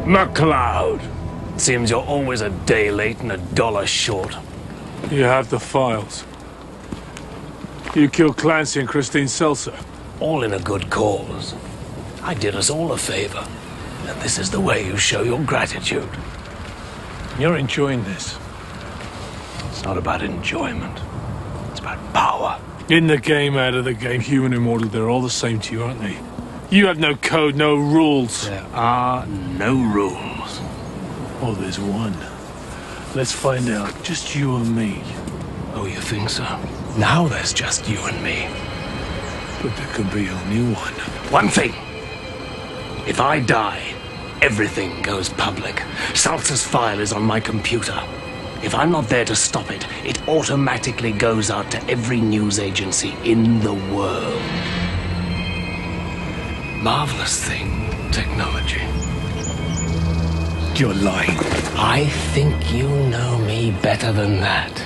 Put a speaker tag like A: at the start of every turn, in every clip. A: McCloud,
B: Seems you're always a day late and a dollar short.
A: you have the files. You killed Clancy and Christine Seltzer.
B: All in a good cause. I did us all a favor. And this is the way you show your gratitude.
A: You're enjoying this.
B: It's not about enjoyment. It's about power.
A: In the game, out of the game, human immortal, they're all the same to you, aren't they? You have no code, no rules.
B: There are no rules.
A: Oh, there's one. Let's find out. Just you and me.
B: Oh, you think so? Now there's just you and me.
A: But there can be only one.
B: One thing. If I die, everything goes public. Salsa's file is on my computer. If I'm not there to stop it, it automatically goes out to every news agency in the world. Marvelous thing, technology.
A: You're lying.
B: I think you know me better than that.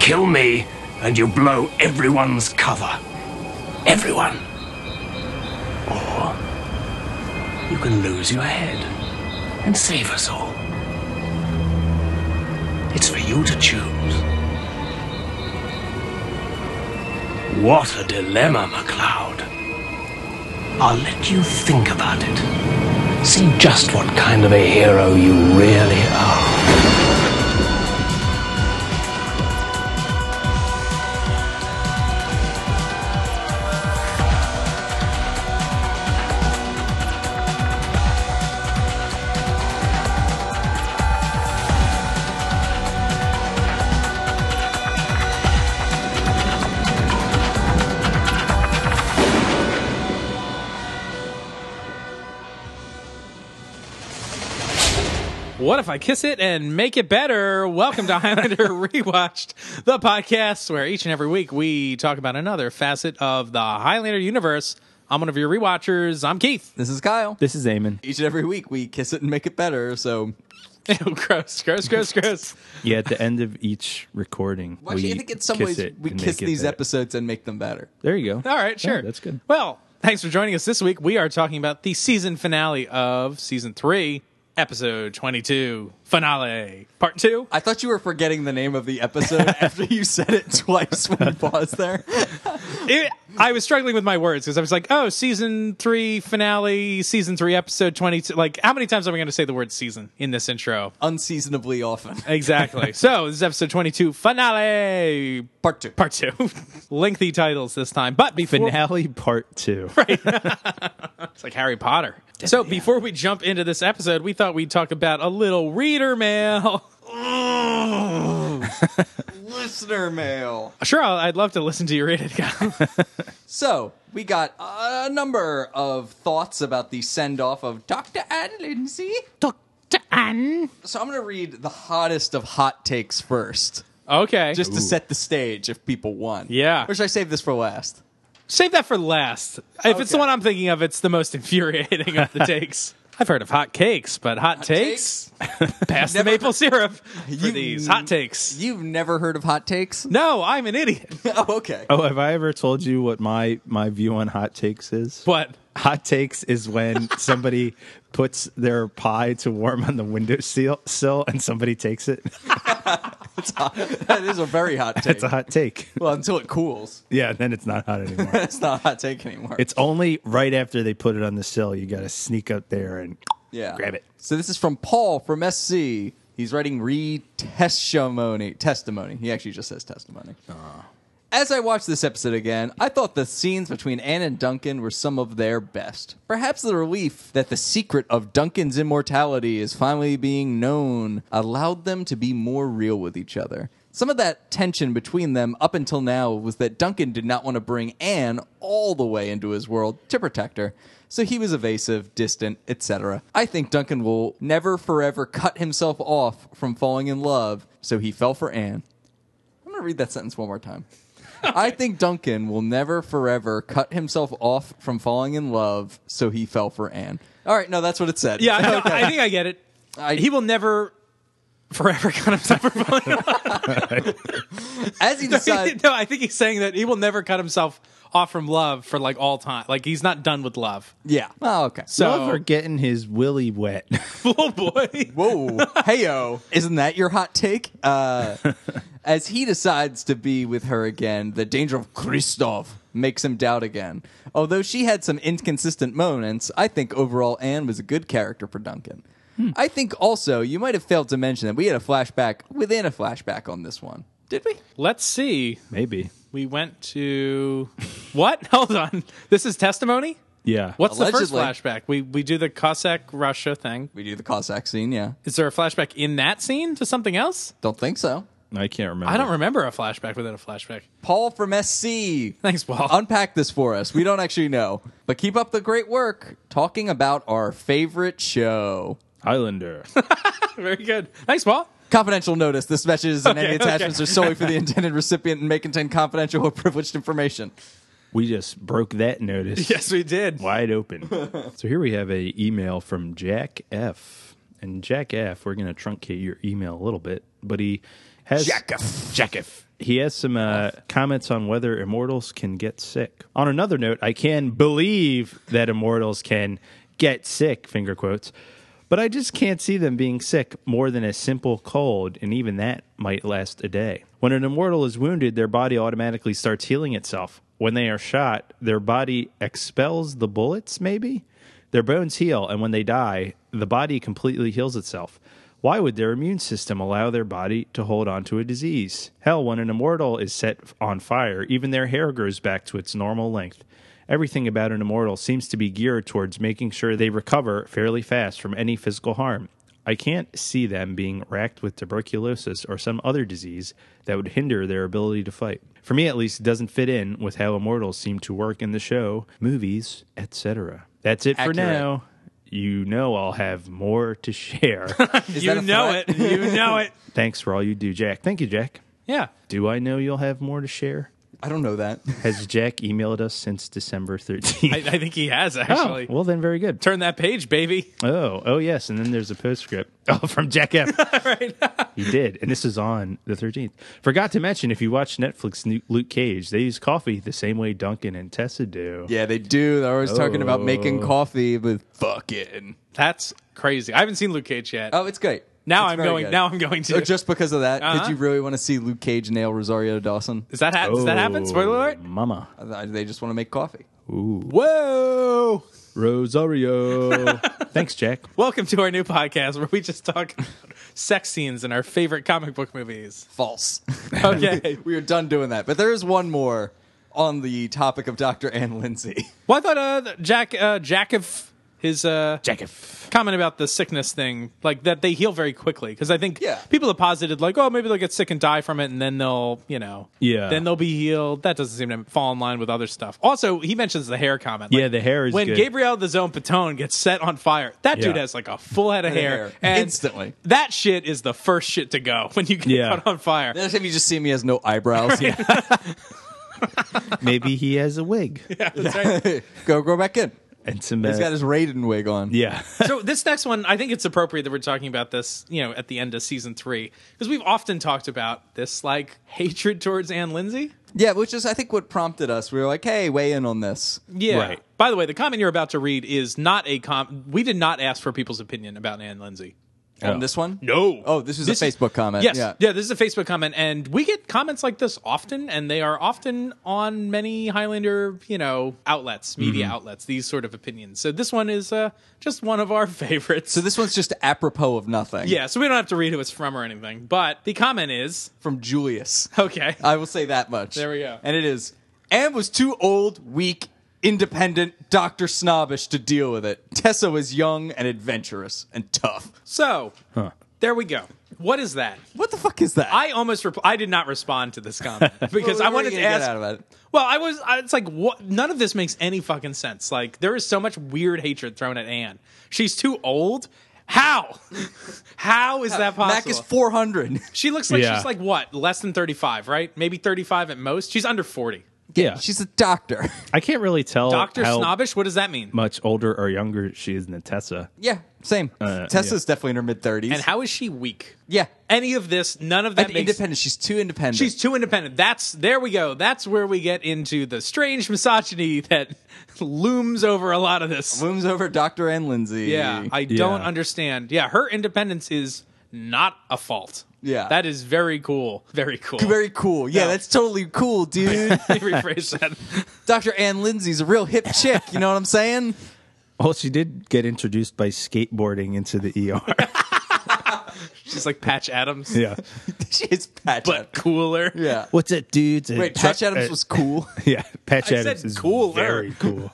B: Kill me, and you blow everyone's cover. Everyone. Or you can lose your head and save us all. It's for you to choose. What a dilemma, MacLeod. I'll let you think about it. See just what kind of a hero you really are.
C: What if I kiss it and make it better? Welcome to Highlander Rewatched, the podcast where each and every week we talk about another facet of the Highlander universe. I'm one of your rewatchers. I'm Keith.
D: This is Kyle.
E: This is Eamon.
D: Each and every week we kiss it and make it better. So
C: Oh, gross, gross, gross, gross.
E: Yeah, at the end of each recording,
D: well,
E: we
D: actually, I think in some
E: kiss
D: ways
E: it
D: we
E: and
D: kiss
E: make it
D: these
E: better.
D: episodes and make them better.
E: There you go.
C: All right,
E: Yeah,
C: sure.
E: Oh, that's good.
C: Well, thanks for joining us this week. We are talking about the season finale of season three, episode 22, finale, part two.
D: I thought you were forgetting the name of the episode after you said it twice when you paused there.
C: it, I was struggling with my words because I was like, oh, season three finale, season three episode 22. Like, how many times am I going to say the word season in this intro?
D: Unseasonably often.
C: Exactly. so, this is episode 22, finale,
D: Part two.
C: part two. Lengthy titles this time, but before.
E: Finale part two.
C: It's like Harry Potter. So, before we jump into this episode, we thought we'd talk about a little reader mail.
D: Listener mail.
C: Sure, I'll- I'd love to listen to you read it, Kyle.
D: So we got a number of thoughts about the send off of Dr. Ann Lindsay. Dr. Ann. So I'm going to read the hottest of hot takes first,
C: Okay.
D: just to set the stage if people want.
C: Yeah.
D: Or should I save this for last?
C: Save that for last. If it's the
D: Okay.
C: one I'm thinking of, it's the most infuriating of the takes. I've heard of hot cakes, but hot, takes? Pass the
D: Never-
C: maple syrup for
D: You-
C: these hot takes.
D: You've never heard of hot takes?
C: no, I'm an idiot.
D: oh, okay.
E: Oh, have I ever told you what my my view on hot takes is?
C: What?
E: Hot takes is when somebody puts their pie to warm on the window seal, sill and somebody takes it.
D: that is a very hot take.
E: It's a hot take.
D: well, until it cools,
E: Yeah, then it's not hot anymore.
D: it's not a hot take anymore.
E: it's only right after they put it on the sill. You got to sneak up there and
D: yeah.
E: grab it.
D: So this is from Paul from SC. He's writing re-testimony. Testimony. He actually just says testimony. As I watched this episode again, I thought the scenes between Anne and Duncan were some of their best. Perhaps the relief that the secret of Duncan's immortality is finally being known allowed them to be more real with each other. Some of that tension between them up until now was that Duncan did not want to bring Anne all the way into his world to protect her. So he was evasive, distant, etc. I think Duncan will never forever cut himself off from falling in love, so he fell for Anne. I'm going to read that sentence one more time. I think Duncan will never forever cut himself off from falling in love, so he fell for Anne. All right, no, that's what it said.
C: Yeah, I, know, I think I get it.
D: I-
C: he will never, forever cut himself from falling in love.
D: As he decided,
C: no, I think he's saying that he will never cut himself off from love for like all time. Like he's not done with love.
D: Yeah. Oh, okay.
C: So
E: Lover getting his willy wet.
C: oh boy.
D: Whoa. Heyo. Isn't that your hot take? Uh, as he decides to be with her again, the danger of Kristoff makes him doubt again. Although she had some inconsistent moments, I think overall Anne was a good character for Duncan. I think also you might have failed to mention that we had a flashback within a flashback on this one. Did we?
C: Let's see.
E: Maybe.
C: We went to what? Hold on. This is testimony.
E: Yeah.
C: What's
D: Allegedly.
C: the first flashback? We we do the Cossack Russia thing.
D: We do the Cossack scene, yeah.
C: Is there a flashback in that scene to something else?
D: Don't think so.
E: I can't remember.
C: I don't remember a flashback within a flashback.
D: Paul from SC.
C: Thanks, Paul.
D: Unpack this for us. We don't actually know. But keep up the great work talking about our favorite show.
E: Islander.
C: Very good. Thanks, Paul.
D: Confidential notice. This messages and any
C: Okay,
D: attachments are solely for the intended recipient and may contain confidential or privileged information.
E: we just broke that notice.
C: Yes, we did.
E: Wide open. so here we have a email from Jack F. And Jack F, we're going to truncate your email a little bit, but he has
B: Jack F.
E: Jack F. He has some uh, comments on whether immortals can get sick. On another note, I can believe that immortals can get sick, finger quotes, but I just can't see them being sick more than a simple cold, and even that might last a day. When an immortal is wounded, their body automatically starts healing itself. When they are shot, their body expels the bullets, maybe? Their bones heal, and when they die, the body completely heals itself. Why would their immune system allow their body to hold on to a disease? Hell, when an immortal is set on fire, even their hair grows back to its normal length. Everything about an immortal seems to be geared towards making sure they recover fairly fast from any physical harm. I can't see them being racked with tuberculosis or some other disease that would hinder their ability to fight. For me, at least, it doesn't fit in with how immortals seem to work in the show, movies, etc. That's it
D: Accurate.
E: for now. You know I'll have more to share.
D: Is
C: you
D: that a
C: know
D: threat?
C: it. You know it.
E: Thanks for all you do, Jack. Thank you, Jack.
C: Yeah.
E: Do I know you'll have more to share?
D: I don't know that.
E: Has Jack emailed us since December 13th?
C: I, I think he has actually.
E: well, then very good.
C: Turn that page, baby.
E: Oh, oh yes, and then there's a postscript. Oh, from Jack F. he did, and this is on the 13th. Forgot to mention, if you watch Netflix Nu- Luke Cage, they use coffee the same way Duncan and Tessa do.
D: Yeah, they do. They're always talking about making coffee with fucking.
C: That's crazy. I haven't seen Luke Cage yet.
D: Oh, it's great.
C: now
D: It's
C: I'm
D: very
C: going.
D: good.
C: Now I'm going to.
D: Oh, just because of that, did
C: Uh-huh.
D: you really want to see Luke Cage nail Rosario Dawson?
C: Does that ha- does that happen? Spoiler alert.
E: Oh, Mama.
D: Uh, They just want to make coffee.
C: Whoa!
E: Rosario. Thanks, Jack.
C: Welcome to our new podcast where we just talk about sex scenes in our favorite comic book movies.
D: False.
C: Okay.
D: we are done doing that. But there is one more on the topic of Dr. Ann Lindsay.
C: Well, I thought uh, Jack uh, Jack of his uh,
E: Jack F.
C: comment about the sickness thing, like that they heal very quickly, because I think
D: Yeah.
C: people have posited like, oh, maybe they'll get sick and die from it, and then they'll, you know,
E: Yeah.
C: then they'll be healed. That doesn't seem to fall in line with other stuff. Also, he mentions the hair comment.
E: Yeah, the hair is
C: when
E: good.
C: Gabriel the Zone Patone gets set on fire. That dude
E: Yeah.
C: has like a full head of
D: Head of
C: hair,
D: hair. Instantly.
C: That shit is the first shit to go when you get
E: Yeah.
C: caught on fire.
D: Next time you just see me has no eyebrows.
E: Maybe he has a wig
C: That's right.
D: go go back in.
E: and some.
D: He's
E: uh,
D: got his Raiden wig on.
E: yeah.
C: so this next one, I think it's appropriate that we're talking about this, you know, at the end of season three, because we've often talked about this like hatred towards Anne Lindsay.
D: Yeah, which is I think what prompted us. We were like, hey, weigh in on this.
C: Yeah.
E: Right.
C: By the way, the comment you're about to read is not a com. We did not ask for people's opinion about Anne Lindsay.
D: On this one?
C: No.
D: Oh, this is a Facebook comment.
C: Yes.
D: Yeah.
C: Yeah. This is a Facebook comment, and we get comments like this often, and they are often on many Highlander, you know, outlets,
D: Mm-hmm.
C: media outlets, these sort of opinions. So this one is uh, just one of our favorites.
D: So this one's just apropos of nothing.
C: yeah. So we don't have to read who it's from or anything, but the comment is
D: From Julius.
C: okay.
D: I will say that much.
C: There we go.
D: And it is Anne was too old, weak, independent, Dr. Snobbish to deal with it. Tessa was young and adventurous and tough.
C: so there we go. What is that?
D: What the fuck is that?
C: I almost repl- I did not respond to this comment because I
D: What were
C: wanted
D: you
C: to
D: gonna get
C: ask
D: out of it?
C: Well, I was. I, it's like what? None of this makes any fucking sense. Like there is so much weird hatred thrown at Anne. She's too old. How? How is that possible?
D: Mac is 400.
C: she looks like
E: Yeah.
C: she's like what? Less than thirty five, right? Maybe thirty five at most. She's under forty.
E: Yeah.
D: She's a doctor.
E: I can't really tell
C: Doctor
E: how
C: Snobbish. What does that mean?
E: much older or younger she is than Tessa.
D: yeah, same.
E: Uh,
D: Tessa's definitely in her mid
C: And
D: thirties.
C: how is she weak?
D: Yeah,
C: Any of this? None of that
D: and
C: makes.
D: independent. She's too independent.
C: She's too independent. That's there we go. That's where we get into the strange misogyny that looms over a lot of this.
D: looms over Doctor and Lindsay.
C: Yeah, I
E: Yeah.
C: don't understand. Yeah, her independence is not a fault.
D: Yeah.
C: that is very cool. Very cool.
D: very cool. Yeah,
C: No.
D: that's totally cool, dude.
C: Let me rephrase that.
D: Dr. Ann Lindsay's a real hip chick. You know what I'm saying?
E: Well, she did get introduced by skateboarding into the ER.
C: She's like Patch Adams,
E: yeah.
D: she is Patch
C: but
D: Adams.
C: cooler.
D: Yeah.
E: What's up, dudes? uh,
D: Wait, Patch Adams was cool.
E: Yeah, Patch
C: I
E: Adams
C: said
E: is
C: cooler.
E: very cool.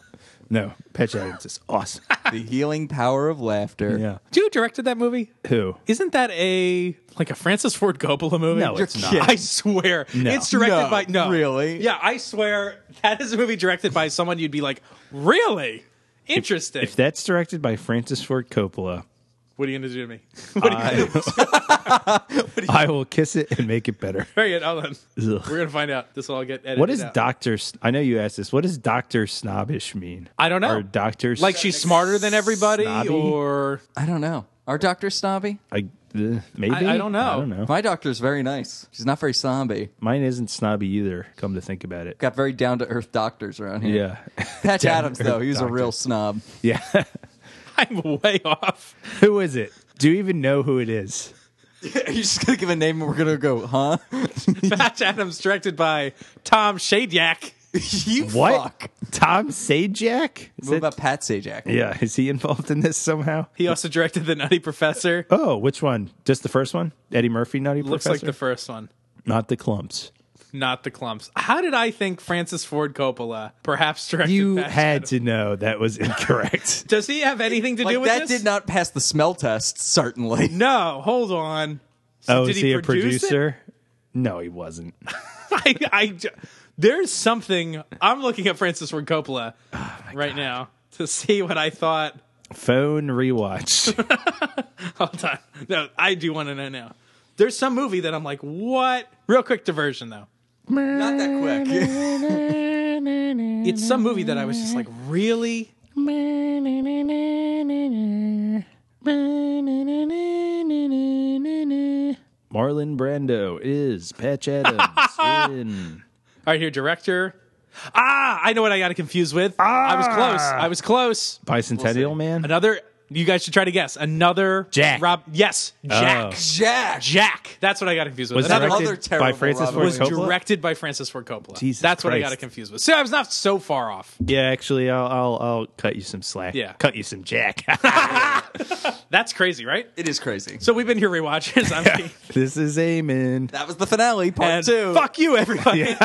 E: No, Patch Adams is awesome.
D: the healing power of laughter.
E: Yeah.
C: Do you directed that movie?
E: Who?
C: Isn't that a like a Francis Ford Coppola movie?
E: No, You're it's
D: not. kidding.
C: I swear, it's directed
D: No,
C: by no.
D: really?
C: Yeah, I swear that is a movie directed by someone you'd be like, really interesting.
E: If that's directed by Francis Ford Coppola,
C: what are you gonna do to me? What are you gonna do?
E: I will kiss it and make it better.
C: Very good. Hold on.
E: Ugh.
C: We're gonna find out. This will all get edited.
E: What is
C: out.
E: doctor? s- I know you asked this. What does doctor snobbish mean?
C: I don't know.
E: Or doctor
C: like she's smarter than everybody,
E: Snobby?
C: or
D: I don't know. Our doctor snobby?
E: I, uh, maybe
C: I- I don't know.
E: I don't know.
D: My doctor's very nice. She's not very snobby.
E: Mine isn't snobby either. Come to think about it.
D: Got very down to earth doctors around here.
E: Yeah.
D: Patch Adams,
E: Down-to-earth
D: though, he was a
E: doctor.
D: real snob.
E: Yeah.
C: I'm way off.
E: who is it? Do you even know who it is?
D: You're just going to give a name and we're going to go, huh?
C: Patch Adams, directed by Tom Shadyac.
D: you
E: What?
D: fuck.
E: Tom Sajak? Is
D: What
E: it-
D: about Pat Sajak?
E: yeah, is he involved in this somehow?
C: He also directed The Nutty Professor.
E: Oh, which one? Just the first one? Eddie Murphy, Nutty
C: Looks like
E: Professor?
C: the first one.
E: Not the clumps.
C: not the clumps. How did I think Francis Ford Coppola perhaps directed
E: You
C: Patch
E: had
C: Adams?
E: to know that was incorrect.
C: Does he have anything to do
D: Like,
C: with
D: that
C: this?
D: did not pass the smell test, certainly.
C: No, hold on.
E: oh,
C: did
E: is
C: he
E: he, a
C: produce it?
E: producer? No, he wasn't.
C: I, I ju- there's something. I'm looking at Francis Ford Coppola
E: Oh
C: right now to see what I thought.
E: Phone rewatch.
C: Hold on. No, I do want to know now. There's some movie that I'm like, what? Real quick diversion though.
D: Not that quick.
C: It's some movie that I was just like, really?
E: Marlon Brando is Patch Adams in.
C: All right, here, director. Ah, I know what I got confused with. I was close.
E: Ah.
C: I was close.
E: Bicentennial Man?
C: Another. You guys should try to guess. Another
E: Jack.
C: Rob. Yes, Jack.
E: Oh.
D: Jack.
C: Jack. That's what I got confused with.
E: Was
C: Another
D: directed
E: directed
D: other
E: by
D: terrible
E: Francis
D: Robin
E: Ford
C: was
D: Williams.
E: Coppola?
C: directed by Francis Ford Coppola.
E: Jesus
C: That's what I
E: Christ.
C: got it confused with. So I was not so far off.
E: Yeah, actually, I'll, I'll I'll cut you some slack.
C: Yeah.
E: cut you some jack.
C: That's crazy, right?
D: It is crazy.
C: So we've been here rewatchers. I'm Keith.
E: this is Amen.
D: That was the finale, part
C: and
D: two.
C: fuck you, everybody.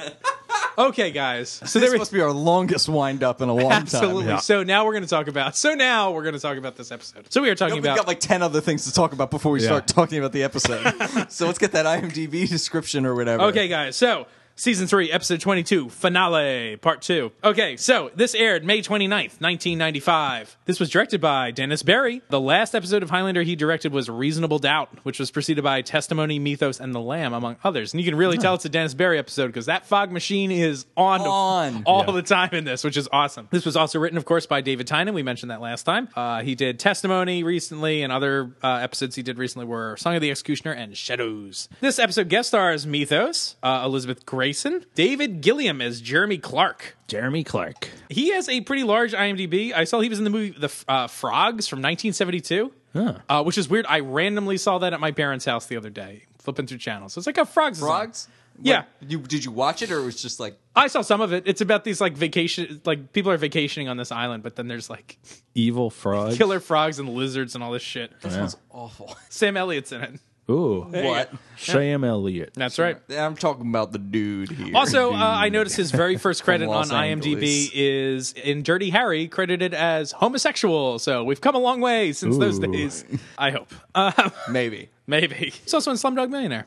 C: okay, guys. So
D: This
C: there we
D: must be our longest wind up in a long
C: absolutely.
D: time.
E: Yeah.
C: So now we're going to talk about. So now we're going to talk about this episode. So we are talking
D: We've
C: about.
D: got like 10 other things to talk about before we
E: Yeah.
D: start talking about the episode. so let's get that IMDb description or whatever.
C: Okay, guys. So, season 3, episode 22, finale, part 2. Okay, so this aired May 29th, 1995. This was directed by Dennis Barry. The last episode of Highlander he directed was Reasonable Doubt, which was preceded by Testimony, Mythos, and The Lamb, among others. And you can really
D: Hmm.
C: tell it's a Dennis Barry episode because that fog machine is on,
D: On.
C: all the time in this, which is awesome. This was also written, of course, by David Tynan. We mentioned that last time. Uh, he did Testimony recently, and other uh, episodes he did recently were Song of the Executioner and Shadows. This episode guest stars Mythos, uh, Elizabeth Grayson, David Gilliam as Jeremy Clark.
E: Jeremy Clark.
C: He has a pretty large IMDb. I saw he was in the movie The uh, Frogs from 1972, uh, which is weird. I randomly saw that at my parents' house the other day, flipping through channels. It's like a Frogs. is on.
D: Frogs?
C: Yeah.
D: You, did you watch it or it was just like,
C: I saw some of it. It's about these like vacation, like people are vacationing on this island, but then there's like
E: Evil frog.
C: killer frogs and lizards and all this shit.
D: that sounds awful.
C: Sam Elliott's in it.
E: Ooh,
D: What?
E: Sham Elliott.
C: That's right.
D: I'm talking about the dude here.
C: Also, uh, I noticed his very first credit on
D: Los
C: IMDb
D: Angeles.
C: is in Dirty Harry, credited as homosexual. So we've come a long way since those
E: Ooh.
C: days. I hope. Uh,
D: Maybe.
C: maybe. He's also in Slumdog Millionaire.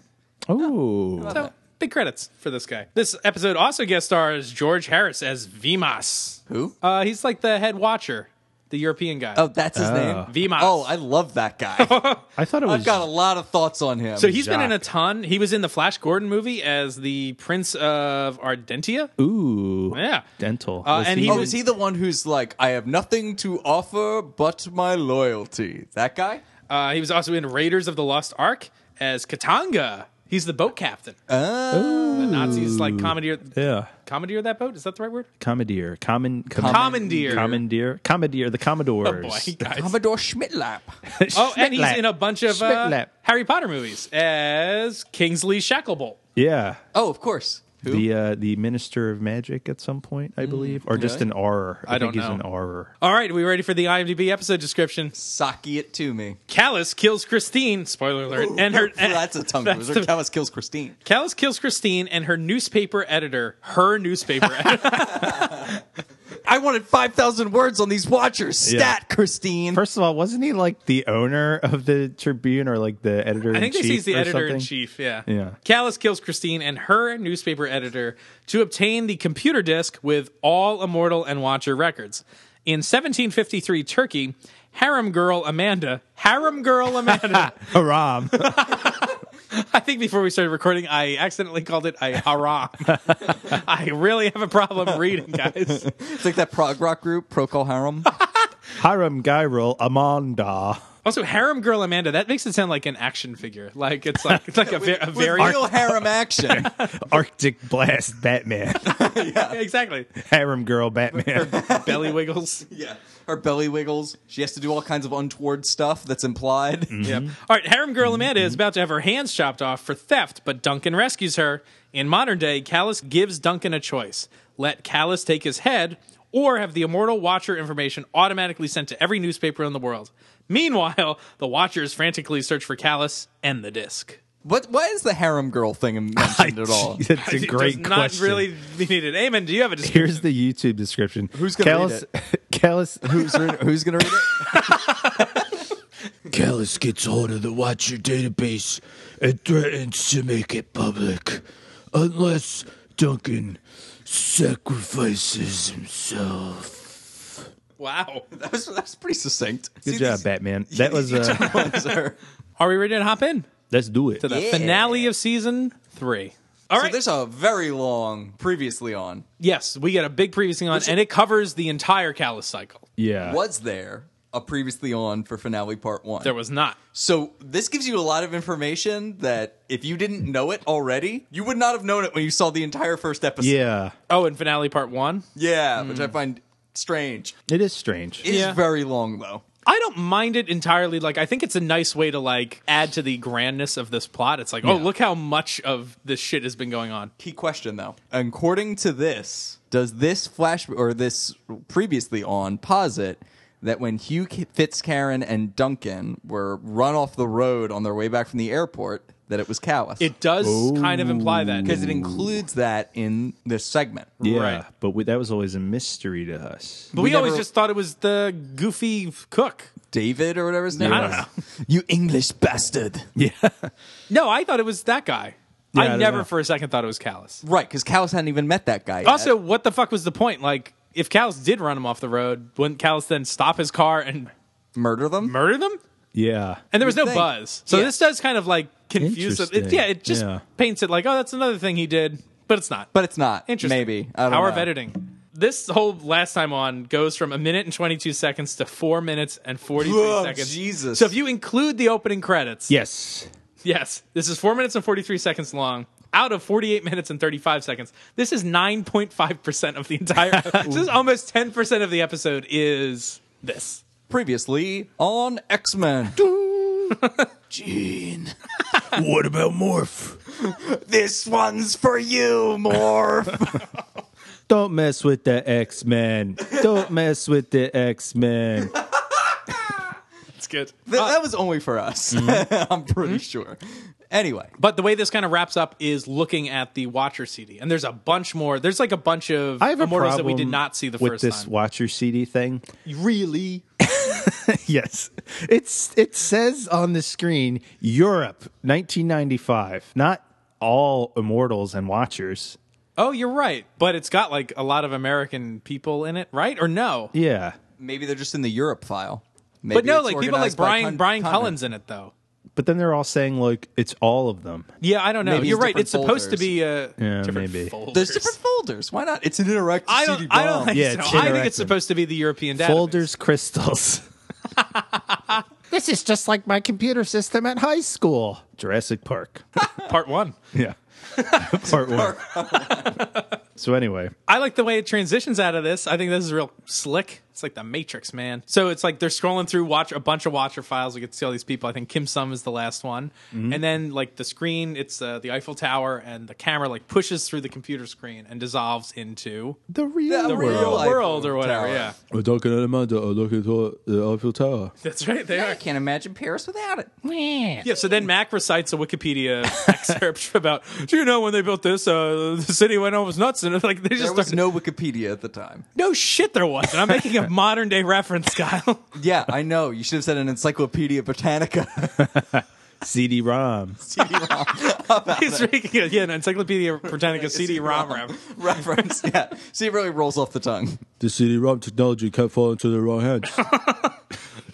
E: Ooh,
C: So big credits for this guy. This episode also guest stars George Harris as Vimas.
D: Who?
C: Uh, he's like the head watcher. the European guy.
D: Oh, that's
C: uh,
D: his name.
C: Vimos.
D: Oh, I love that guy.
E: I thought it was.
D: I've got a lot of thoughts on him.
C: so he's been in a
E: Jacques.
C: ton. He was in the Flash Gordon movie as the Prince of Ardentia.
E: ooh.
C: Yeah.
E: Dental.
C: Uh,
E: Was
C: and
E: he-
C: he
D: oh,
C: was
D: is he the one who's like, I have nothing to offer but my loyalty? That guy?
C: uh, he was also in Raiders of the Lost Ark as Katanga. He's the boat captain.
D: Oh.
C: the Nazis like commandeer
E: yeah.
C: commandeer that boat. Is that the right word?
E: Commandeer. Common. command-
C: Commandeer.
E: Commandeer. Commandeer.
C: Oh,
E: The
C: boy,
E: Commodores.
C: guys.
D: Commodore Schmidlap.
C: Oh, and he's in a bunch of uh,
E: Schmidt-lap.
C: Harry Potter movies as Kingsley Shacklebolt.
E: yeah.
D: oh, of course. Who?
E: The uh, the minister of magic at some point, I believe, or just
D: really?
E: an R.
C: Mm,
E: I,
C: I
E: think
C: don't
E: he's
C: know.
E: an R.
C: All right, we ready for the IMDb episode description?
D: Saki it to me.
C: Callus kills Christine. Spoiler alert. and her
D: that's a tongue
C: that's
D: twister.
C: the-
D: Callus kills Christine.
C: Callus kills Christine and her newspaper editor. Her newspaper editor.
D: I wanted 5,000 words on these watchers. Stat,
E: Yeah.
D: Christine.
E: First of all, wasn't he like the owner of the Tribune or like the editor?
C: I think this is the editor in chief. Yeah.
E: Yeah.
C: Callus kills Christine and her newspaper editor to obtain the computer disk with all Immortal and Watcher records. In 1753 Turkey, harem girl Amanda, harem girl Amanda.
E: Haram.
C: I think before we started recording, I accidentally called it a haram. I really have a problem reading, guys.
D: It's like that prog rock group, Procol Harum.
E: Hiram Gyral Amanda.
C: Also, harem girl Amanda. That makes it sound like an action figure. Like it's like it's like a, ver- a
D: With
C: very
D: real harem action.
E: Arctic Blast Batman.
C: exactly
E: Harem Girl Batman.
C: belly wiggles.
D: yeah. Her belly wiggles. She has to do all kinds of untoward stuff that's implied.
E: Mm-hmm.
C: Yep. All right, harem girl Amanda is about to have her hands chopped off for theft, but Duncan rescues her. In modern day, Callus gives Duncan a choice: let Callus take his head, or have the immortal Watcher information automatically sent to every newspaper in the world. Meanwhile, the Watchers frantically search for Callus and the disc.
D: What? Why is the harem girl thing mentioned at all?
E: That's a great
C: Does
E: question.
C: Not really needed. Amen. Do you have a description?
E: Here's the YouTube description. Who's
D: gonna read
E: Callus,
D: who's re- who's gonna read it?
F: Callus gets hold of the Watcher database and threatens to make it public. Unless Duncan sacrifices himself.
C: Wow.
D: That was, that was pretty succinct.
E: Good job, Batman. That was uh,
D: Batman.
C: Are we ready to hop in?
E: let's do it.
C: the
D: Yeah.
C: finale of season three. All
D: So
C: right.
D: there's a very long previously on
C: yes, we get a big previously on, and it covers the entire Callus cycle.
E: Yeah.
D: was there a previously on for finale part one.
C: There was not.
D: so this gives you a lot of information that if you didn't know it already, you would not have known it when you saw the entire first episode.
E: Yeah.
C: Oh, in finale part one,
D: Yeah, which I find strange.
E: It is strange.
D: It is
C: Mm. Yeah.
D: very long though.
C: I don't mind it entirely. Like, I think it's a nice way to like add to the grandness of this plot. It's like, oh, look how much of this shit has been going on.
D: Key question though. According to this, does this flash or this previously on posit that when Hugh K- Fitzcarron and Duncan were run off the road on their way back from the airport, that it was Callus?
C: It does kind of imply that
D: because it includes that in this segment.
E: yeah.
C: Right.
E: But we, that was always a mystery to us.
C: But we,
D: we
C: always
D: never-
C: just thought it was the goofy cook.
D: David or whatever his name
C: I don't
D: is?
C: know.
D: You English bastard.
E: Yeah.
C: No, I thought it was that guy.
E: I
C: I,
E: don't
C: never
E: know.
C: for a second thought it was Callus.
D: Right, because Callus hadn't even met that guy yet.
C: Also, what the fuck was the point? Like, if Callus did run him off the road, wouldn't Callus then stop his car and
D: murder them?
C: murder them?
E: Yeah.
C: And there was no
D: think.
C: buzz. So
D: Yeah.
C: this does kind of like confuse them. It,
E: Interesting.
C: yeah, it just
E: Yeah.
C: paints it like, oh, that's another thing he did, but it's not.
D: but it's not.
C: Interesting.
D: Maybe. I don't
C: Hour
D: know.
C: of editing. This whole last time on goes from a minute and 22 seconds to four minutes and 43
D: Whoa,
C: seconds.
D: Jesus.
C: So if you include the opening credits,
E: Yes.
C: yes, this is four minutes and 43 seconds long. Out of 48 minutes and 35 seconds, this is 9.5% of the entire. this is almost 10% of the episode is this.
D: Previously on X Men.
F: Gene. what about Morph?
D: this one's for you, Morph.
E: Don't mess with the X Men. Don't mess with the X Men.
C: It's good.
D: Th- that was only for us. I'm pretty sure. Anyway,
C: But the way this kind of wraps up is looking at the Watcher CD, and there's a bunch more. There's like a bunch of
E: I have a
C: immortals
E: problem
C: that we did not see the
E: with
C: first
E: this
C: time.
E: Watcher CD thing.
D: really?
E: Yes, it's it says on the screen Europe, 1995. Not all immortals and Watchers.
C: oh, you're right, but it's got like a lot of American people in it, right? Or no?
E: Yeah,
D: Maybe they're just in the Europe file. Maybe
C: But no,
D: it's
C: like people
D: organized
C: like
D: by
C: Brian
D: con-
C: Brian
D: continent.
C: Cullen's in it though.
E: But then they're all saying like it's all of them.
C: Yeah, I don't know.
D: Maybe
C: You're
D: it's
C: right.
D: different
C: It's supposed to
D: folders.
C: be a
E: Yeah,
C: different
E: maybe.
C: folders.
D: There's different folders. Why not? It's an interactive
C: I don't.
D: CD-ROM.
C: I don't think
E: Yeah,
C: so.
E: it's
C: I think it's
E: interactive.
C: supposed to be the European database.
E: Folders, crystals.
G: This is just like my computer system at high school.
E: School, Jurassic Park.
C: part one.
E: Yeah. Part one. so anyway,
C: I like the way it transitions out of this. I think this is real slick. It's like the Matrix, man. So it's like they're scrolling through watch a bunch of Watcher files. We get to see all these people. I think Kim Sum is the last one,
D: Mm-hmm.
C: and then like the screen, it's uh, the Eiffel Tower, and the camera like pushes through the computer screen and dissolves into
E: the real
D: The
C: the
E: world.
C: real
D: Eiffel
C: world or whatever.
D: Tower.
C: Yeah,
F: We're talking at Amanda. I'm looking to the Eiffel Tower.
C: that's right. They
D: I
C: are.
D: can't imagine Paris without it.
C: Yeah, so then Mac recites a Wikipedia excerpt about, do you know when they built this, uh, the city went almost nuts, and it's like they just
D: There was
C: started-
D: no Wikipedia at the time.
C: No shit, there wasn't. I'm making a modern day reference, Kyle.
D: Yeah, I know. You should have said an Encyclopedia Britannica.
E: CD-ROM.
D: CD-ROM.
C: He's making a, yeah, an Encyclopedia Britannica CD-ROM rap.
D: reference. Yeah. See, it really rolls off the tongue.
F: The CD-ROM technology kept falling to the wrong hands.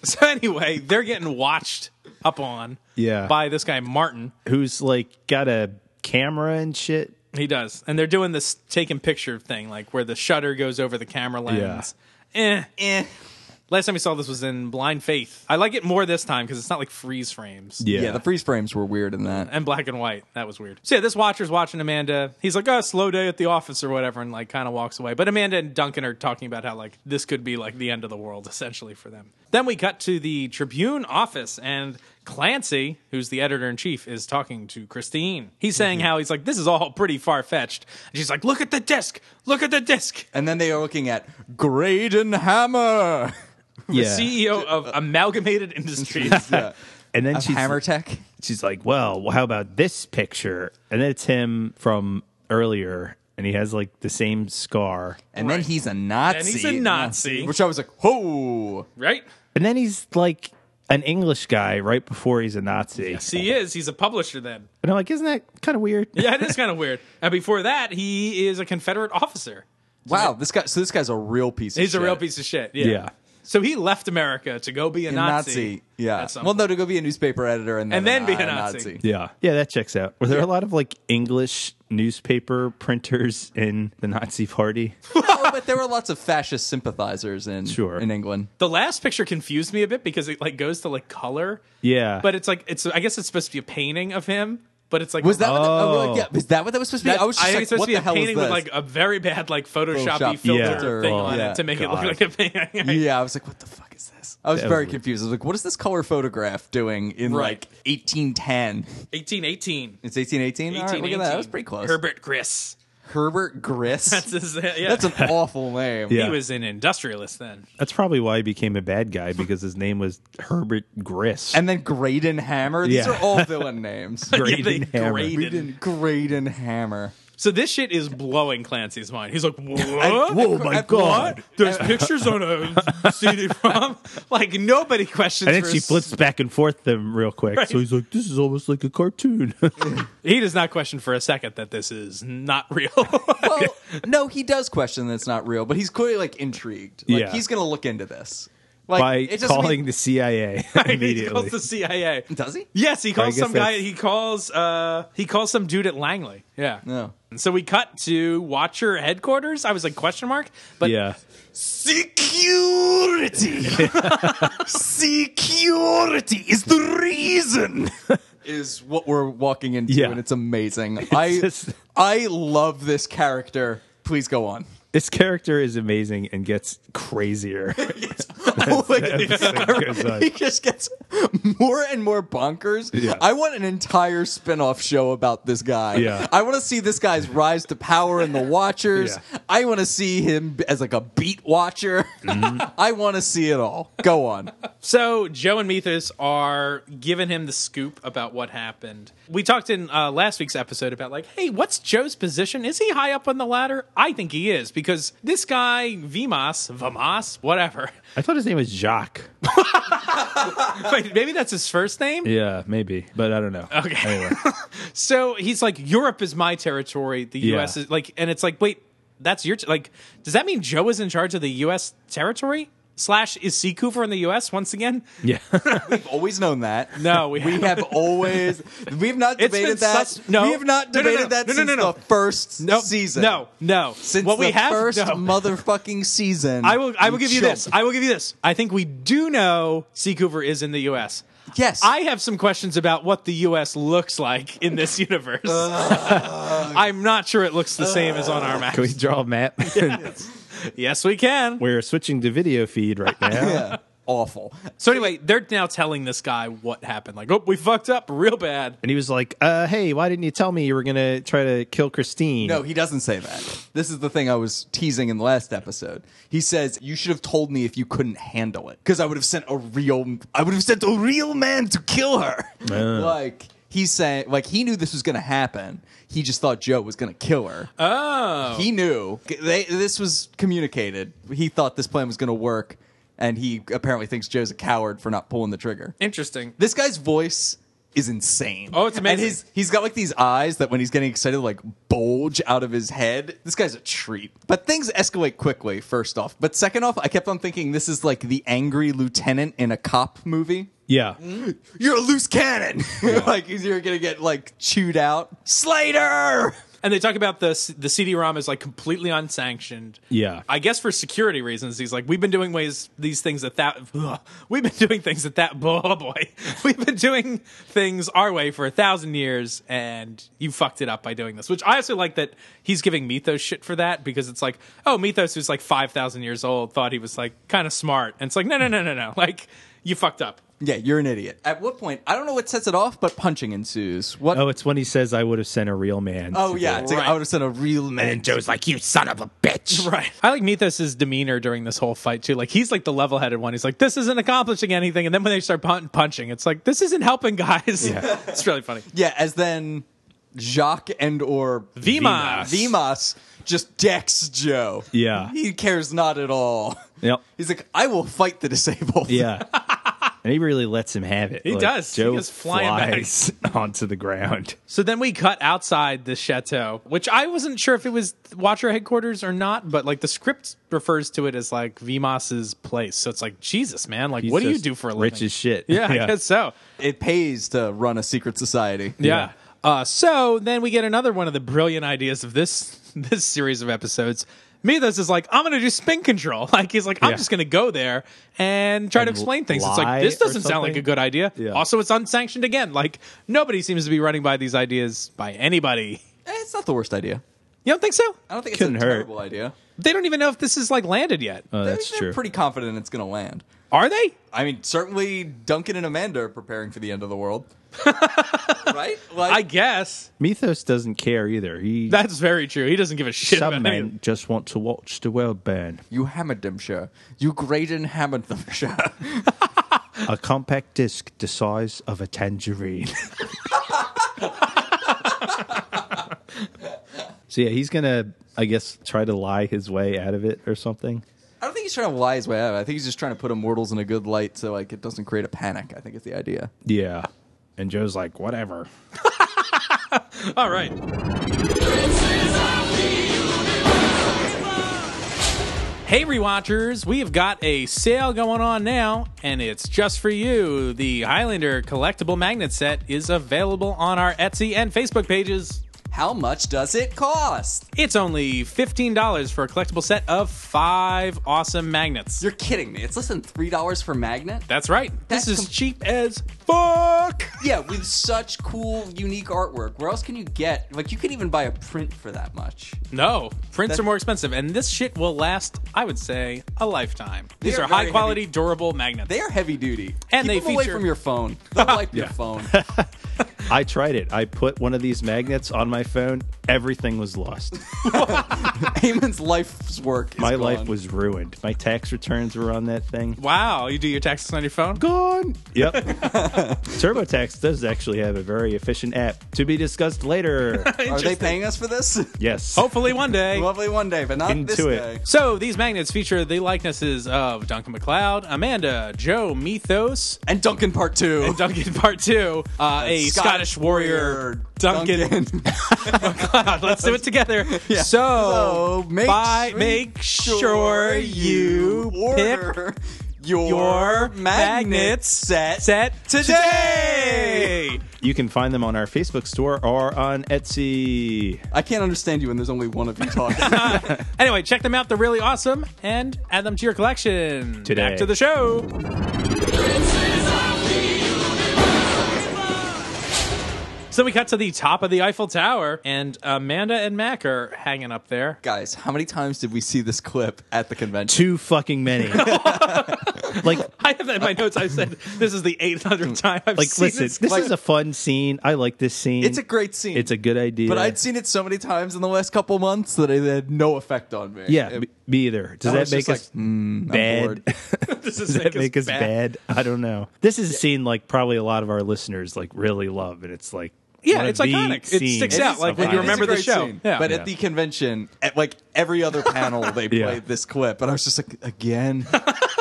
C: So anyway, they're getting watched up on,
E: Yeah.
C: by this guy Martin.
E: Who's like got a camera and shit.
C: He does, and they're doing this taking picture thing, like where the shutter goes over the camera lens. Eh.
D: Eh.
C: Last time we saw this was in Blind Faith. I like it more this time because it's not like freeze frames.
D: Yeah. the freeze frames were weird in that.
C: and black and white. That was weird. So yeah, this watcher's watching Amanda. He's like, "Oh, slow day at the office or whatever," and like kind of walks away. But Amanda and Duncan are talking about how like this could be like the end of the world essentially for them. Then we cut to the Tribune office and Clancy, who's the editor in chief, is talking to Christine. He's saying how he's like, "This is all pretty far fetched," and she's like, "Look at the disc. Look at the disc."
D: And then they are looking at Graydon Hammer.
E: Yeah.
C: CEO E of Amalgamated Industries.
E: and then she's
D: Hammer Tech.
E: she's like, "Well, how about this picture?" And then it's him from earlier and he has like the same scar.
D: And then he's a Nazi.
C: And he's a Nazi.
D: Which I was like, whoa.
C: right?
E: And then he's like an English guy right before he's a Nazi.
C: He is. He's a publisher then.
E: And I'm like, "Isn't that kind of weird?"
C: Yeah, it is kind of weird. And before that, he is a Confederate officer.
D: Wow, this guy. So this guy's a real piece of
C: He's
D: shit.
C: a real piece of shit. Yeah.
E: Yeah.
C: So he left America to go be a,
D: A
C: Nazi.
D: Nazi. Yeah.
C: at some
D: Well, no, to go be a newspaper editor and then,
C: And then
D: a-
C: be a Nazi.
E: Yeah. Yeah, that checks out. Were there a lot of like English newspaper printers in the Nazi party?
D: oh, but there were lots of fascist sympathizers in,
E: Sure.
D: in England.
C: The last picture confused me a bit because it like goes to like color.
E: Yeah.
C: But it's like it's I guess it's supposed to be a painting of him, but it's like
D: Was that, what that,
E: Oh.
D: oh, really? yeah, was that what that was supposed to be?
C: That's-
D: I was just
C: think
D: like,
C: it's supposed
D: what
C: to be
D: the
C: a
D: hell is
C: painting with
D: this?
C: like a very bad like Photoshop-y
D: Photoshop
C: filter
E: filter.
C: thing
E: Oh,
C: on
D: yeah.
C: it to make
E: God.
C: it look like a painting.
D: Yeah, I was like, what the fuck is this? I was
E: That was
D: very
E: weird.
D: confused. I was like, what is this color photograph doing in
C: Right.
D: like 1810?
C: 1818.
D: It's 1818? All right, look at that. That was pretty close.
C: Herbert Griss.
D: Herbert Griss.
C: That's his, yeah.
D: That's an awful name.
E: Yeah.
C: He was an industrialist then.
E: That's probably why he became a bad guy because his name was Herbert Griss.
D: And then Graydon Hammer. These
E: Yeah.
D: are all villain names.
C: Yeah, they
E: Graydon Hammer.
C: graded.
D: Graydon, Graydon Hammer.
C: So this shit is blowing Clancy's mind. He's like, what?
E: oh my god.
C: What? There's pictures on a CD-ROM. Like nobody questions.
E: And then
C: for
E: she
C: a s-
E: flips back and forth them real quick.
F: So he's like, this is almost like a cartoon.
C: He does not question for a second that this is not real.
D: Well, no, he does question that it's not real, but he's clearly like intrigued. Like
E: Yeah.
D: he's going to look into this. Like
E: by
D: it doesn't
E: calling
D: mean-
E: the CIA
C: he calls
E: immediately.
C: the CIA.
D: does he?
C: Yes, he calls
E: guess
C: some guy.
E: that's-
C: He calls. uh He calls some dude at Langley. Yeah.
D: No.
C: And so we cut to Watcher headquarters. I was like question mark, but
E: yeah.
D: Security. Security is the reason. Is what we're walking into,
E: Yeah.
D: and it's amazing. I
E: just-
D: I love this character. Please go on.
E: This character is amazing and gets crazier. goes on.
D: he just gets more and more bonkers.
E: Yeah.
D: I want an entire spin-off show about this guy.
E: Yeah.
D: I want to see this guy's rise to power in the Watchers.
E: Yeah.
D: I want to see him as like a beat watcher.
C: Mm-hmm.
D: I want to see it all. Go on.
C: So Joe and Methus are giving him the scoop about what happened. We talked in uh, last week's episode about like, hey, what's Joe's position? Is he high up on the ladder? I think he is because this guy Vimas, Vimas, whatever.
E: I thought his name was Jacques.
C: Wait, maybe that's his first name.
E: Yeah, maybe, but I don't know.
C: Okay.
E: Anyway.
C: So he's like, Europe is my territory. The
E: Yeah.
C: U.S. is like, and it's like, wait, that's your t- like. Does that mean Joe is in charge of the U.S. territory? Slash is sea coover in the U.S. once again?
E: Yeah.
D: We've always known that.
C: No, we
D: We
C: haven't.
D: have always we've not
C: It's been
D: debated that.
C: such- no.
D: we have not
C: No, no, no,
D: debated that
C: no, no,
D: since
C: no, no.
D: the first
C: No
D: season.
C: No, no.
D: since
C: what
D: the
C: we have
D: first
C: no.
D: motherfucking season.
C: I will. I will
D: you
C: give you
D: chump.
C: this. I will give you this. I think we do know Sea Coover is in the U.S.
D: yes,
C: I have some questions about what the U.S. looks like in this universe. I'm not sure it looks the same as on our map.
E: Uh. Can we draw a map?
C: Yes, we can.
E: We're switching to video feed right now.
D: yeah, awful.
C: So anyway, they're now telling this guy what happened. Like, oh, we fucked up real bad.
E: And he was like, uh, hey, why didn't you tell me you were going to try to kill Christine?
D: No, he doesn't say that. This is the thing I was teasing in the last episode. He says, "You should have told me if you couldn't handle it, because I would have sent a real, I would have sent a real man to kill her." Like he's saying, like he knew this was going to happen. He just thought Joe was going to kill her.
C: Oh,
D: he knew they, this was communicated. He thought this plan was going to work, and he apparently thinks Joe's a coward for not pulling the trigger.
C: interesting.
D: This guy's voice is insane.
C: Oh, it's amazing.
D: And his, he's got like these eyes that when he's getting excited, like bulge out of his head. This guy's a treat. But things escalate quickly, first off. But second off, I kept on thinking this is like the angry lieutenant in a cop movie.
E: Yeah.
B: Mm.
D: You're a loose cannon. like you're gonna get like chewed out. Slater.
C: And they talk about the the CD-ROM is like completely unsanctioned.
E: Yeah.
C: I guess for security reasons, he's like, we've been doing ways these things at that. ugh. we've been doing things at that. Oh boy, we've been doing things our way for a thousand years, and you fucked it up by doing this. Which I also like that he's giving Mythos shit for that because it's like, oh, Mythos who's like five thousand years old thought he was like kind of smart, and it's like, no, no, no, no, no, like you fucked up.
D: Yeah, you're an idiot. At what point? I don't know what sets it off, but punching ensues. What?
E: Oh, it's when he says, I would have sent a real man.
D: Oh, yeah, it's like,
C: Right.
D: I would have sent a real man.
B: And Joe's like, you son of a bitch.
C: Right. I like Mythos' demeanor during this whole fight too. Like he's like the level-headed one. He's like, "This isn't accomplishing anything," and then when they start pun- punching, it's like, "This isn't helping, guys." Yeah. it's really funny.
D: Yeah, as then Jacques and or
C: Vimas.
D: Vimas just decks Joe.
E: Yeah.
D: He cares not at all.
E: Yep.
D: He's like, I will fight the disabled.
E: Yeah. and he really lets him have it.
C: He does. He
E: Joe
C: goes flying back.
E: flies onto the ground.
C: So then we cut outside the chateau, which I wasn't sure if it was Watcher headquarters or not, but like the script refers to it as like Vimas's place. So it's like, Jesus, man, like
E: He's
C: what do you
E: just
C: do for a living?
E: rich as shit.
C: Yeah, I guess so.
D: It pays to run a secret society.
C: Yeah. Uh, so then we get another one of the brilliant ideas of this this series of episodes. Mythos is like, I'm going to do spin control. Like he's like, I'm
E: Yeah.
C: just going to go there and try to
E: And
C: explain things. It's
E: lie
C: like this
E: or
C: doesn't sound like a
E: something?
C: good idea.
E: Yeah.
C: Also, it's unsanctioned again. Like nobody seems to be running by these ideas by anybody.
D: Eh, it's not the worst idea.
C: You don't think so?
D: I don't think
E: Couldn't
D: it's a
E: hurt.
D: terrible idea.
C: They don't even know if this is like landed yet.
E: Oh, that's
D: they're,
E: true.
D: They're pretty confident it's going to land.
C: Are they?
D: I mean, certainly Duncan and Amanda are preparing for the end of the world. right? Like,
C: I guess
E: Mythos doesn't care either. He
C: that's very true. He doesn't give a shit
E: some
C: about any of-
E: men just want to watch the world burn.
D: you hammered them, sure. You Graydon hammered them, sure.
E: A compact disc the size of a tangerine. so yeah, he's gonna, I guess, try to lie his way out of it or something.
D: I don't think he's trying to lie his way out. of it. I think he's just trying to put immortals in a good light so like it doesn't create a panic. I think is the idea.
E: Yeah. And Joe's like, whatever.
C: All right. Hey, rewatchers, we've got a sale going on now, and it's just for you. The Highlander collectible magnet set is available on our Etsy and Facebook pages.
D: How much does it cost?
C: It's only $15 for a collectible set of five awesome magnets.
D: You're kidding me. It's less than three dollars per magnet.
C: That's right.
D: That's
C: this is
D: com-
C: cheap as fuck.
D: Yeah, with such cool, unique artwork. Where else can you get? Like you can even buy a print for that much.
C: No, prints
D: That-
C: are more expensive, and this shit will last, I would say, a lifetime. These
D: are
C: are,
D: very
C: high quality, durable magnets.
D: They are heavy duty.
C: And
D: Keep
C: they
D: them away
C: feature-
D: from your phone. They'll wipe your phone.
E: I tried it. I put one of these magnets on my phone. Everything was lost.
D: Eamon's life's work. Is
E: My
D: gone.
E: life was ruined. My tax returns were on that thing.
C: Wow, you do your taxes on your phone?
E: Gone. Yep. TurboTax does actually have a very efficient app to be discussed later.
D: Are they paying us for this?
E: yes.
C: Hopefully one day.
D: Lovely one day, but not this
E: Into it.
D: day.
C: so these magnets feature the likenesses of Duncan McLeod, Amanda, Joe Mythos,
D: And Duncan Part Two.
C: and Duncan Part Two, uh, a Scottish,
D: Scottish
C: Scottish warrior Duncan,
D: Duncan.
C: MacLeod. Let's do it together. So,
D: So, make
C: by,
D: sure-
C: make sure you pick
D: order your,
C: your magnet
D: magnet set
C: set today.
E: You can find them on our Facebook store or on Etsy.
D: I can't understand you when there's only one of you talking.
C: Anyway, check them out. They're really awesome, and add them to your collection.
E: Today.
C: Back to the show. So we cut to the top of the Eiffel Tower, and Amanda and Mac are hanging up there.
D: Guys, how many times did we see this clip at the convention?
E: Too fucking many. like
C: I have that in my notes. I said this is the 800th time I've
E: Mm. like
C: seen
E: listen,
C: this.
E: this is a fun scene. I like this scene.
D: It's a great scene.
E: It's a good idea.
D: But I'd seen it so many times in the last couple months that it had no effect on me.
E: yeah,
D: It-
E: me- me either. Does
D: I
E: that
D: was
E: make
D: just
E: us
D: like, mm, I'm
E: bad?
D: bored.
C: This is
E: Does that make us bad? I don't know. This is a scene like probably a lot of our listeners like really love, and it's like
C: Yeah,
E: one of
C: it's
E: the
C: iconic. It
E: scenes
C: sticks
E: of
C: out like when
E: Iron
C: you
D: It is
E: Man.
D: a
C: remember the
D: great
C: show.
D: scene.
C: Yeah.
D: But
E: Yeah.
D: at the convention, at like every other panel, they
E: Yeah.
D: played this clip, and I was just like, again,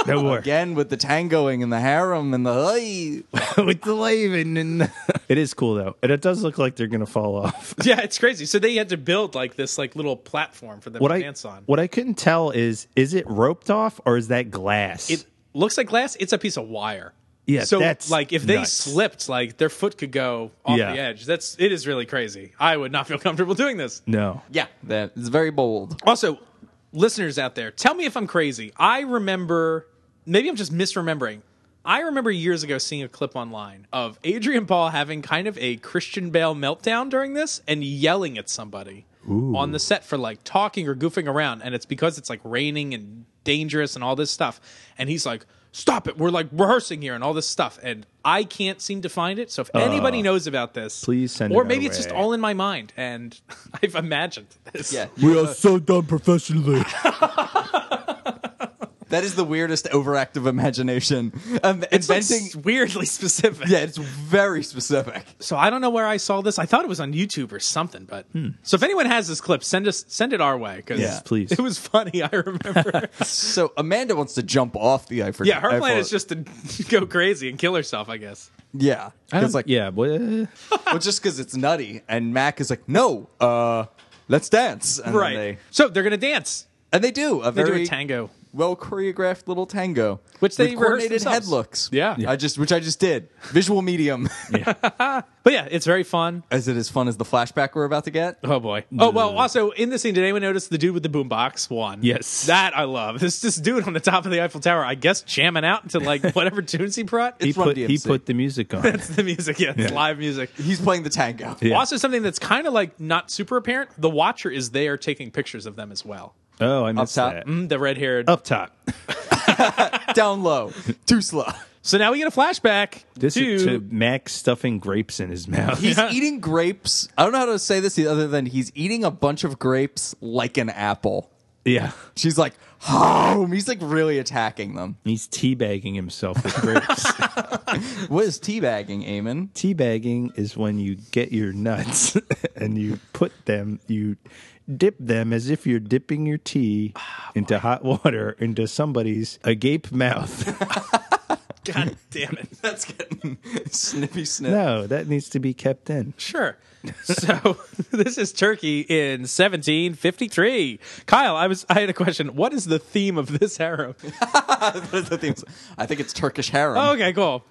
E: No more.
D: again with the tangoing and the harem and the. Hey.
E: with the Laven and it is cool though, and it does look like they're gonna fall off.
C: yeah, it's crazy. So they had to build like this like little platform for them
E: What
C: to
E: I
C: dance on.
E: what I couldn't tell is is it roped off or is that glass?
C: It looks like glass. It's a piece of wire.
E: Yeah,
C: So
E: that's
C: like if they
E: nuts.
C: slipped, like their foot could go off
E: Yeah.
C: the edge. That's it is really crazy. I would not feel comfortable doing this.
E: no.
D: Yeah, that is very bold.
C: Also, listeners out there, tell me if I'm crazy. I remember, maybe I'm just misremembering. I remember years ago seeing a clip online of Adrian Paul having kind of a Christian Bale meltdown during this and yelling at somebody on the set for like talking or goofing around. And it's because it's like raining and dangerous and all this stuff. And he's like, Stop it. We're like rehearsing here and all this stuff. And I can't seem to find it. So if anybody knows about this,
E: Uh, please send
C: Or
E: it
C: maybe
E: our
C: it's just
E: way.
C: all in my mind and I've imagined this.
D: Yeah,
F: We are so done professionally.
D: that is the weirdest overactive imagination. Um,
C: It's like
D: inventing.
C: s- weirdly specific.
D: yeah, it's very specific.
C: So I don't know where I saw this. I thought it was on YouTube or something. But so if anyone has this clip, send us send it our way because
E: Yes, please.
C: It was funny. I remember.
D: So Amanda wants to jump off the Eiffel.
C: yeah, her plan
D: Eiffel-
C: is just to go crazy and kill herself. I guess.
D: yeah.
E: I don't-
D: It's like
E: yeah, but
D: well, just because it's nutty, and Mac is like, no, uh, let's dance, and then
C: right.
D: They,
C: So they're gonna dance.
D: and they do a
C: They
D: very
C: do a tango.
D: well choreographed little tango,
C: Which they
D: with
C: rehearsed
D: coordinated
C: themselves.
D: head looks.
C: Yeah. Yeah.
D: I just which I just did. Visual medium.
C: But yeah, it's very fun.
D: is it as fun as the flashback we're about to get?
C: Oh boy. Oh well. Also in the scene, did anyone notice the dude with the boombox won?
E: Yes.
C: That I love. This this dude on the top of the Eiffel Tower. I guess jamming out to like whatever tunes he brought.
E: he
D: It's Run
E: put he
D: DMC.
E: put the music on.
C: It's the music. Yeah, it's live music.
D: He's playing the tango.
C: Also, something that's kind of like not super apparent. The Watcher is there taking pictures of them as well.
E: oh, I missed
D: top.
E: that.
C: Mm, The red haired.
E: Up top.
D: Down low, too slow.
C: So now we get a flashback
E: This
C: to,
E: is to Max stuffing grapes in his mouth.
D: He's eating grapes. I don't know how to say this other than he's eating a bunch of grapes like an apple.
E: yeah.
D: She's like, home. He's like really attacking them.
E: He's teabagging himself with grapes.
D: What is teabagging, Eamon?
E: teabagging is when you get your nuts and you put them, you dip them as if you're dipping your tea into hot water into somebody's agape mouth.
C: God damn it.
D: That's getting snippy snip.
E: no, that needs to be kept in.
C: Sure. So this is Turkey in 1753. Kyle, I was I had a question. What is the theme of this harem?
D: That's the theme. I think it's Turkish harem.
C: Okay, cool.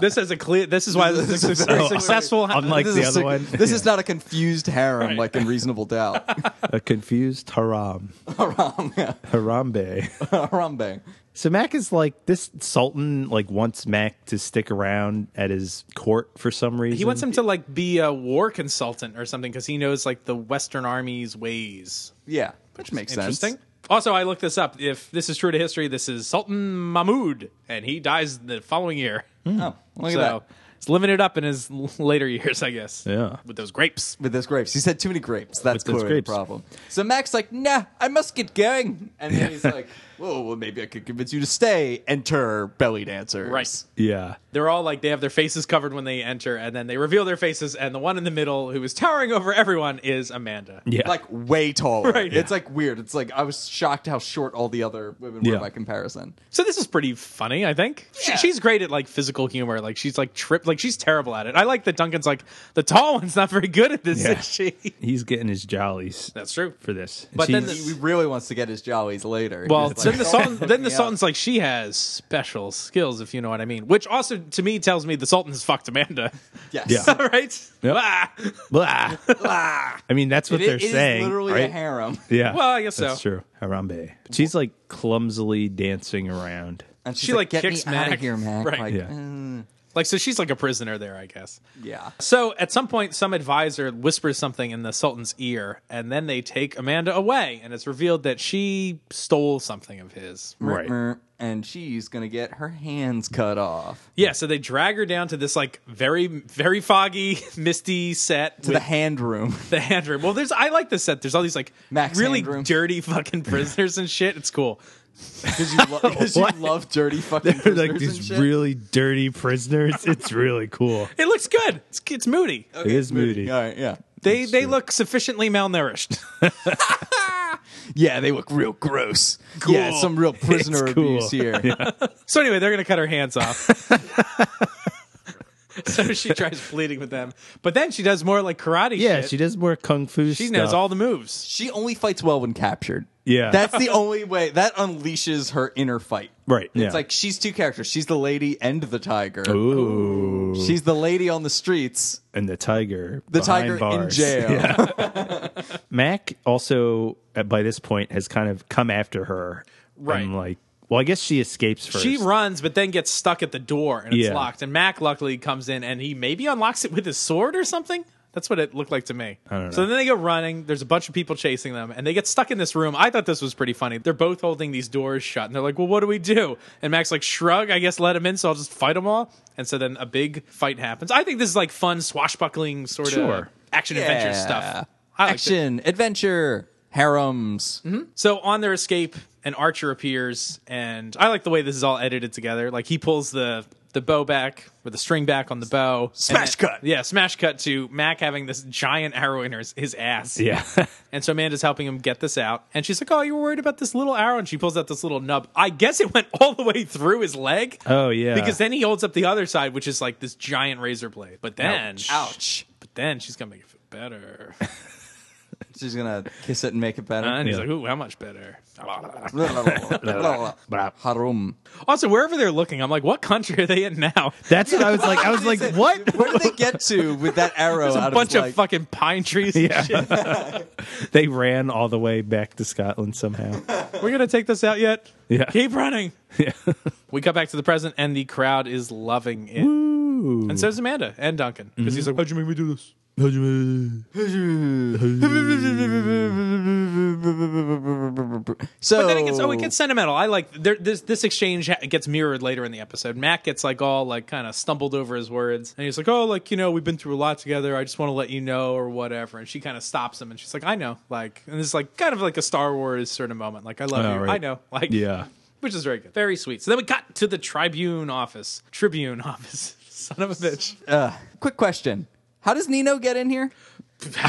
C: this is a clear. This is why this is a very successful. ha-
E: Unlike
D: This,
E: the
D: is,
E: other
D: a-
E: one,
D: this is not a confused harem
C: Right.
D: like in Reasonable Doubt.
E: a confused haram. Haram, Harambe.
D: Harambe.
E: So Mac is like this sultan like wants Mac to stick around at his court for some reason.
C: he wants him to like be a war consultant or something because he knows like the Western Army's ways.
D: Yeah, which makes
C: Interesting.
D: sense.
C: Also, I looked this up. If this is true to history, this is Sultan Mahmud, and he dies the following year.
D: Oh, look
C: so
D: at that.
C: he's living it up in his l- later years, I guess.
E: Yeah.
C: With those grapes.
D: With those grapes. He said too many grapes. That's
E: those
D: clearly
E: grapes.
D: the problem. So Mac's like, nah, I must get going. And then he's like, whoa, well, maybe I could convince you to stay. Enter belly dancers.
C: Right.
E: Yeah.
C: They're all like, they have their faces covered when they enter, and then they reveal their faces, and the one in the middle who is towering over everyone is Amanda.
E: Yeah.
D: Like way taller.
C: Right.
D: It's like weird. It's like I was shocked how short all the other women were
E: Yeah.
D: by comparison.
C: So this is pretty funny, I think. She-
D: Yeah.
C: she's great at like physical humor. Like she's like trip, Like she's terrible at it. I like that Duncan's like the tall one's not very good at this,
E: Yeah.
C: is she?
E: He's getting his jollies.
C: That's true.
E: for this.
C: But then
E: She's-
D: He really wants to get his jollies later.
C: Well,
D: He's
C: then
D: like,
C: the
D: "Oh,
C: Sultan, then the
D: yeah."
C: Sultan's like she has special skills, if you know what I mean. Which also to me tells me the Sultan's fucked Amanda,
D: Yes.
E: Yeah.
C: right?
E: Yep.
C: Ah.
E: Blah. I mean, that's what
D: It,
E: they're
D: it is
E: saying.
D: literally
E: right?
D: a harem.
E: Yeah.
C: Well, I guess
E: that's
C: so.
E: true. Harambe. But she's like clumsily dancing around.
D: And she's
C: She, like,
D: get
C: kicks
D: me out
C: Mac."
D: of here, Mac.
C: Right.
D: Like,
E: Yeah.
C: Like so, she's like a prisoner there, I guess.
D: yeah.
C: So at some point, some advisor whispers something in the Sultan's ear, and then they take Amanda away, and it's revealed that she stole something of his.
E: Right.
D: Mer- And she's gonna get her hands cut off
C: Yeah, so they drag her down to this like very, very foggy, misty set
D: to the hand room.
C: the hand room. Well, there's I like this set. There's all these like
D: Max
C: really
D: hand room.
C: dirty fucking prisoners and shit. It's cool.
D: Because you, lo- 'cause you
E: What?
D: love dirty fucking
E: They're
D: prisoners
E: like
D: and
E: these
D: shit.
E: really dirty prisoners. It's really cool.
C: It looks good. It's, it's moody.
E: it is moody.
D: All right, yeah.
C: They they look sufficiently malnourished.
D: Yeah, they look real gross. Yeah,
C: Cool.
D: some real prisoner
E: It's cool.
D: abuse here.
C: So anyway, they're gonna cut her hands off. so she tries pleading with them, but then she does more like karate.
E: Yeah,
C: shit.
E: she does more kung fu.
C: She
E: stuff.
C: knows all the moves.
D: She only fights well when captured.
E: Yeah.
D: That's the only way. That unleashes her inner fight.
E: Right,
D: It's
E: yeah.
D: like she's two characters. She's the lady and the tiger.
E: Ooh,
D: She's the lady on the streets,
E: and the tiger.
D: the
E: behind
D: tiger in
E: bars.
D: jail.
E: Mac also, at, by this point, has kind of come after her.
C: Right.
E: And like, well, I guess she escapes first.
C: She runs, but then gets stuck at the door and it's
E: Yeah.
C: locked. And Mac luckily comes in and he maybe unlocks it with his sword or something. That's what it looked like to me.
E: I don't know.
C: So then they go running. There's a bunch of people chasing them, and they get stuck in this room. I thought this was pretty funny. They're both holding these doors shut, and they're like, "Well, what do we do?" And Mac's like, "Shrug, I guess. Let him in, so I'll just fight them all." And so then a big fight happens. I think this is like fun swashbuckling sort of
E: Sure.
C: action adventure stuff. I liked it.
D: Action, adventure, harems.
C: So on their escape, an archer appears, and I like the way this is all edited together. Like he pulls the the bow back with the string back on the bow.
D: Smash
C: And then-
D: cut.
C: Yeah, smash cut to Mac having this giant arrow in his, his ass.
E: Yeah.
C: And so Amanda's helping him get this out, and she's like, "Oh, you were worried about this little arrow," and she pulls out this little nub. I guess it went all the way through his leg.
E: oh yeah.
C: Because then he holds up the other side, which is like this giant razor blade. But then,
D: Ouch.
C: But then she's gonna make it feel better.
D: She's gonna kiss it and make it better.
C: And he's
E: Yeah.
C: like, "Ooh, how much better?"
D: Harum.
C: Also, wherever they're looking, I'm like, what country are they in now?
E: that's what I was like. I was like, what?
D: Where did they get to with that arrow?
C: There's a
D: out
C: bunch
D: his
C: of
D: leg?
C: fucking pine trees. and shit.
E: They ran all the way back to Scotland somehow.
C: We're gonna take this out yet?
E: Yeah.
C: Keep running. Yeah. we cut back to the present, and the crowd is loving it. And so is Amanda and Duncan because he's like, "How'd you make me do this?"
D: So
C: But then it gets oh, it gets sentimental. I like there, this this exchange ha- gets mirrored later in the episode. Mac gets like all like kind of stumbled over his words, and he's like, "Oh, like you know, we've been through a lot together. I just want to let you know or whatever." And she kind of stops him, and she's like, "I know." Like, and it's like kind of like a Star Wars sort of moment. Like, I love
E: Oh,
C: you.
E: right.
C: I know. Like,
E: Yeah.
C: which is very good, very sweet. So then we got to the Tribune office. Tribune office. Son of a bitch.
D: Quick question: How does Nino get in here?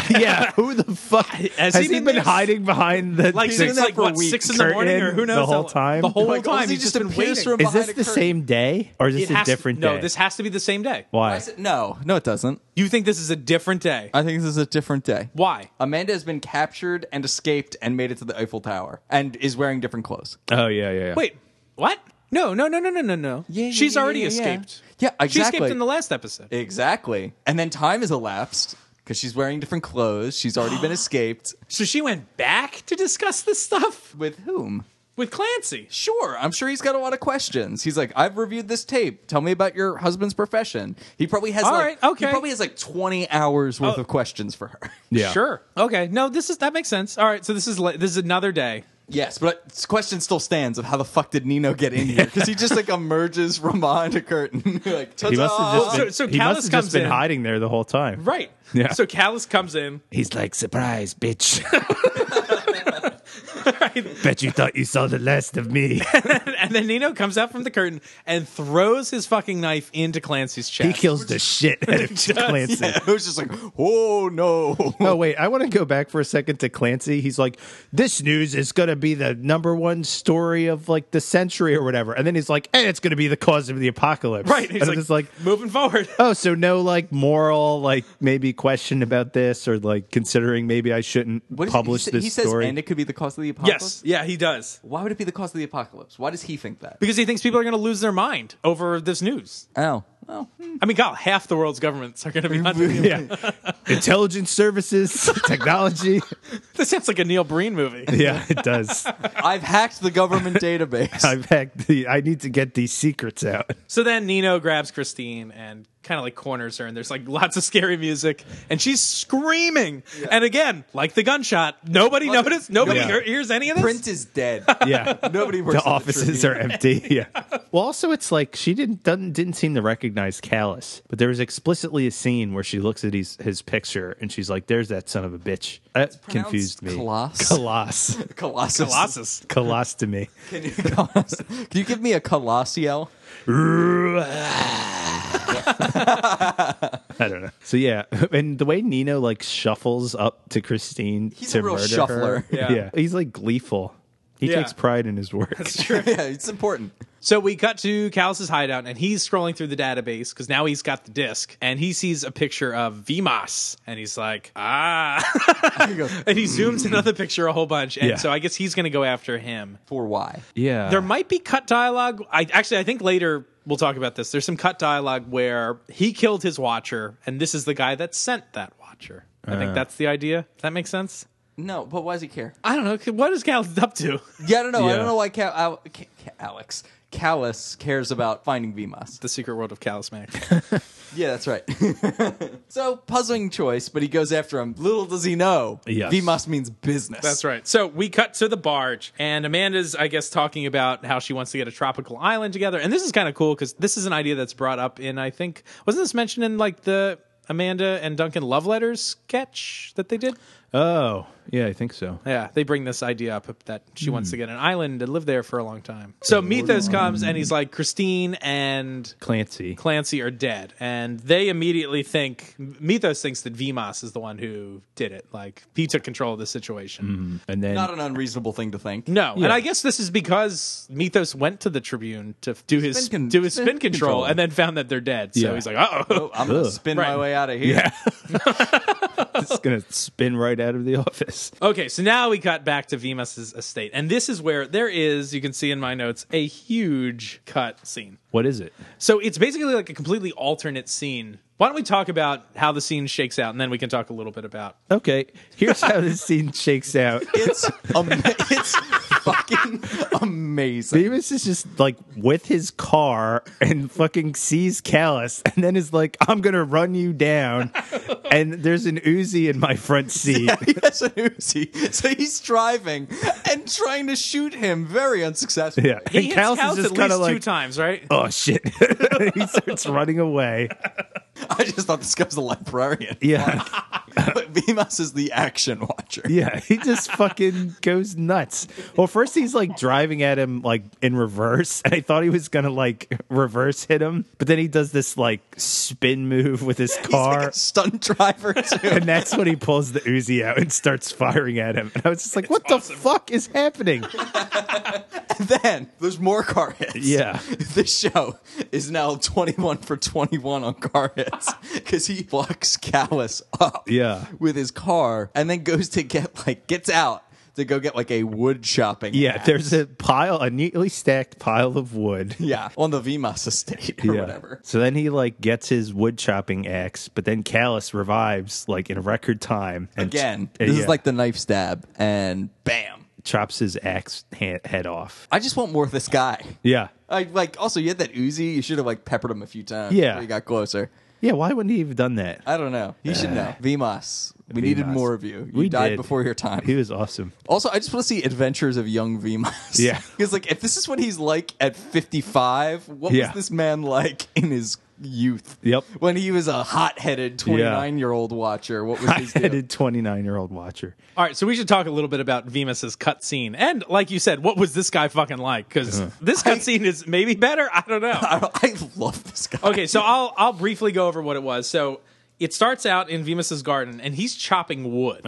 E: yeah. Who the fuck has,
C: he
E: he,
C: been
E: been
C: there-
E: hiding behind the
C: Like
E: the
C: since like
D: for a
C: what
D: week.
C: six in the morning or
E: curtain
C: who knows
E: the whole
C: how-
E: time?
C: The whole
D: Like, oh,
C: time
D: is
C: he's
D: he
C: just
D: just
C: been
D: appears
C: waiting.
D: from
E: Is this
D: behind a
E: the
D: curtain?
E: same day or is
C: It
E: this a
C: has to-
E: different day?
C: No, this has to be the same day.
E: Why?
D: No, no, it doesn't.
C: You think this is a different day?
D: I think this is a different day.
C: Why?
D: Amanda has been captured and escaped and made it to the Eiffel Tower and is wearing different clothes.
E: Oh yeah, yeah. yeah.
C: Wait, what? No, no, no, no, no, no, no.
D: Yeah, yeah,
C: She's
D: yeah,
C: already
D: yeah, yeah.
C: escaped.
D: Yeah,
C: She escaped
D: exactly.
C: in the last episode.
D: Exactly. And then time has elapsed because she's wearing different clothes. She's already been escaped.
C: so she went back to discuss this stuff
D: With whom?
C: with Clancy.
D: Sure, I'm sure he's got a lot of questions. He's like, I've reviewed this tape. Tell me about your husband's profession. He probably has
C: All
D: like
C: right, okay.
D: he probably has like 20 hours worth
C: Oh.
D: of questions for her.
E: Yeah.
C: Sure. Okay. No, this is that makes sense. All right. So this is la- this is another day.
D: yes, but this question still stands of how the fuck did Nino get in here? Because he just like emerges from behind a curtain. like,
E: He must have just
C: uh, oh, So-
E: been,
C: so
E: he must
C: Callus
E: have
C: comes
E: just been
C: in.
E: hiding there the whole time.
C: Right.
E: Yeah.
C: So Callus comes in.
F: He's like, surprise, bitch. Bet you thought you saw the last of me.
C: And then Nino comes out from the curtain and throws his fucking knife into Clancy's chest.
F: he kills the shit out of Clancy.
D: it was just like, oh no.
E: Oh wait, I want to go back for a second to Clancy. He's like, "This news is going to be the number one story of like the century or whatever," and then he's like, "And it's going to be the cause of the apocalypse."
C: right. He's
E: and
C: like,
E: it's like,
C: moving forward.
E: "Oh, so no like moral like maybe question about this or like considering maybe I shouldn't
D: What is
E: publish
D: he, sa-
E: this
D: he says,
E: story."
D: and it could be the cause of the apocalypse.
C: Yes. Yeah, he does.
D: Why would it be the cause of the apocalypse? Why does he think that?
C: Because he thinks people are going to lose their mind over this news.
D: Oh, oh,
C: I mean, God, half the world's governments are going to be under him.
E: yeah, intelligence services, technology.
C: This sounds like a Neil Breen movie.
E: Yeah, it does.
D: I've hacked the government database.
E: I've hacked the. I need to get these secrets out.
C: So then Nino grabs Christine and kind of like corners her, and there's like lots of scary music, and she's screaming. And again, like the gunshot, nobody
D: Well,
C: noticed, nobody
E: yeah.
C: hear- hears any of this.
D: Print is dead.
E: Yeah.
D: Nobody works.
E: the offices are empty. Yeah. Well, also it's like she didn't doesn't, didn't seem to recognize Callus, but there was explicitly a scene where she looks at his his picture and she's like, "There's that son of a bitch." That
D: pronounced
E: confused me.
D: Colossus.
E: Colossus.
D: are colossus.
C: Colossus.
E: Colossus to me.
D: Can you, Colossus- can you give me a colossio?
E: I don't know. So yeah, and the way Nino like shuffles up to Christine
D: He's
E: to
D: a real
E: murder
D: shuffler.
E: her.
C: Yeah.
E: he's like gleeful. He
C: Yeah.
E: takes pride in his work.
D: yeah, it's important.
C: So we cut to Callus's hideout, and he's scrolling through the database because now he's got the disc, and he sees a picture of Vimas, and he's like, ah.
D: He goes,
C: and he zooms another picture a whole bunch, and
E: Yeah.
C: so I guess he's going to go after him.
D: For why?
E: Yeah,
C: there might be cut dialogue. I actually I think later we'll talk about this. There's some cut dialogue where he killed his watcher, and this is the guy that sent that watcher. I
D: Uh.
C: think that's the idea. Does that make sense?
D: No, but why does he care?
C: I don't know. What is Cal up to?
D: Yeah, I don't know. I
E: Yeah.
D: don't know why Cal- Al- Ca- Ca- Alex Callus cares about finding Vimas.
C: The secret world of Callus Mac.
D: Yeah, that's right. so puzzling choice, but he goes after him. Little does he know,
E: Yes.
D: Vimas means business.
C: That's right. So we cut to the barge, and Amanda's, I guess, talking about how she wants to get a tropical island together. And this is kind of cool because this is an idea that's brought up in, I think, wasn't this mentioned in like the Amanda and Duncan love letters sketch that they did?
E: Oh, yeah, I think so.
C: Yeah, they bring this idea up that she wants to get an island and live there for a long time. So Mythos comes and he's like, Christine and
E: Clancy.
C: Clancy are dead. And they immediately think, Mythos thinks that Vimas is the one who did it. Like, he took control of the situation.
E: And then
D: Not an unreasonable thing to think.
C: No, and I guess this is because Mythos went to the Tribune to f- do his
D: Spin con-
C: do his spin,
D: spin
C: control,
D: control.
C: and then found that they're dead. So
E: Yeah.
C: he's like, "Uh oh,
D: Oh, I'm gonna
E: Ugh.
D: spin
C: Right.
D: my way out of here. Yeah.
E: it's gonna spin right out of the office.
C: Okay, so now we cut back to Vimas's estate, and this is where there is, you can see in my notes, a huge cut scene.
E: What is it?
C: So it's basically like a completely alternate scene. Why don't we talk about how the scene shakes out, and then we can talk a little bit about.
E: Okay, here's how this scene shakes out.
D: It's am- it's fucking amazing.
E: Beavis is just like with his car and fucking sees Callus and then is like, I'm gonna run you down. and there's an Uzi in my front seat.
D: He has an Uzi, so he's driving and trying to shoot him. Very unsuccessful.
E: Yeah.
C: He hits
E: Callis
C: Callis at
E: kinda
C: least two times, right?
E: Oh shit. he starts running away.
D: I just thought this guy was a librarian,
E: Yeah.
D: but Vimas is the action watcher.
E: Yeah. He just fucking goes nuts. Well, first he's like driving at him like in reverse. And I thought he was gonna like reverse hit him. But then he does this like spin move with his
D: He's
E: car.
D: like a stunt driver too.
E: and that's when he pulls the Uzi out and starts firing at him. And I was just like, "What the fuck is happening?"
D: then there's more car hits.
E: Yeah.
D: This show is now 21 for 21 on car hits because he fucks Callus up
E: Yeah.
D: with his car and then goes to get, like, gets out to go get, like, a wood chopping.
E: Yeah,
D: axe.
E: there's a pile, a neatly stacked pile of wood.
D: Yeah. On the Vimas estate or
E: Yeah.
D: whatever.
E: So then he like gets his wood chopping axe, but then Callus revives like in record time. And
D: Again,
E: ch- uh,
D: this
E: yeah,
D: is like the knife stab and bam.
E: chops his axe hand, head off.
D: I just want more of this guy.
E: Yeah,
D: I, like, also, you had that Uzi. You should have, like, peppered him a few times.
E: Yeah.
D: before You got closer.
E: yeah. Why wouldn't he have done that?
D: I don't know. He should know. Vimas We
E: Vmas.
D: needed more of you. You
E: Uh, we
D: died
E: did.
D: before your time.
E: He was awesome.
D: Also, I just want to see adventures of young Vimas.
E: Yeah.
D: Because, like, if this is what he's like at 55, what
E: Yeah.
D: was this man like in his youth?
E: Yep.
D: When he was a hot headed 29 year old watcher, what was
E: I
D: his deal?
E: had a 29 year old watcher.
C: All right, so we should talk a little bit about Vemus's cutscene, and like you said, what was this guy fucking like? Because this cutscene is maybe better. I don't know.
D: I, I love this guy.
C: okay, so I'll I'll briefly go over what it was. So it starts out in Vemus's garden, and he's chopping wood.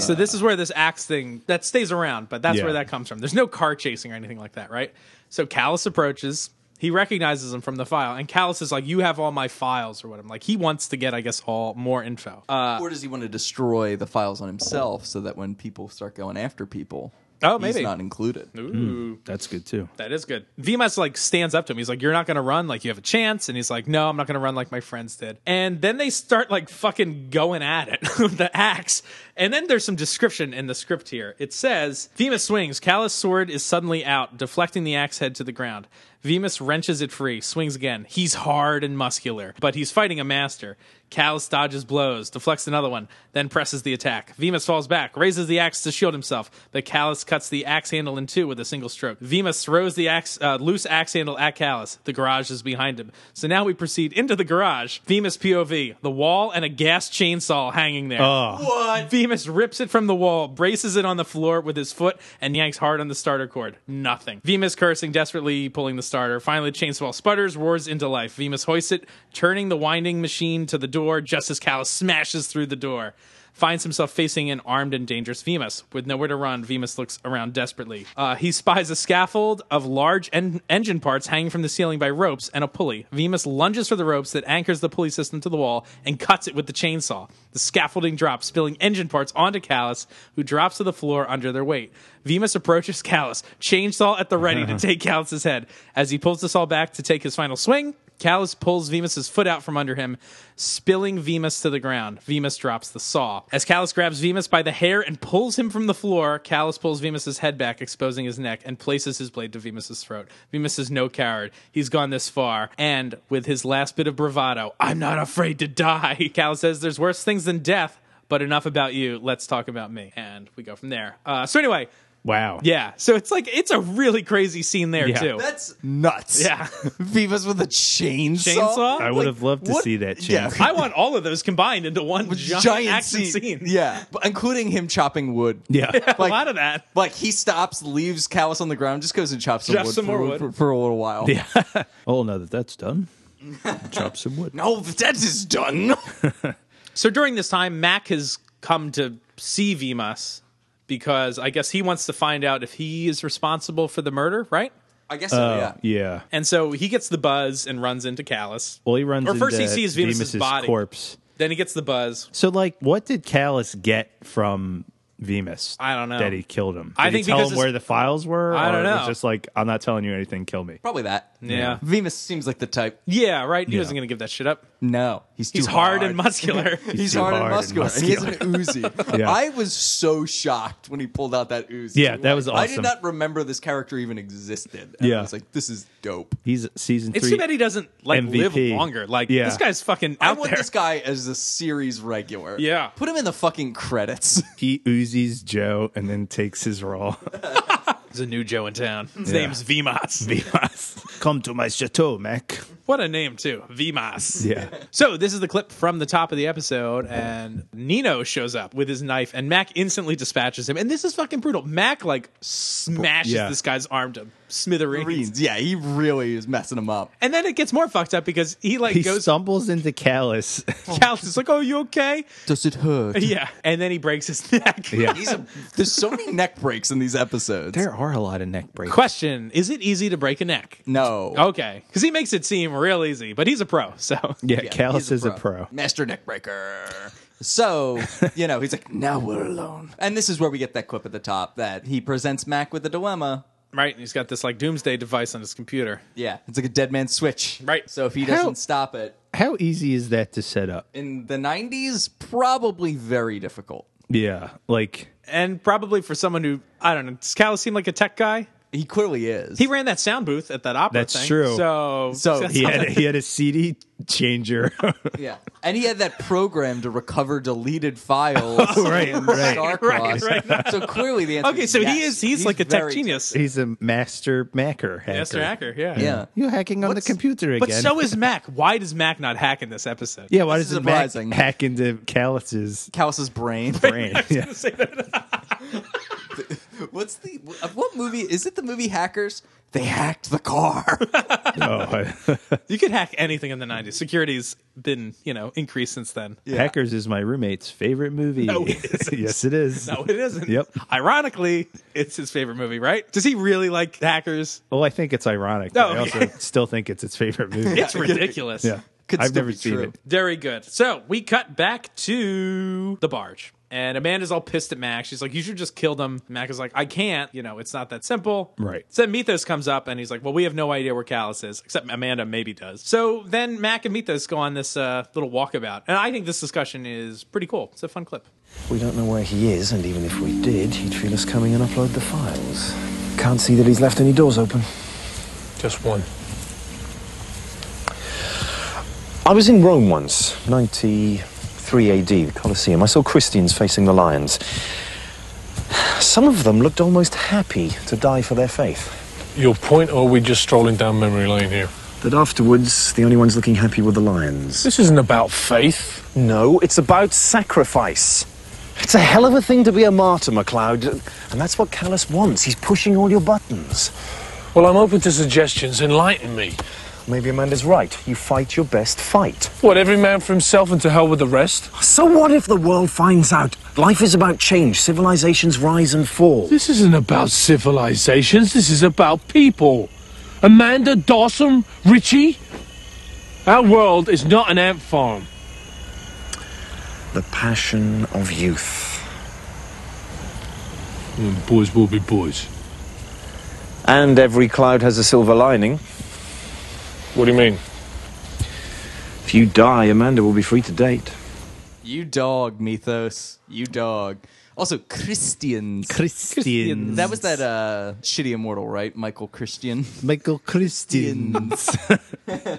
C: So this is where this axe thing that stays around, but that's
E: Yeah.
C: where that comes from. There's no car chasing or anything like that, right? So Callus approaches. He recognizes him from the file, and Callus is like, "You have all my files, or what?" I'm like, he wants to get, I guess, all more info. Uh,
D: or does he want to destroy the files on himself so that when people start going after people,
C: Oh,
D: he's
C: maybe.
D: not included?
C: ooh.
E: That's good too.
C: That is good. VMS like stands up to him. He's like, "You're not gonna run like you have a chance," and he's like, "No, I'm not gonna run like my friends did." And then they start like fucking going at it with the axe. And then there's some description in the script here. It says, "Vemus swings. Callus' sword is suddenly out, deflecting the axe head to the ground. Vemus wrenches it free, swings again. He's hard and muscular, but he's fighting a master. Callus dodges blows, deflects another one, then presses the attack. Vemus falls back, raises the axe to shield himself, but Callus cuts the axe handle in two with a single stroke. Vemus throws the axe, uh, loose axe handle at Callus. The garage is behind him. So now we proceed into the garage. Vemus POV, the wall and a gas chainsaw hanging there. What? Vemus rips it from the wall, braces it on the floor with his foot, and yanks hard on the starter cord. Nothing. Vemus cursing, desperately pulling the starter. Finally, the chainsaw sputters, roars into life. Vemus hoists it, turning the winding machine to the door just as Callus smashes through the door. Finds himself facing an armed and dangerous Vemus. With nowhere to run, Vemus looks around desperately. Uh, he spies a scaffold of large en- engine parts hanging from the ceiling by ropes and a pulley. Vemus lunges for the ropes that anchors the pulley system to the wall and cuts it with the chainsaw. The scaffolding drops, spilling engine parts onto Callus, who drops to the floor under their weight. Vemus approaches Callus, chainsaw at the ready to take Callus's head. As he pulls the saw back to take his final swing, Callus pulls Vemus's foot out from under him, spilling Vemus to the ground. Vemus drops the saw. As Callus grabs Vemus by the hair and pulls him from the floor, Callus pulls Vemus's head back, exposing his neck, and places his blade to Vemus's throat. Vemus is no coward. He's gone this far, and with his last bit of bravado, I'm not afraid to die. Callus says there's worse things than death, but enough about you. Let's talk about me. And we go from there. Uh, so anyway,
E: Wow.
C: yeah. So it's like it's a really crazy scene there
E: Yeah.
C: too.
D: That's nuts.
C: yeah.
D: Vivas with a chainsaw.
C: Chainsaw?
E: I would have loved to
D: what-
E: see that
D: Yeah.
E: chainsaw.
C: I want all of those combined into one giant, action scene.
D: Yeah, but including him chopping wood.
E: Yeah.
C: a
D: Like-
C: lot of that.
D: Like he stops, leaves Callus on the ground, just goes and chops some
C: Chops
D: wood,
C: some
D: for,
C: more wood.
D: For, for a little while. Yeah.
E: Oh, now that that's done, chop some wood.
D: No, that is done.
C: So during this time, Mac has come to see Vimas because I guess he wants to find out if he is responsible for the murder, right?
D: I guess so.
C: Oh,
D: yeah.
E: Yeah.
C: And so he gets the buzz and runs into Callus.
E: Well, he runs
C: Or first he
E: into
C: sees Venus's
E: Venus's
C: body.
E: corpse.
C: Then he gets the buzz.
E: So, like, what did Callus get from Venus?
C: I don't know.
E: That he killed him. Did
C: I
E: he
C: think
E: tell
C: because
E: him
C: it's-
E: where the files were.
C: I don't
E: or it was
C: know.
E: just like, I'm not telling you anything. Kill me.
D: Probably that.
C: Yeah.
D: Venus seems like the type.
C: Yeah, right? He
E: Yeah.
C: wasn't going to give that shit up.
D: No, he's too
C: He's hard, and muscular.
D: He's
E: too
D: hard, and
E: hard and
D: muscular. And he has an Uzi.
E: Yeah.
D: I was so shocked when he pulled out that Uzi.
E: Yeah, that was
D: I did
E: awesome.
D: not remember this character even existed. And I
E: Yeah.
D: was like, this is dope.
E: He's season
C: It's
E: three.
C: too bad he doesn't like live
E: MVP.
C: longer. Like
E: Yeah.
C: this guy's fucking
D: I
C: out
D: want
C: there.
D: this guy as a series regular.
C: Yeah.
D: Put him in the fucking credits.
E: he oozies Joe and then takes his raw.
C: There's a new Joe in town. His
E: Yeah.
C: name's Vimas.
E: Come to my chateau, Mac.
C: what a name too, Vimas.
E: Yeah.
C: So this is the clip from the top of the episode, and Nino shows up with his knife, and Mac instantly dispatches him. And this is fucking brutal. Mac like smashes
E: Yeah.
C: this guy's arm to smithereens,
D: Marines. Yeah, he really is messing him up.
C: and then it gets more fucked up because he like
E: He
C: goes.
E: stumbles into Callus.
C: Callus is like, "Oh, you okay?"
D: Does it hurt?
C: Yeah, and then he breaks his neck.
E: Yeah.
D: He's a, there's so many neck breaks in these episodes.
E: there are a lot of neck breaks.
C: Question: Is it easy to break a neck?
D: no.
E: Oh,
C: Okay, because he makes it seem real easy, but he's a pro, so
E: Yeah,
D: Yeah,
E: Callus
D: he's
E: is a pro.
D: Master neck breaker. So, you know, he's like, now we're alone. And this is where we get that quip at the top that he presents Mac with a dilemma.
C: right. And he's got this like doomsday device on his computer.
D: Yeah, it's like a dead man switch.
C: Right.
D: So if he
E: How-
D: doesn't stop it
E: How easy is that to set up?
D: in the 90s, probably very difficult.
E: Yeah, like
C: and probably for someone who I don't know, does Callus seem like a tech guy?
D: He clearly is.
C: He ran that sound booth at that opera.
E: That's
C: thing,
E: true.
C: So,
D: So-
E: he had a, he had a CD changer.
D: yeah. And he had that program to recover deleted files.
E: right,
D: from
E: right,
D: Starcross. So clearly the answer.
C: Okay,
D: is
C: so
D: yes.
C: he is he's, like a tech
D: very-
C: genius.
E: He's a master macker. Hacker.
C: Master hacker, yeah.
D: Yeah.
E: You're hacking on the computer again.
C: But so is Mac. Why does Mac not hack in this episode?
E: yeah, why
D: This
E: does
D: is
E: it Mac
D: surprising.
E: hack into Callus's
D: Cowse's brain.
E: brain? yeah.
D: What's the of what movie is it the movie Hackers? They hacked the car.
E: Oh,
C: You could hack anything in the 90s. Security's been, you know, increased since then.
E: Hackers is my roommate's favorite movie.
C: No, it isn't.
E: yes, it is.
C: No, it isn't.
E: Yep.
C: Ironically, it's his favorite movie, right? Does he really like hackers?
E: Well, I think it's ironic.
C: No,
E: but I also
C: okay.
E: still think it's its favorite movie.
C: It's ridiculous.
E: yeah.
D: Could
E: I've
D: still
E: never
D: be
E: seen
D: true.
E: it.
C: Very good. So we cut back to the barge. And Amanda's all pissed at Mac. She's like, You should just kill them. Mac is like, I can't. You know, it's not that simple.
E: Right.
C: So then Mythos comes up and he's like, Well, we have no idea where Callus is, except Amanda maybe does. So then Mac and Mythos go on this uh, little walkabout. And I think this discussion is pretty cool. It's a fun clip.
H: We don't know where he is, and even if we did, he'd feel us coming and upload the files. Can't see that he's left any doors open.
A: Just one.
H: I was in Rome once, 93 AD, the Colosseum. I saw Christians facing the lions. Some of them looked almost happy to die for their faith.
A: Your point, or are we just strolling down memory lane here?
H: That afterwards, the only ones looking happy were the lions.
A: This isn't about faith.
H: No, it's about sacrifice. It's a hell of a thing to be a martyr, MacLeod, and that's what Callus wants. He's pushing all your buttons.
A: Well, I'm open to suggestions. Enlighten me.
H: Maybe Amanda's right. You fight your best fight.
A: What, every man for himself and to hell with the rest?
H: So what if the world finds out life is about change, civilizations rise and fall?
A: This isn't about civilizations. This is about people. Amanda, Dawson, Richie. Our world is not an ant farm.
H: The passion of youth.
A: Hmm, Boys will be boys.
H: And every cloud has a silver lining.
A: What do you mean?
H: If you die, Amanda will be free to date.
D: You dog, Mythos. You dog. Also, Christians.
E: Christian.
D: That was that uh, shitty immortal, right? Michael Christian.
E: Michael Christian.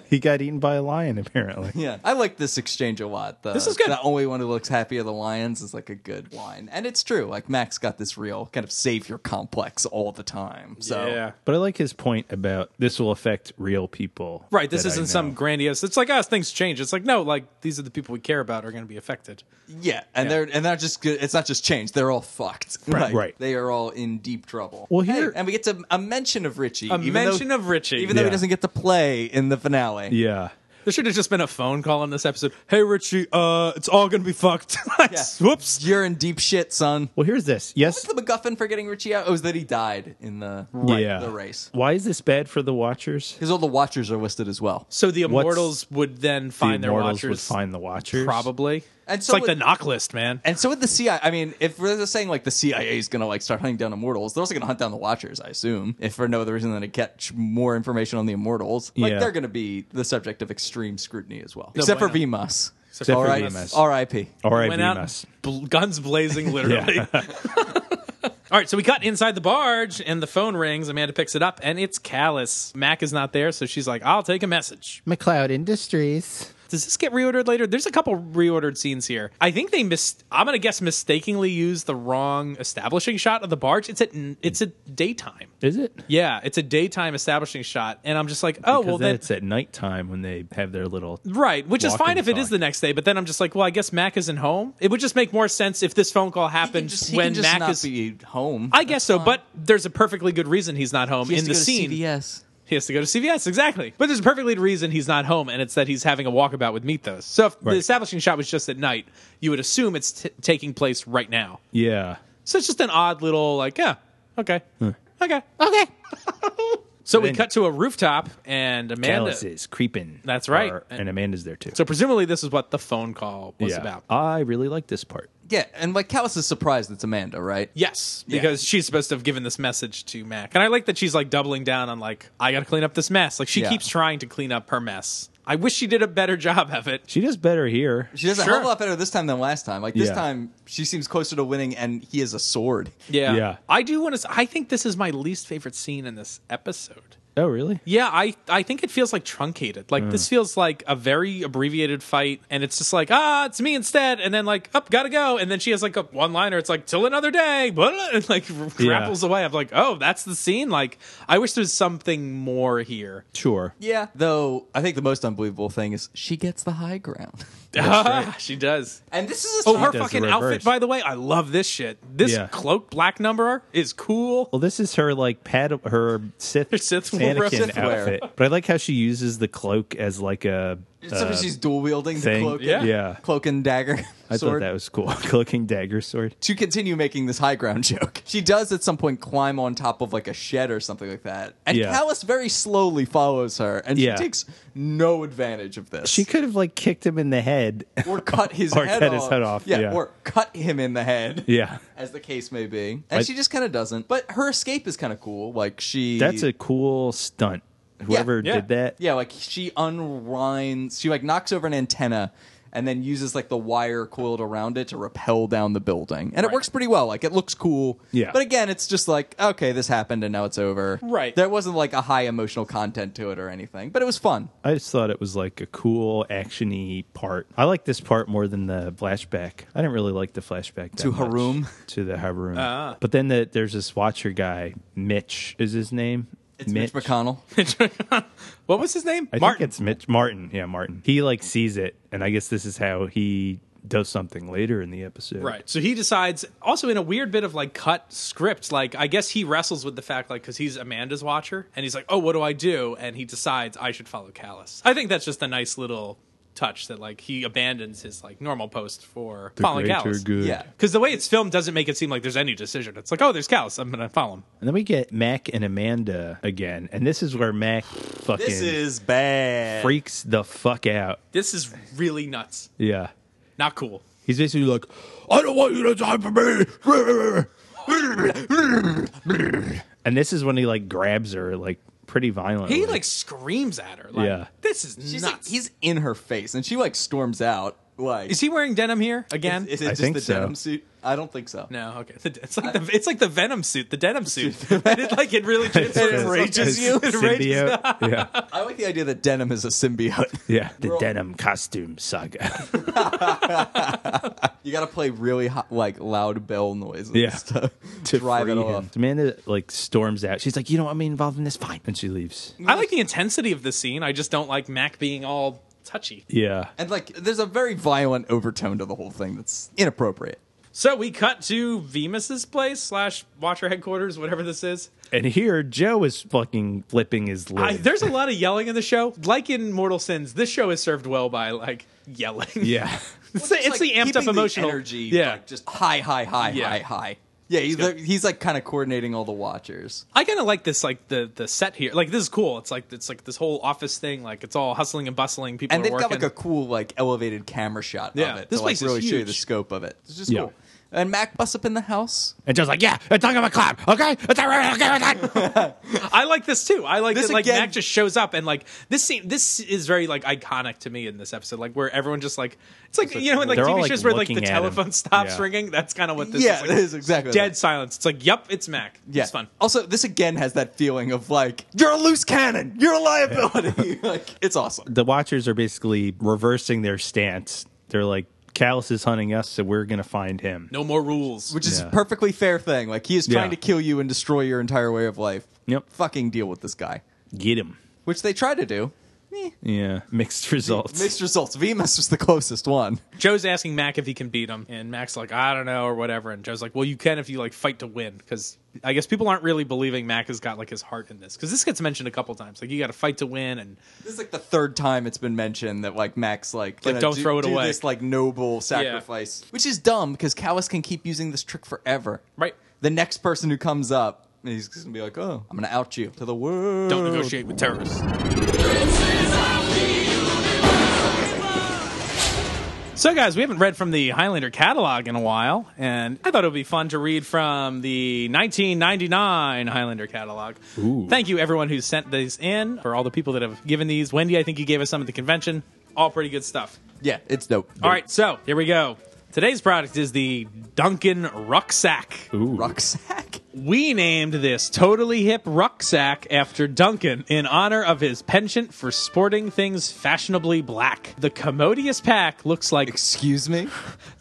E: he got eaten by a lion, apparently.
D: Yeah, I like this exchange a lot. The,
C: This is good.
D: The only one who looks happy of the lions is like a good line, and it's true. Like Max got this real kind of savior complex all the time.
E: Oh.
D: So
E: But I like his point about this will affect real people.
C: Right. This
E: that I
C: isn't
E: know.
C: some grandiose. It's like, us. things change. It's like, no, like these are the people we care about are going to be affected.
D: yeah, and they're and they're just good. It's not just change; they're all fucked. Right,
E: right.
D: They are all in deep trouble.
E: Well,
D: Hey,
E: here-
D: and we get to a mention of Richie.
C: A
D: even
C: mention
D: though,
C: of Richie.
D: even though
E: Yeah.
D: he doesn't get to play in the finale.
E: Yeah.
C: There should have just been a phone call in this episode. Hey Richie, uh, it's all gonna be fucked. Like,
D: Yeah.
C: Whoops.
D: You're in deep shit, son.
E: Well, here's this. Yes.
D: What's the MacGuffin for getting Richie out? It was that he died in the,
E: yeah.
D: the race.
E: Why is this bad for the Watchers?
D: Because all the Watchers are listed as well.
C: So the
E: What's-
C: immortals would then find
E: the
C: their
E: Immortals
C: watchers.
E: would find the Watchers.
C: probably.
D: And
C: it's
D: so
C: like
D: would-
C: the knock list, man.
D: And so with the CIA, I mean, if we're just saying like the CIA is going to like start hunting down immortals, they're also going to hunt down the Watchers, I assume, if for no other reason than to catch more information on the immortals. Like
E: Yeah.
D: they're going to be the subject of extreme scrutiny as well, except
C: why
D: for
C: not?
D: VMUS.
E: Except for
D: R.I.-
E: VMUS.
D: R.I.P.
E: All right,
C: Went out,
E: Bemis.
C: bl- guns blazing, literally. All right, so we cut inside the barge, and the phone rings. Amanda picks it up, and it's Callus. Mac is not there, so she's like, "I'll take a message."
G: McLeod Industries.
C: Does this get reordered later? There's a couple reordered scenes here. I think they mis I'm gonna guess mistakenly used the wrong establishing shot of the barge. It's at n- it's at daytime.
E: Is it?
C: Yeah, it's a daytime establishing shot, and I'm just like, oh well,
E: Because
C: then
E: it's at nighttime when they have their little.
C: right, which is
E: walk and
C: fine if it is
E: talk.
C: the next day. But then I'm just like, well, I guess Mac isn't home. It would just make more sense if this phone call
D: He can
C: happened
D: just, he
C: when
D: can just
C: Mac
D: not
C: is.
D: be home.
C: I guess so, but there's a perfectly good reason he's not home
D: He has
C: in
D: to
C: the
D: go to
C: scene.
D: CVS.
C: He has to go to CVS, exactly. But there's a perfectly good reason he's not home, and it's that he's having a walkabout with Mythos. So if the establishing shot was just at night, you would assume it's t- taking place right now.
E: Yeah.
C: So it's just an odd little, like, yeah, okay, okay.
G: Okay.
C: So we
E: Then-
C: cut to a rooftop, and Amanda.
E: Alice is creeping.
C: That's right.
E: Or- and Amanda's there too.
C: So presumably this is what the phone call was
E: yeah.
C: about.
E: I really like this part.
D: Yeah, and like Callus is surprised it's Amanda, right?
C: Yes, because she's supposed to have given this message to Mac. And I like that she's like doubling down on like I got to clean up this mess. Like she
D: Yeah.
C: keeps trying to clean up her mess. I wish she did a better job of it.
E: She does better here.
D: She does a
C: Sure.
D: hell of a lot better this time than last time. Like this
E: Yeah.
D: time, she seems closer to winning, and he has a sword.
C: Yeah.
E: Yeah.
C: I do want to I think this is my least favorite scene in this episode.
E: Oh, really?
C: Yeah, I I think it feels like truncated. Like this feels like a very abbreviated fight, and it's just like ah, it's me instead, and then like up, gotta go, and then she has like a one liner. It's like till another day, blah, and like grapples away. I'm like, oh, that's the scene. Like I wish there's something more here.
E: Sure.
D: Yeah. Though I think the most unbelievable thing is she gets the high ground.
C: she does.
D: And this is a
C: Oh, her
E: does the
C: fucking
E: reverse.
C: outfit, by the way, I love this shit. This
E: Yeah.
C: cloak black number is cool.
E: Well, this is her like pad, her Sith,
C: Sith wear.
E: Anakin
C: Sith
D: wear.
E: outfit. But I like how she uses the cloak as like a.
D: Except
E: uh,
D: for she's dual wielding the
E: thing.
D: cloak,
C: Yeah.
D: and,
E: yeah.
D: cloak and dagger
E: I
D: sword.
E: thought that was cool. Cloaking dagger sword.
D: to continue making this high ground joke, she does at some point climb on top of like a shed or something like that, and
E: Yeah.
D: Callus very slowly follows her, and
E: Yeah.
D: she takes no advantage of this.
E: She could have like kicked him in the head.
D: or cut his
E: Or
D: head
E: cut
D: off.
E: his head off, yeah.
D: or cut him in the head.
E: Yeah.
D: As the case may be, and
E: I-
D: she just kind of doesn't. But her escape is kind of cool. Like she,
E: That's a cool stunt. Whoever
C: Yeah.
E: did that.
D: Yeah, like she unwinds, she like knocks over an antenna and then uses like the wire coiled around it to rappel down the building. And it works pretty well. Like it looks cool.
E: Yeah.
D: But again, it's just like, okay, this happened and now it's over.
C: Right.
D: There wasn't like a high emotional content to it or anything, but it was fun.
E: I just thought it was like a cool actiony part. I like this part more than the flashback. I didn't really like the flashback that
D: To
E: much.
D: Harum? Ah.
E: to the Harum. But then the, there's this watcher guy, Mitch is his name.
D: It's Mitch, McConnell.
C: What was his name?
E: I
C: Martin.
E: think it's Mitch Martin. Yeah, Martin. He like sees it, and I guess this is how he does something later in the episode.
C: Right. So he decides, also in a weird bit of like cut script, like I guess he wrestles with the fact, like, because he's Amanda's watcher and he's like, oh, what do I do? And he decides I should follow Callus. I think that's just a nice little touch that like he abandons his like normal post for following Callus.
E: good.
D: Yeah.
C: Because the way it's filmed doesn't make it seem like there's any decision. It's like, oh, there's Callus. I'm going to follow him.
E: And then we get Mac and Amanda again, and this is where Mac fucking
D: This is bad.
E: freaks the fuck out.
C: This is really nuts.
E: Yeah.
C: Not cool.
E: He's basically like,
F: I don't want you to die for me.
E: and this is when he like grabs her like pretty violently.
C: He like screams at her. Like,
E: Yeah.
C: This is
D: She's like,
C: nuts.
D: he's in her face and she like storms out. Like,
C: is he wearing denim here again?
D: is it
E: I
D: just
E: think
D: the
E: so.
D: denim suit? I don't think so.
C: No, okay. The- It's like the it's like the Venom suit, the denim suit. and it like it really transforms.
D: enrages you.
C: It enrages.
E: Symbiote. yeah,
D: I like the idea that denim is a symbiote.
E: yeah. The denim costume saga.
D: You got to play really hot, like loud bell noises
E: Yeah.
D: to, drive it off.
E: Amanda like storms out. She's like, "You don't want me involved in this? Fine." And she leaves.
C: I like the intensity of this scene. I just don't like Mac being all touchy.
E: Yeah.
D: And like, there's a very violent overtone to the whole thing that's inappropriate.
C: So we cut to Vemus's place slash Watcher headquarters, whatever this is.
E: And here, Joe is fucking flipping his lid.
C: I, there's a lot of yelling in the show. Like in Mortal Sins, this show is served well by like yelling.
E: yeah.
C: it's, the- it's the amped up emotional
D: energy.
C: Yeah,
D: like, just high, high, high,
C: Yeah.
D: high, high. Yeah, he's, like- he's like kind of coordinating all the watchers.
C: I kind of like this, like the the set here. Like this is cool. It's like it's like this whole office thing. Like it's all hustling and bustling. People
D: and
C: are
D: they've
C: working.
D: got like a cool like elevated camera shot
C: Yeah,
D: of it.
C: this
D: to,
C: place is
D: like, really show you
C: huge.
D: the scope of it. It's just
E: Yeah.
D: cool. And Mac busts up in the house.
E: And Joe's like, "Yeah, I'm talking about clap, okay?"
C: I like this too. I like
D: This
C: that like
D: again-
C: Mac just shows up and like this scene this is very like iconic to me in this episode. Like where everyone just like it's like you know in like
E: They're
C: TV
E: all, like,
C: shows where like the
E: looking at him.
C: telephone stops
E: Yeah.
C: ringing. That's kind of what this
D: yeah,
C: is. Like,
D: it is exactly
C: dead
D: that.
C: silence. It's like yep, it's Mac.
D: Yeah.
C: It's fun.
D: Also, this again has that feeling of like you're a loose cannon, you're a liability. like it's awesome.
E: the Watchers are basically reversing their stance. They're like, "Callus is hunting us, so we're gonna find him."
C: No more rules.
D: which is
E: Yeah.
D: a perfectly fair thing. Like he is trying
E: Yeah.
D: to kill you and destroy your entire way of life.
E: Yep.
D: Fucking deal with this guy,
E: Get him.
D: which they try to do.
E: Yeah. Mixed results.
D: Mixed results. Vemus was the closest one.
C: Joe's asking Mac if he can beat him, and Mac's like, I don't know, or whatever. And Joe's like, Well, you can if you like fight to win, because I guess people aren't really believing Mac has got like his heart in this, because this gets mentioned a couple times. Like you got to fight to win, and
D: This is like the third time it's been mentioned that like Max like, gonna
C: don't
D: do-
C: throw it
D: do
C: away.
D: This like noble sacrifice, which is dumb because Callus can keep using this trick forever.
C: Right.
D: The next person who comes up, he's gonna be like, "Oh, I'm gonna out you to the world."
C: don't negotiate with terrorists. So, guys, we haven't read from the Highlander catalog in a while, and I thought it would be fun to read from the 1999 Highlander catalog. Thank you, everyone who sent these in, for all the people that have given these. Wendy, I think you gave us some at the convention. All pretty good stuff.
D: Yeah, it's dope.
C: All right, so here we go. Today's product is the Duncan Rucksack.
D: Rucksack.
C: We named this totally hip rucksack after Duncan in honor of his penchant for sporting things fashionably black. The commodious pack looks like
D: Excuse me.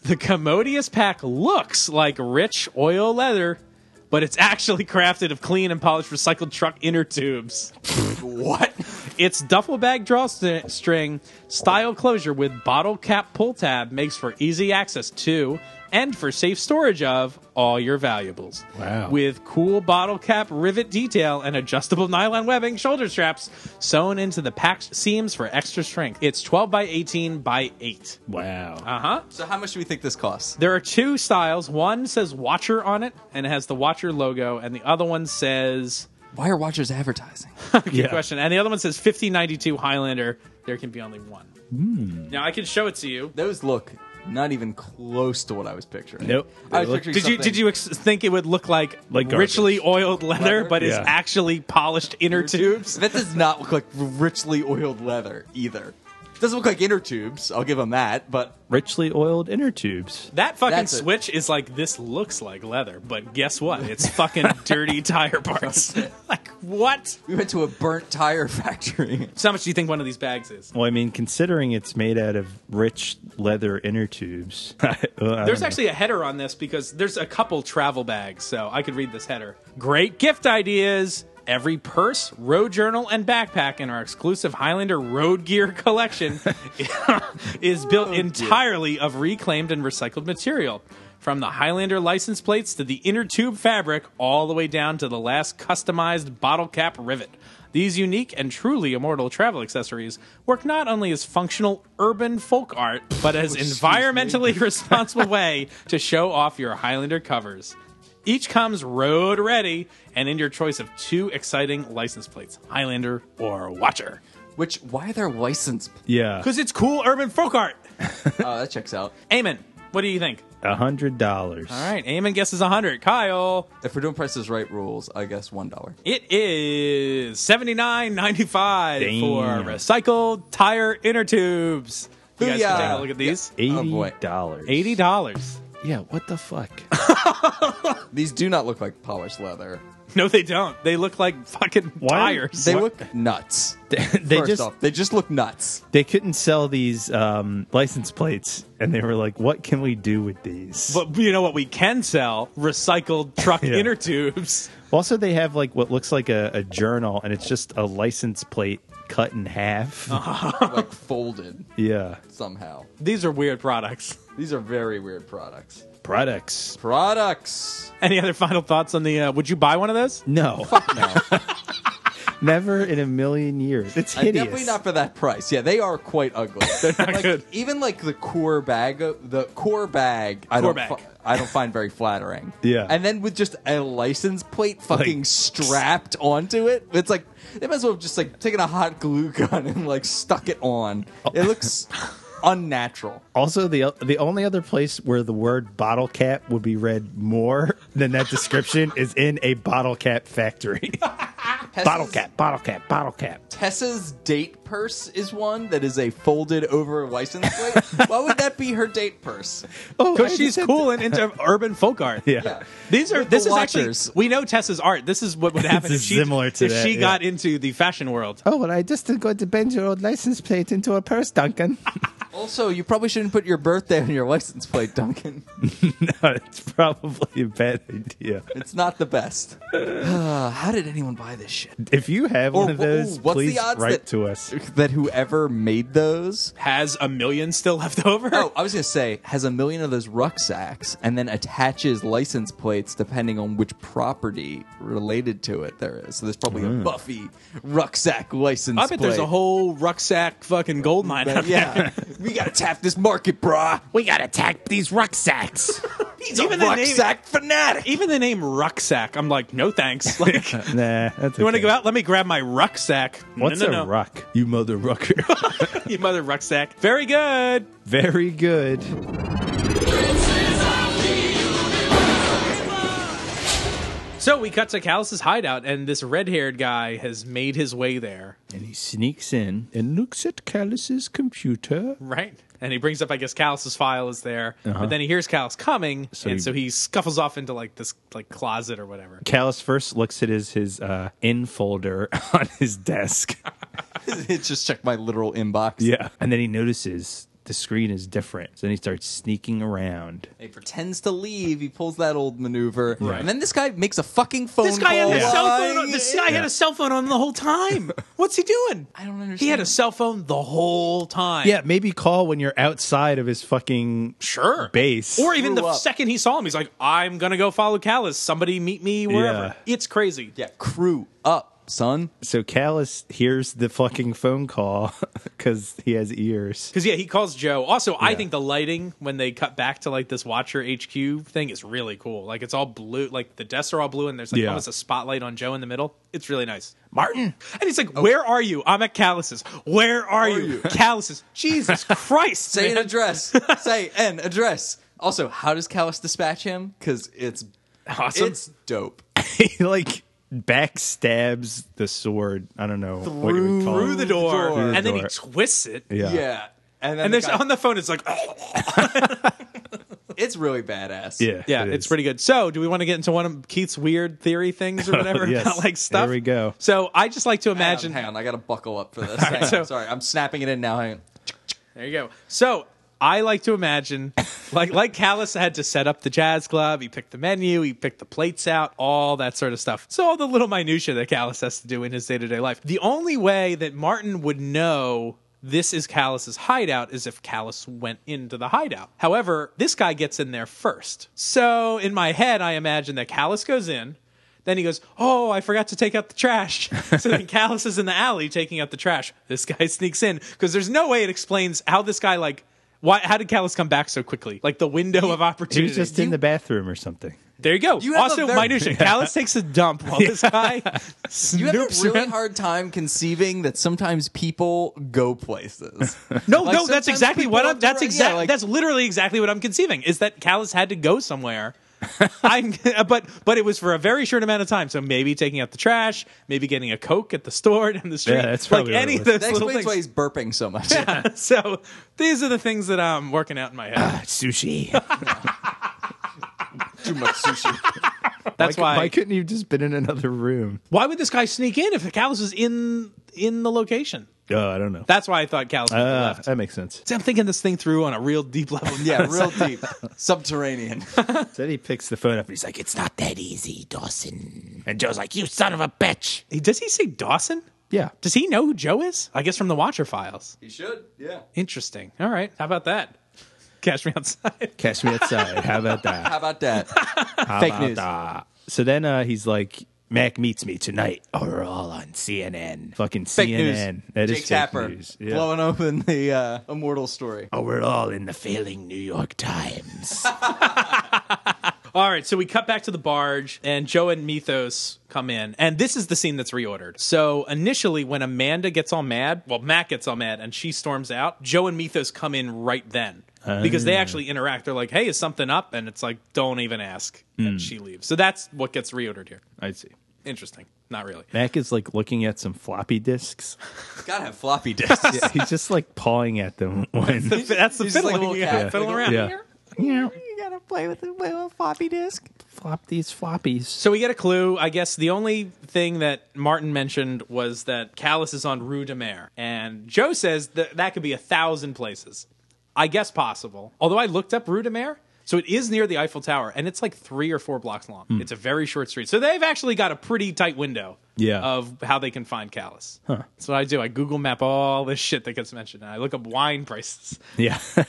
C: the commodious pack looks like rich oil leather, but it's actually crafted of clean and polished recycled truck inner tubes.
D: What?
C: Its duffel bag drawstring style closure with bottle cap pull tab makes for easy access to and for safe storage of all your valuables.
A: Wow.
C: With cool bottle cap rivet detail and adjustable nylon webbing shoulder straps sewn into the packed seams for extra strength. It's 12 by 18 by 8.
A: Wow.
C: Uh huh.
D: So how much do we think this costs?
C: There are two styles. One says Watcher on it and it has the Watcher logo, and the other one says
D: Why are watchers advertising?
C: good question. And the other one says 1592 Highlander. There can be only one.
E: Hmm.
C: Now I can show it to you.
D: Those look not even close to what I was picturing.
E: Nope.
D: I was
E: They look-
D: picturing
C: Did you did you ex- think it would look like,
E: Like garbage.
C: richly oiled leather,
D: Leather?
C: but is
E: Yeah.
C: actually polished inner tubes?
D: That does not look like richly oiled leather either. Doesn't look like inner tubes. I'll give them that. But
E: Richly oiled inner tubes.
C: That fucking
D: That's it.
C: switch is like this looks like leather, but guess what? It's fucking dirty tire parts. like what?
D: we went to a burnt tire factory.
C: So how much do you think one of these bags is?
E: Well, I mean, considering it's made out of rich leather inner tubes, I- well, I
C: There's
E: don't know.
C: actually a header on this because there's a couple travel bags, so I could read this header. Great gift ideas. Every purse, road journal, and backpack in our exclusive Highlander road gear collection is built entirely of reclaimed and recycled material. From the Highlander license plates to the inner tube fabric, all the way down to the last customized bottle cap rivet. These unique and truly immortal travel accessories work not only as functional urban folk art, but as environmentally responsible way to show off your Highlander covers. Each comes road ready and in your choice of two exciting license plates, Highlander or Watcher.
D: Which why are there license?
E: yeah,
C: Because it's cool urban folk art.
D: Oh, that checks out.
C: Eamon, what do you think?
E: a hundred dollars.
C: All right, Eamon guesses 100. Kyle,
D: If we're doing prices right rules, I guess one dollar.
C: it is 79.95 for
E: Damn.
C: recycled tire inner tubes. You guys can
D: Booyah.
C: take a look at these.
D: Oh, boy.
E: Eighty dollars.
C: Eighty dollars.
E: Yeah. What the fuck?
D: These do not look like polished leather.
C: No, they don't. They look like fucking
E: Why-
C: tires.
D: They
E: What?
D: look nuts.
E: they
D: First
E: just
D: off, they just look nuts.
E: they couldn't sell these um, license plates, and they were like, "What can we do with these?"
C: But you know what we can sell? Recycled truck
E: Yeah.
C: inner tubes.
E: also, they have like what looks like a, a journal, and it's just a license plate cut in half.
D: Uh-huh. like folded
E: Yeah,
D: somehow.
C: These are weird products.
D: These are very weird products.
E: products.
D: Products.
C: Any other final thoughts on the? Uh, would you buy one of those?
E: No,
D: No,
E: never in a million years. It's
D: and
E: hideous.
D: definitely not for that price. Yeah, they are quite ugly. They're not
C: good.
D: Even like the core bag, uh, the core bag, I
C: Core
D: don't,
C: bag.
D: fi- I don't find very flattering.
E: Yeah.
D: and then with just a license plate fucking
E: Like-
D: strapped onto it, it's like they might as well have just like taken a hot glue gun and like stuck it on.
E: Oh.
D: It looks unnatural.
E: Also, the the only other place where the word bottle cap would be read more than that description is in a bottle cap factory. bottle
D: Tessa's-
E: cap, bottle cap, bottle cap.
D: Tessa's date purse is one that is a folded over license plate. Why would that be her date purse?
E: Oh,
C: Because
E: I
C: she's
E: just-
C: cool and into urban folk art.
E: Yeah.
C: These are
D: With
C: this
D: the
C: is
D: watchers.
C: actually we know Tessa's art. This is what would happen
E: This
C: if
E: is
C: she
E: similar to
C: if
E: that,
C: she
E: yeah.
C: got into the fashion world.
E: Oh, well, I just got to bend your old license plate into a purse, Duncan.
D: Also, you probably shouldn't put your birthday on your license plate, Duncan.
E: no, it's probably a bad idea.
D: It's not the best. Uh, how did anyone buy this shit?
E: If you have
D: Or
E: one of
D: wh- ooh,
E: those,
D: what's the
E: please
D: odds
E: write
D: that-
E: to us.
D: That whoever made those.
C: Has a million still left over?
D: Oh, I was gonna say has a million of those rucksacks, and then attaches license plates depending on which property related to it there is. So there's probably
E: Hmm.
D: a Buffy rucksack license.
C: I bet there's a
D: plate.
C: whole rucksack fucking gold mine. out there.
D: Yeah, we gotta tap this market, brah.
G: We gotta tag these rucksacks.
D: He's a
C: Even the name-
D: rucksack fanatic.
C: Even the name rucksack, I'm like, no thanks. Like,
E: Nah, that's
C: you want to go out? Let me grab my rucksack. No,
E: What's
C: no,
E: a
C: no.
E: ruck? You mother rucker.
C: you mother rucksack. Very good.
E: Very good.
C: So we cut to Callus's hideout, and this red-haired guy has made his way there,
E: And he sneaks in.
F: And looks at Callus's computer.
C: right? And he brings up, I guess, Callus's file is there, but then he hears Callus coming, and
E: Uh-huh. he-
C: so he scuffles off into like this like closet or whatever.
E: Callus first looks at his his uh, in folder on his desk.
D: it's just check my literal inbox.
E: Yeah. And then he notices the screen is different. So then he starts sneaking around.
D: He pretends to leave. He pulls that old maneuver, and then this guy makes a fucking phone
C: This guy had
D: call.
C: a cell
D: Why?
C: phone. On, this guy had a cell phone on the whole time. What's he doing?
D: I don't understand.
C: He had a cell phone the whole time.
E: Yeah, maybe call when you're outside of his fucking
C: sure.
E: base.
C: Or even the
D: Screw up.
C: second he saw him, he's like, "I'm gonna go follow Callus. Somebody meet me wherever." It's crazy.
D: yeah, crew up, son.
E: so Callus hears the fucking phone call because he has ears.
C: Because yeah, he calls Joe. Also, I think the lighting when they cut back to like this Watcher HQ thing is really cool. Like it's all blue, like the desks are all blue, and there's like
E: Yeah.
C: almost a spotlight on Joe in the middle. It's really nice. Martin, and he's like,
D: Oh.
C: "Where are you? I'm at Callus's. Where are you? Callus's. Jesus Christ!
D: Say an
C: man.
D: address. Say an address. Also, how does Callus dispatch him? Because it's
C: Awesome.
D: it's dope.
E: he like backstabs the sword. I don't know what you would call
C: through
E: it.
C: the door,
D: Through
E: the
C: and then he
E: door.
C: twists it.
E: Yeah.
D: Yeah. And then
C: And
D: the
C: there's
D: guy-
C: on the phone. It's like, oh,
D: it's really badass.
E: Yeah,
C: Yeah,
E: it
C: it's
E: is.
C: pretty good. So, do we want to get into one of Keith's weird theory things or whatever
E: yes.
C: about like stuff?
E: There we go.
C: So, I just like to
D: Hang on,
C: imagine.
D: Hang on, I gotta buckle up for this. Hang on,
C: so-
D: Sorry, I'm snapping it in now. Hang on.
C: There you go. So, I like to imagine, like like Callis had to set up the jazz club. He picked the menu. He picked the plates out. All that sort of stuff. So, all the little minutia that Callis has to do in his day to day life. The only way that Martin would know. This is Callus's hideout, is if Callus went into the hideout. However, this guy gets in there first. So, in my head, I imagine that Callus goes in, Then he goes, Oh, I forgot to take out the trash. So then Callus is in the alley taking out the trash. This guy sneaks in because there's no way it explains how this guy, like, why, how did Callus come back so quickly? Like the window of
E: He
C: opportunity.
E: was just in the bathroom or something.
C: there you go.
D: You have
C: also,
D: a very-
C: minutia. Callus takes a dump while this guy
D: You have
C: snoops
D: a really
C: around.
D: hard time conceiving that sometimes people go places.
C: No, no,
D: Like,
C: that's
D: sometimes
C: exactly
D: people
C: what
D: have
C: I'm.
D: to
C: That's
D: ri-
C: exactly.
D: yeah, like-
C: that's literally exactly what I'm conceiving. Is that Callus had to go somewhere. I'm, but but it was for a very short amount of time. So maybe taking out the trash, maybe getting a coke at the store down the street.
E: that's probably
C: like
E: what
C: any
E: it
C: of
E: was.
C: those
D: That
C: little
D: explains
C: things.
D: why he's burping so much.
C: so these are the things that I'm working out in my head.
E: Sushi.
D: Too much sushi.
C: That's why.
E: Why couldn't you have just been in another room?
C: why would this guy sneak in if Callus was in in the location?
E: Oh, I don't know.
C: That's why I thought Callus
D: Uh,
E: Ah,
C: left.
E: that makes sense.
C: See, I'm thinking this thing through on a real deep level.
D: Yeah, real deep, subterranean.
E: So then he picks the phone up and he's like,
F: It's not that easy, Dawson. And Joe's like, You son of a bitch.
C: He- Does he say Dawson?
E: "Yeah,
C: Does he know who Joe is? I guess from the Watcher files.
D: You should, yeah.
C: Interesting. All right. How about that? Cash me outside.
E: catch me outside. How about that?
D: How about that? Fake news.
E: So then uh, he's like, Mac meets me tonight. or We're all on CNN. Fucking
D: Fake
E: CNN.
D: news.
E: That
D: Jake
E: is fake
D: Tapper
E: news. Yeah.
D: blowing open the uh, immortal story.
F: Oh, we're all in the failing New York Times.
C: All right. So we cut back to the barge, and Joe and Mythos come in. And this is the scene that's reordered. So initially, when Amanda gets all mad, well, Mac gets all mad and she storms out, Joe and Mythos come in right then. Because they actually interact. They're like, hey, is something up? And it's like, don't even ask. And she leaves. So that's what gets reordered here.
E: I see.
C: Interesting. Not really.
E: Mac is like looking at some floppy disks.
D: Gotta have floppy disks.
E: Yeah, he's just like pawing at them. When,
C: That's the
D: he's just like a
C: oh, fiddling.
D: little
C: you
D: cat.
C: gotta fiddle
D: Like
C: around.
D: a-
E: yeah.
D: you gotta play with the play with floppy disk.
E: Flop these floppies.
C: So we get a clue. I guess the only thing that Martin mentioned was that Callus is on Rue de Mer. And Joe says that that could be a thousand places. I guess possible. Although I looked up Rue de Mer. So it is near the Eiffel Tower, and it's like three or four blocks long. It's a very short street. So they've actually got a pretty tight window
E: Yeah.
C: of how they can find Callus. That's what I do. I Google map all this shit that gets mentioned, and I look up wine prices.
E: Yeah.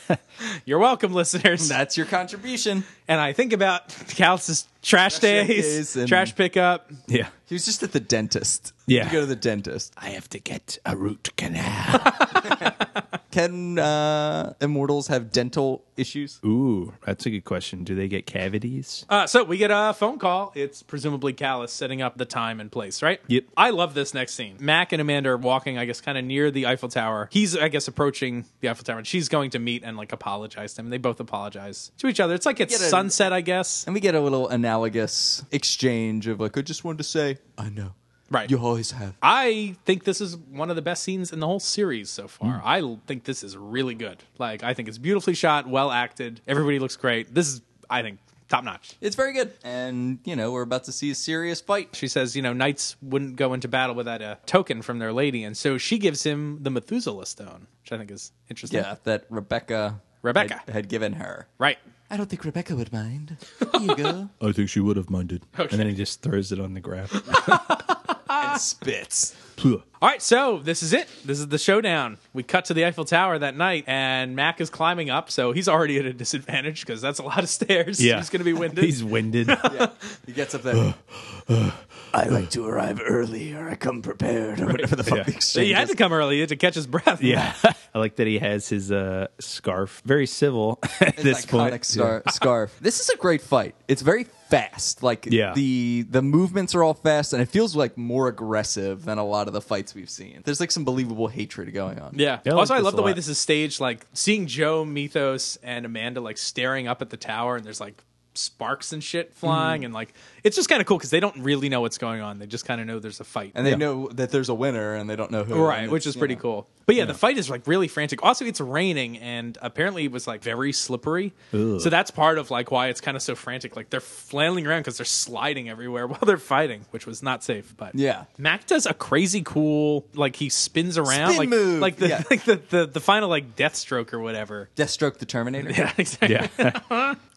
C: You're welcome, listeners
D: That's your contribution.
C: and I think about Callus's trash,
D: Trash
C: days,
D: days and-
C: trash pickup.
E: yeah.
D: He was just at the dentist.
E: Yeah.
D: You go to the dentist.
F: I have to get a root canal.
D: Can uh, immortals have dental issues?
E: Ooh, that's a good question. Do they get cavities?
C: Uh, so we get a phone call. It's presumably Callus setting up the time and place, right?
E: Yep.
C: I love this next scene. Mac and Amanda are walking, I guess, kind of near the Eiffel Tower. He's, I guess, approaching the Eiffel Tower, and she's going to meet and like apologize to him. They both apologize to each other. It's like it's
D: Get a-
C: sunset, I guess.
D: And we get a little analogous exchange of like, I just wanted to say, I know.
C: Right.
D: You always have.
C: I think this is one of the best scenes in the whole series so far. I l- think this is really good. Like, I think it's beautifully shot, well acted. Everybody looks great. This is, I think, top notch.
D: It's very good. And, you know, we're about to see a serious fight.
C: She says, you know, knights wouldn't go into battle without a token from their lady. And so she gives him the Methuselah stone, which I think is interesting.
D: Yeah, that Rebecca
C: Rebecca.
D: had, had given her.
C: Right.
D: I don't think Rebecca would mind. Here you go.
F: I think she would have minded.
E: And then he just throws it on the ground.
D: and spits.
F: Plua.
C: All right. So this is it. This is the showdown. We cut to the Eiffel Tower that night, and Mac is climbing up. So he's already at a disadvantage because that's a lot of stairs. He's going to be winded.
E: He's winded.
D: He gets up there.
B: I like to arrive early, or I come prepared, or whatever the fuck the exchange
C: he had to come early to catch his breath.
E: yeah. I like that he has his uh, scarf. Very civil at this
D: iconic
E: point.
D: star- scarf. This is a great fight. It's very fast. Like
E: Yeah.
D: the the movements are all fast, and it feels like more aggressive than a lot of the fights we've seen. There's like some believable hatred going on.
C: Yeah.
E: Yeah, I
C: also, I
E: like this
C: love
E: a
C: the way
E: lot.
C: this is staged. Like seeing Joe, Mythos, and Amanda like staring up at the tower, and there's like sparks and shit flying,
E: Mm-hmm.
C: and like it's just kind of cool because they don't really know what's going on. They just kind of know there's a fight,
D: and they know that there's a winner, and they don't know who.
C: right,
D: and
C: which
D: it's,
C: is
D: you
C: pretty
D: know.
C: cool. But yeah, the fight is like really frantic. Also, it's raining, and apparently it was like very slippery. So that's part of like why it's kind of so frantic. Like they're flailing around because they're sliding everywhere while they're fighting, which was not safe. But
D: Yeah.
C: Mac does a crazy cool like he spins around
D: Spin
C: like
D: move,
C: like the
D: yeah.
C: like the, the the final like death stroke or whatever.
D: Deathstroke the Terminator.
C: Yeah, exactly.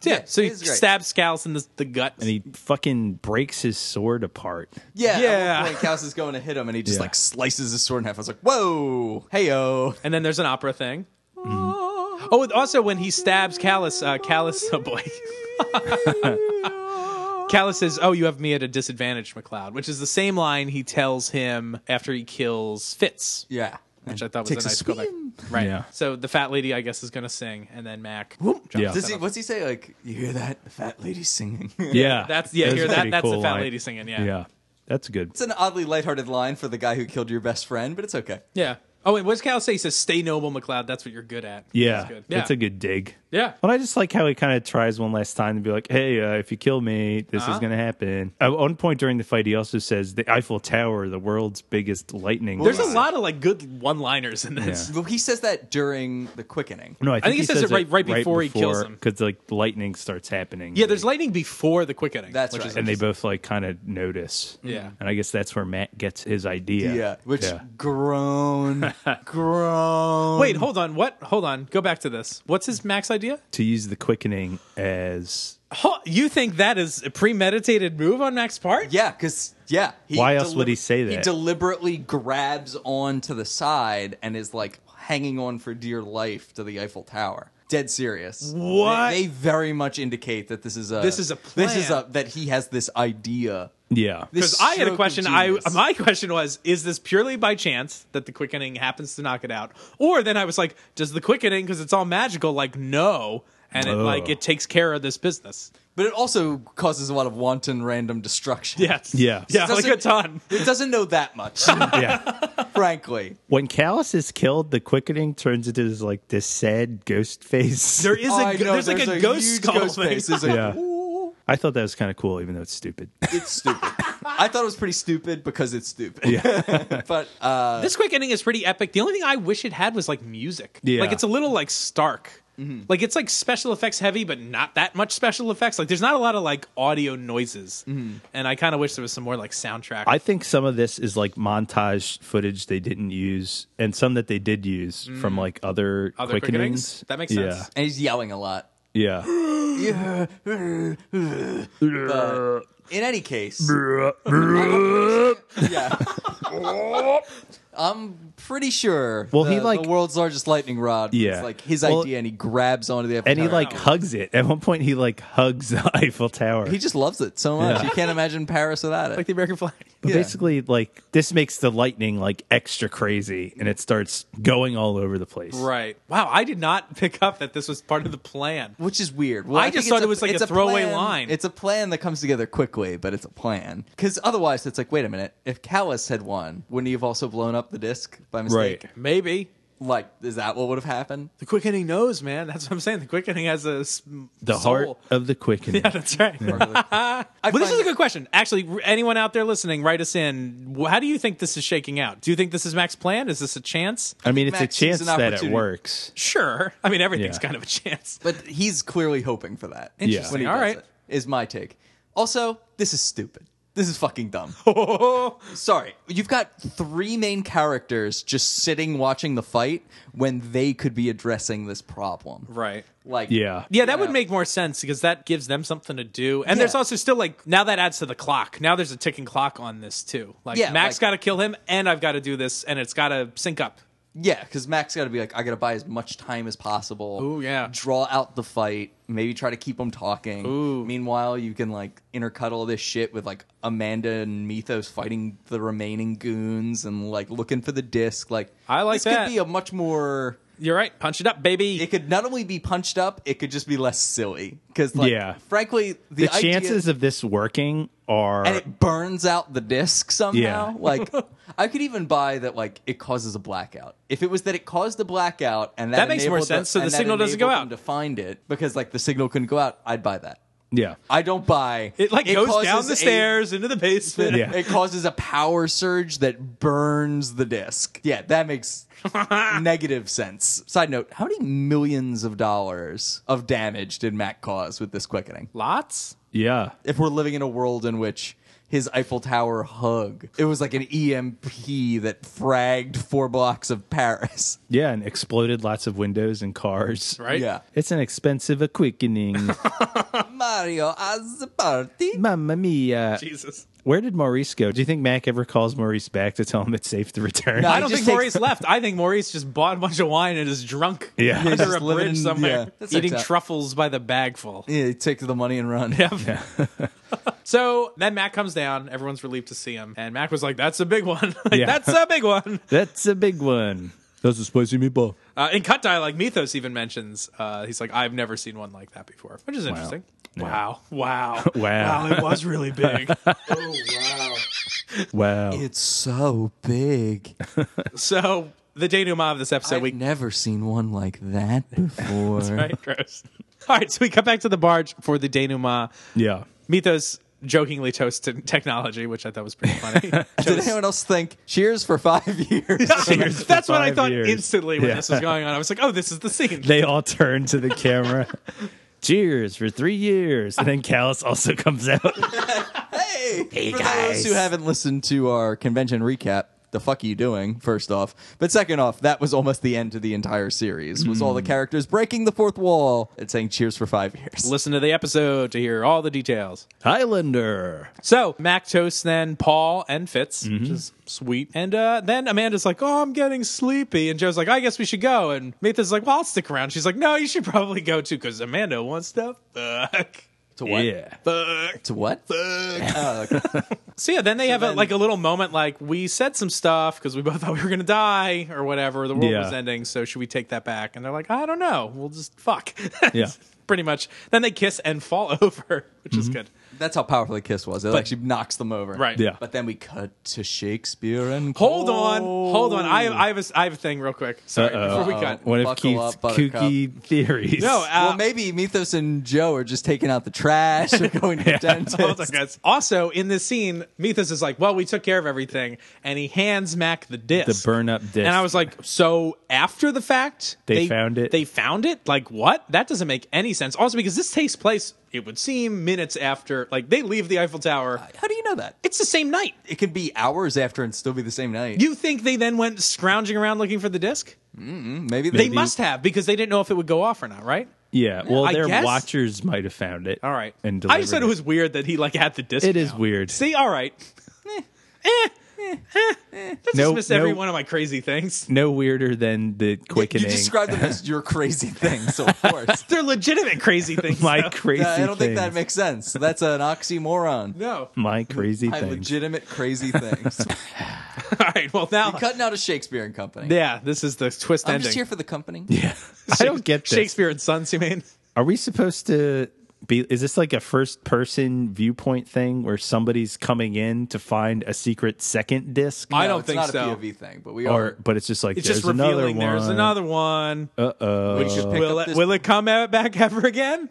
C: Yeah. so he
D: it is great.
C: stabs Scalz in the, the gut.
E: And he fucking breaks his sword apart.
D: Yeah,
C: Yeah.
D: At one point, Kaus is going to hit him, and he just
E: Yeah.
D: like slices his sword in half. I was like, "Whoa, heyo!"
C: And then there's an opera thing. Oh, and also when he stabs Callus, uh, Callus, oh boy. Callus says, Oh, you have me at a disadvantage, McLeod, which is the same line he tells him after he kills Fitz.
D: Yeah,
C: Which I thought was
D: Takes
C: a
D: a
C: nice callback. Right.
E: Yeah.
C: So the fat lady, I guess, is going to sing, and then Mac. whoop, jumps
E: Yeah.
C: in
D: Does he?
C: on-
D: What's he say? Like, you hear that? The fat lady singing.
E: Yeah.
C: That's- yeah,
E: That
C: here,
E: was
C: that-
E: a pretty
C: that's the
E: cool
C: fat
E: line.
C: lady singing, yeah.
E: Yeah. That's good.
D: it's an oddly lighthearted line for the guy who killed your best friend, but it's okay.
C: Yeah. Oh, and what does Callus say? He says, Stay noble, McLeod. That's what you're good at.
E: Yeah.
C: That's good. Yeah.
E: That's a good dig.
C: Yeah.
E: Well, I just like how he kind of tries one last time to be like, hey, uh, if you kill me, this
C: Uh-huh.
E: is going to happen. At one point during the fight, he also says, the Eiffel Tower, the world's biggest lightning.
C: There's a
E: rod."
C: lot of like good one liners in this.
D: Well, he says that during the quickening.
E: No, I think,
C: think he says it right- right before he kills him.
E: Because, like, lightning starts happening.
C: Yeah, there's lightning before the quickening.
D: That's
C: which
D: right.
C: Is
E: And they both, like, kind of notice.
C: Yeah.
E: And I guess that's where Matt gets his idea.
D: Yeah, which
E: Yeah.
D: groan, groan.
C: Wait, hold on. What? Hold on. Go back to this. What's his max idea?
E: To use the quickening as.
C: Huh, you think that is a premeditated move on Mac's part?
D: yeah, because yeah. He
E: Why else would he say
D: He
E: that?
D: deliberately grabs onto the side and is like hanging on for dear life to the Eiffel Tower. Dead serious.
C: What?
D: They, they very much indicate that this is a
C: This is a
D: this is a
C: plan.
D: that he has this idea.
E: Yeah.
D: This
C: Because I had a
D: stroke of
C: question. I
D: genius.
C: my question was: Is this purely by chance that the quickening happens to knock it out, or then I was like, does the quickening because it's all magical? Like no, and it like it takes care of this business.
D: but it also causes a lot of wanton random destruction.
C: Yes.
E: Yeah.
C: Yeah.
D: It
C: Like a
D: doesn't-
C: ton.
D: It doesn't know that much,
E: yeah.
D: frankly.
E: When Callus is killed, the quickening turns into this like this sad ghost face.
C: There is a
D: I know,
C: Oh, there's, like a, ghost
D: huge
C: skull thing.
D: face. It's like,
E: yeah. I thought that was kind of cool, even though it's stupid.
D: It's stupid. I thought it was pretty stupid because it's stupid. but uh,
C: This quick ending is pretty epic. The only thing I wish it had was like music.
E: Yeah.
C: Like it's a little like stark. Like it's like special effects heavy, but not that much special effects. Like there's not a lot of like audio noises, and I kind of wish there was some more like soundtrack.
E: I think some of this is like montage footage they didn't use, and some that they did use from like other
C: Mm. Other quickenings?
E: quickenings.
C: That makes sense.
D: and he's yelling a lot.
E: Yeah, yeah.
D: But in any case, yeah, I'm pretty sure.
E: Well,
D: the-
E: he, like-
D: the world's largest lightning rod. was,
E: Yeah.
D: like his
E: Well-
D: idea, and he grabs onto the Eiffel
E: and he
D: Tower.
E: like hugs it. At one point, he like hugs the Eiffel Tower.
D: he just loves it so much.
E: Yeah.
D: You can't imagine Paris without it.
C: like the American flag.
E: But
D: Yeah.
E: basically, like this makes the lightning like extra crazy, and it starts going all over the place.
C: Right. Wow, I did not pick up that this was part of the plan.
D: which is weird. Well,
C: I
D: think
C: just
D: it's
C: thought
D: a-
C: it was like
D: it's
C: a throwaway
D: plan-
C: line.
D: It's a plan that comes together quickly, but it's a plan. Because otherwise, it's like, wait a minute. If Callus had won, wouldn't he have also blown up the disc by mistake?
C: Maybe.
D: Like, is that what would have happened?
C: The quickening knows, man. That's what I'm saying. The quickening has a s-
E: The
C: soul.
E: heart of the quickening.
C: Yeah, that's right.
D: I
C: Well, this
D: find-
C: is a good question. Actually, r- anyone out there listening, write us in. Wh- How do you think this is shaking out? Do you think this is Mac's plan? Is this a chance?
E: I mean, it's a
D: Max sees
E: chance
D: an
E: that it
D: opportunity.
E: works.
C: Sure. I mean, everything's
E: Yeah.
C: kind of a chance.
D: But he's clearly hoping for that.
C: Interesting.
D: When he
C: All
D: does
C: right.
D: it, is my take. Also, this is stupid. This is fucking dumb.
C: Oh.
D: Sorry. You've got three main characters just sitting watching the fight when they could be addressing this problem.
C: Right.
D: Like,
E: Yeah.
C: Yeah, that
D: You
C: would
D: know.
C: make more sense because that gives them something to do. And there's
D: Yeah.
C: also still like now that adds to the clock. Now there's a ticking clock on this too. Like
D: Yeah,
C: Mac's
D: like-
C: got to kill him, and I've got to do this, and it's got to sync up.
D: Yeah, because Max got to be like, I got to buy as much time as possible.
C: Ooh, yeah.
D: Draw out the fight. Maybe try to keep them talking.
C: Ooh.
D: Meanwhile, you can like intercut all this shit with like Amanda and Mythos fighting the remaining goons and like looking for the disc. Like,
C: I like
D: this
C: that.
D: could be a much more.
C: You're right. Punch it up, baby.
D: It could not only be punched up, it could just be less silly. Because like,
E: Yeah.
D: frankly, the,
E: The
D: idea-
E: chances of this working are
D: and it burns out the disc somehow.
E: Yeah.
D: Like I could even buy that like it causes a blackout. If it was that it caused a blackout and that,
C: That makes more
D: enabled
C: sense, so the
D: and that
C: signal doesn't go
D: enabled
C: out.
D: them to find it because like the signal couldn't go out, I'd buy that.
E: yeah.
D: I don't buy
C: It like goes
D: causes
C: down the
D: a-
C: stairs into the basement.
E: Yeah.
D: It causes a power surge that burns the disc. Yeah, that makes negative sense. Side note, how many millions of dollars of damage did Mac cause with this quickening?
C: Lots.
E: Yeah.
D: if we're living in a world in which his Eiffel Tower hug, it was like an EMP that fragged four blocks of Paris.
E: Yeah, and exploded lots of windows and cars.
C: Right.
D: Yeah.
E: It's an expensive a quickening.
D: Mario as a party.
E: Mamma mia.
C: Jesus.
E: Where did Maurice go? Do you think Mac ever calls Maurice back to tell him it's safe to return?
D: No.
C: I
D: It
C: don't
D: just
C: think Maurice
D: takes-
C: left. I think Maurice just bought a bunch of wine and is drunk
E: Yeah. He's
C: under
D: just
C: a
D: living
C: bridge
D: in-
C: somewhere,
D: yeah. That
C: eating
D: sucks out.
C: truffles by the bagful.
D: Yeah, he takes the money and run.
C: So then Mac comes down. Everyone's relieved to see him, and Mac was like, "That's a big one. Like,
E: Yeah.
C: That's a big one."
E: That's a big one.
F: That's a spicy meatball.
C: Uh, in cut dialogue, Mythos even mentions uh, he's like, "I've never seen one like that before," which is interesting. Wow! Wow!
E: Wow.
C: It was really big.
E: Wow.
D: It's so big.
C: so the denouement of this episode,
D: I've
C: we
D: never seen one like that before.
C: right, gross. All right, so we cut back to the barge for the denouement.
E: yeah.
C: Mythos jokingly toasts to technology, which I thought was pretty funny.
D: Did anyone else think, cheers for five years?
E: Cheers for
C: That's what I
E: five
C: thought
E: years.
C: instantly when
E: Yeah.
C: this was going on. I was like, "Oh, this is the scene."
E: They all turn to the camera. Cheers for three years. And then Callus also comes out.
D: Hey, for those who haven't listened to our convention recap, the fuck are you doing? First off, but second off, that was almost the end to the entire series. Was all the characters breaking the fourth wall and saying "Cheers for five years"?
C: Listen to the episode to hear all the details.
E: Highlander.
C: So Mac toasts then Paul and Fitz,
E: Mm-hmm.
C: which is sweet. And uh, then Amanda's like, "Oh, I'm getting sleepy," and Joe's like, "I guess we should go." And Mitha's like, "Well, I'll stick around." She's like, "No, you should probably go too because Amanda wants to fuck."
D: to what?
E: Yeah.
C: Fuck.
D: To what? Oh, okay.
C: So yeah, then they have a,
D: then-
C: like a little moment, like we said some stuff because we both thought we were gonna die or whatever. The world
E: Yeah.
C: was ending, so should we take that back? And they're like, I don't know. We'll just fuck.
E: Yeah.
C: pretty much. Then they kiss and fall over, which is
E: Mm-hmm.
C: good.
D: That's how powerful the kiss was. It actually knocks them over.
C: Right.
E: Yeah.
D: But then we cut to Shakespeare and
C: Hold on, hold on. I have, I have a, s- I have a thing real quick. Sorry,
E: Oh. Uh-oh.
C: before we cut.
E: One of
D: Buckle
E: Keith's
D: up, buttercup.
E: kooky theories.
C: No, uh,
D: well, maybe Mythos and Joe are just taking out the trash or going to the dentist.
C: Hold on, guys. Also, in this scene, Methus is like, "Well, we took care of everything," and he hands Mac the disc,
E: The burn-up disc.
C: And I was like, "So after the fact,
E: They found it?
C: They found it. Like what? That doesn't make any sense." Also, because this takes place, it would seem, minutes after. Like they leave the Eiffel Tower.
D: How do you know that?
C: It's the same night.
D: It could be hours after and still be the same night.
C: You think they then went scrounging around looking for the disc?
D: maybe
C: They must have because they didn't know if it would go off or not, right?
E: Yeah. Well,
C: I
E: their
C: guess-
E: watchers might have found it.
C: All right.
E: And
C: I just
E: delivered
C: thought it was weird that he like had the disc.
E: It is
C: now.
E: weird.
C: See, all right. Eh. Eh.
E: no,
C: Dismiss
E: no,
C: every one of my crazy things.
E: no weirder than the quickening.
D: You describe them as your crazy thing, so of course.
C: They're legitimate crazy things.
E: my
C: though.
E: crazy.
D: Yeah, I don't think that
E: things.
D: makes sense. That's an oxymoron.
C: no.
E: my crazy
D: I
E: things.
D: legitimate crazy things.
C: All right. Well, now.
D: Cutting out a Shakespeare and Company.
C: yeah, this is the twist
D: I'm
C: ending.
D: just here for the company.
E: I don't get this.
C: Shakespeare and Sons. You mean?
E: Are we supposed to be? Is this like a first person viewpoint thing where somebody's coming in to find a secret second disc?
C: I
D: No,
C: don't
D: it's
C: think
D: not
C: so.
D: a POV thing, but we
E: or
D: are.
E: but it's just like
C: It's
E: there's
C: just
E: another
C: revealing
E: one.
C: there's another one.
E: Uh oh.
D: Which just pick
C: will it,
D: up this-
C: will it come out back ever again?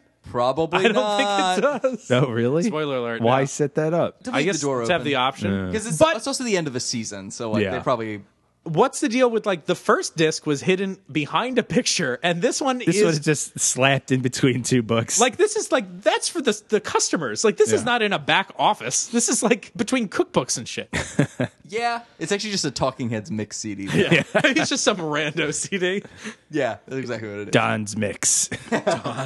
D: Probably
C: I don't
D: not.
C: think it does.
E: No, Oh, really?
C: Spoiler alert,
E: Why
C: no.
E: set that up?
D: To
C: I
D: leave
C: guess
D: the door
C: let's
D: open.
C: have the option.
D: because it's,
C: But-
D: it's also the end of a season, so like
E: Yeah.
D: they probably
C: What's the deal with like the first disc was hidden behind a picture, and this one
E: This
C: is
E: one is just slapped in between two books.
C: like this is like that's for the the customers. Like this is
E: Yeah.
C: not in a back office. This is like between cookbooks and shit.
D: yeah. It's actually just a Talking Heads mix CD.
C: Yeah, it's just some rando CD.
D: yeah, that's exactly what it is.
E: Don's Mix,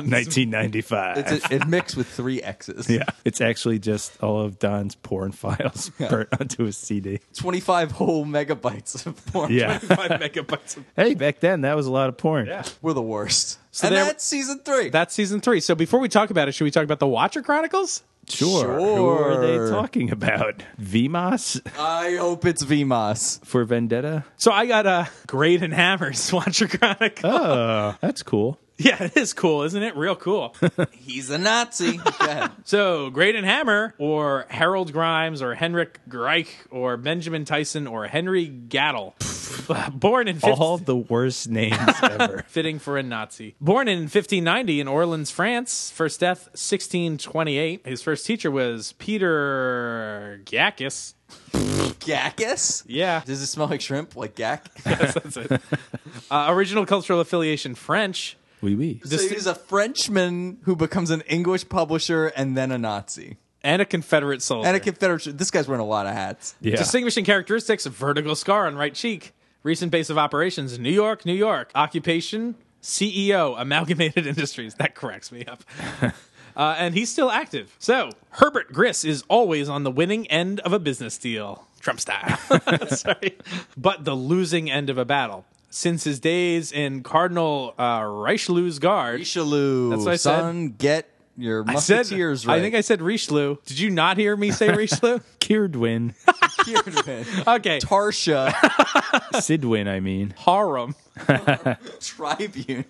E: 1995.
D: It's a, it mixed with three X's.
E: yeah, it's actually just all of Don's porn files burnt onto a CD.
D: 25 whole megabytes of porn.
E: Yeah.
C: Five megabytes. Of-
E: hey, back then that was a lot of porn. Yeah.
D: We're the worst. and
C: there-
D: that's season three.
C: that's season three. So before we talk about it, should we talk about the Watcher Chronicles?
E: Sure. Who are
D: Sure.
E: they talking about? Vimas
D: I hope it's VMOS.
E: for Vendetta?
C: So I got a Great and Hammers Watcher Chronicle.
E: Oh, that's cool.
C: Yeah, it is cool, isn't it? Real cool.
D: He's a Nazi. Go ahead.
C: So, Graydon Hammer, or Harold Grimes, or Henrik Greich, or Benjamin Tyson, or Henry Gattle, born in 15-
E: All the worst names ever.
C: fitting for a Nazi. Born in 1590 in Orleans, France. First death 1628. His first teacher was Peter Gakis.
D: Gakus?
C: Yeah,
D: Does it smell like shrimp? Like gack?
C: that's it. Uh, original cultural affiliation French.
E: Wee wee.
D: so he's a Frenchman who becomes an English publisher and then a Nazi.
C: And a Confederate soldier.
D: And a Confederate. This guy's wearing a lot of hats.
E: Yeah.
C: Distinguishing characteristics vertical scar on right cheek. Recent base of operations New York, New York. Occupation CEO, Amalgamated Industries. That cracks me up. Uh, and he's still active. So Herbert Griss is always on the winning end of a business deal, Trump style. Sorry. But the losing end of a battle. Since his days in Cardinal uh, Richelieu's guard.
D: Richelieu.
C: That's what I said.
D: son, get your
C: I said-
D: musketeers right.
C: I think I said Richelieu. Did you not hear me say Richelieu?
E: Kirdwin.
D: Beardman.
C: Okay.
D: Tarsha
E: Sidwin, I mean.
C: Harum.
D: Tribune.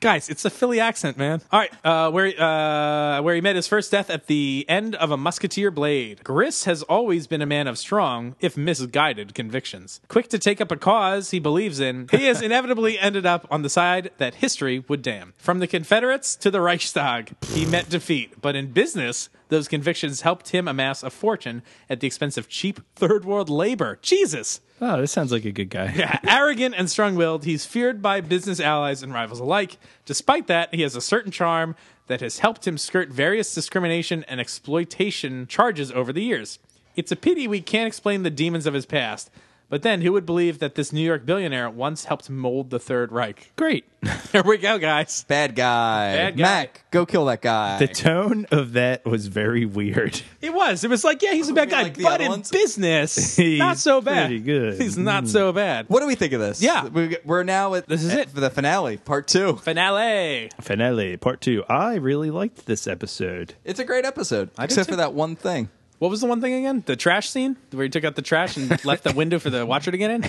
C: Guys, it's a Philly accent, man. All right, uh, where uh, where he met his first death at the end of a musketeer blade. Gris has always been a man of strong, if misguided, convictions. Quick to take up a cause he believes in, he has inevitably ended up on the side that history would damn. From the Confederates to the Reichstag, he met defeat, but in business. Those convictions helped him amass a fortune at the expense of cheap third world labor. Jesus!
E: Oh, this sounds like a good guy. Yeah.
C: Arrogant and strong willed, he's feared by business allies and rivals alike. Despite that, he has a certain charm that has helped him skirt various discrimination and exploitation charges over the years. It's a pity we can't explain the demons of his past. But then, who would believe that this New York billionaire once helped mold the Third Reich?
E: Great.
C: There we go, guys.
D: Bad guy.
C: Bad guy.
D: Mac, go kill that guy.
E: The tone of that was very weird.
C: It was. It was like, yeah, he's a bad guy,
D: like the
C: but
D: other
C: in
D: ones?
C: business,
E: He's
C: not so bad.
E: pretty good.
C: He's not so bad.
D: what do we think of this?
C: Yeah.
D: We- We're now at
C: This is
D: at
C: it.
D: for the finale, part two.
C: Finale.
E: Finale, part two. I really liked this episode.
D: It's a great episode,
C: did
D: except
C: too.
D: for that one thing.
C: What was the one thing again? The trash scene where he took out the trash and left the window for the watcher to get in.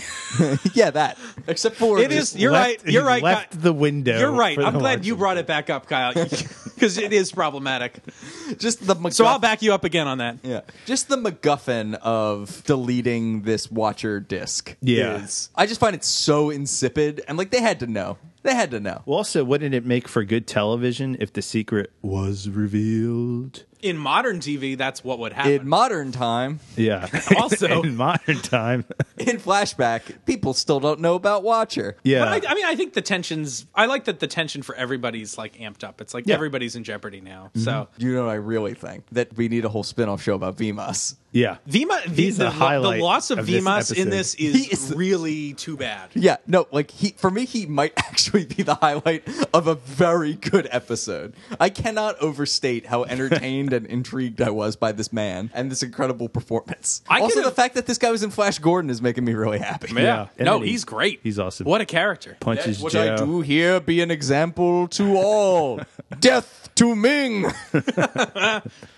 D: yeah, that. Except for
C: It
D: just-
C: is. You're
E: Left-
C: right. You're
E: he
C: right.
E: Left
C: Kyle.
E: the window.
C: You're right.
E: for
C: I'm
E: the
C: glad you
E: watcher.
C: brought it back up, Kyle, because it is problematic.
D: just the MacGuffin.
C: So I'll back you up again on that.
D: Yeah, just the MacGuffin of deleting this Watcher disc.
E: Yeah.
D: is- I just find it so insipid, and like they had to know. They had to know.
E: Well, also, wouldn't it make for good television if the secret was revealed?
C: In modern TV, that's what would
D: In
C: happen.
D: modern time,
E: Yeah.
C: Also-
E: in modern time.
D: in flashback, people still don't know about Watcher.
E: Yeah.
C: But I, I mean, I think the tensions. I like that the tension for everybody's like amped up. It's like everybody's in jeopardy now.
E: Mm-hmm.
C: So
D: You know what I really think? That we need a whole spin off show about Vimas.
E: yeah.
C: Vima, the,
E: He's
C: the,
E: the highlight
C: the loss of,
E: of this
C: Vimas in
E: episode.
C: this
D: He
C: is,
D: is the-
C: really too bad.
D: Yeah, no, like he for me he might actually be the highlight of a very good episode. I cannot overstate how entertained charmed and intrigued I was by this man and this incredible performance.
C: I
D: also,
C: could've-
D: the fact that this guy was in Flash Gordon is making me really happy.
E: Yeah. And
C: No,
E: then he-
C: he's great.
E: he's awesome.
C: What a character.
E: punches
D: What
E: Joe.
D: I do here be an example to all. Death to Ming.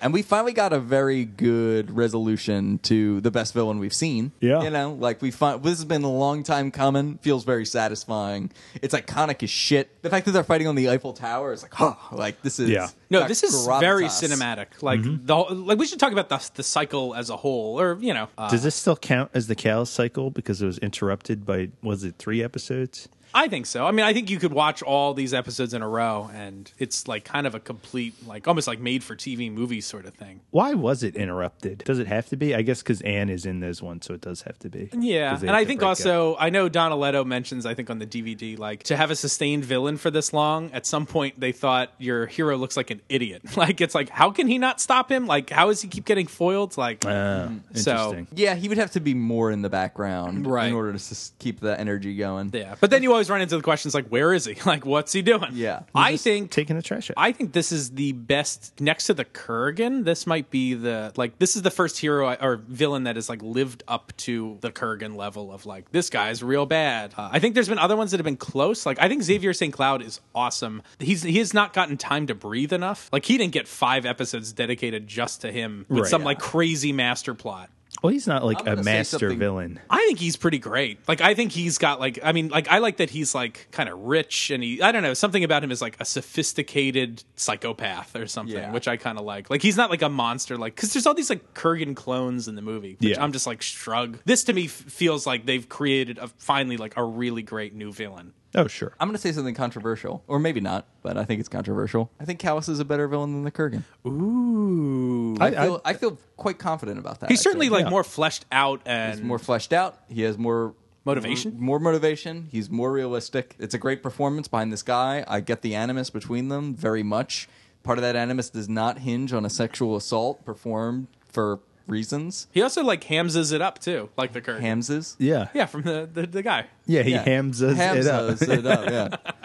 D: and we finally got a very good resolution to the best villain we've seen.
E: Yeah.
D: You know, like we find this has been a long time coming. Feels very satisfying. It's iconic as shit. The fact that they're fighting on the Eiffel Tower is like, huh, like this is
E: Yeah.
C: No,
D: got
C: this is
D: gravitas.
C: very cinematic. Like
E: Mm-hmm.
C: the whole- like we should talk about the the cycle as a whole, or you know, uh,
E: Does this still count as the Cal cycle because it was interrupted by was it three episodes?
C: I think so. I mean, I think you could watch all these episodes in a row, and it's like kind of a complete, like almost like made for TV movie sort of thing.
E: Why was it interrupted? Does it have to be? I guess because Anne is in those ones, so it does have to be. 'Cause
C: Yeah,
E: they
C: and
E: have
C: I
E: to
C: think
E: break up.
C: also I know Don Oleto mentions I think on the DVD like to have a sustained villain for this long. At some point, they thought your hero looks like an idiot. Like it's like how can he not stop him? Like how does he keep getting foiled? Like so-
E: Ah, interesting.
D: Yeah, he would have to be more in the background
C: Right.
D: in order to s- keep the energy going.
C: yeah, but then you always run into the questions like where is he? Like what's he doing?
D: Yeah.
C: I think
E: taking the trash out.
C: I think this is the best next to the Kurgan. This might be the like this is the first hero I- or villain that has like lived up to the Kurgan level of like this guy's real bad. Uh, I think there's been other ones that have been close. Like I think Xavier St. Cloud is awesome. He's he has not gotten time to breathe enough. Like he didn't get five episodes dedicated just to him with
E: Right.
C: some like crazy master plot.
E: well, he's not like a
D: gonna say
E: master
D: something-
E: villain.
C: I think he's pretty great. Like I think he's got like I mean like I like that he's like kind of rich and he I don't know something about him is like a sophisticated psychopath or something
D: Yeah.
C: which I kind of like. Like he's not like a monster like cuz there's all these like Kurgan clones in the movie which
E: Yeah.
C: I'm just like shrug. This to me f- feels like they've created a, finally like a really great new villain.
E: Oh, sure.
D: I'm going to say something controversial, or maybe not, but I think it's controversial. I think Callus is a better villain than the Kurgan.
C: Ooh.
D: I, feel, I, feel quite confident about that.
C: He's certainly
D: actually.
C: like more fleshed out and
D: He's more fleshed out. He has more
C: Motivation?
D: more motivation. He's more realistic. It's a great performance behind this guy. I get the animus between them very much. Part of that animus does not hinge on a sexual assault performed for reasons.
C: He also like hamses it up too, like the Kurgan.
D: Hamses.
E: Yeah.
C: yeah, from the, the the guy.
E: Yeah, he hams us it up.
D: Hamses it up. Yeah.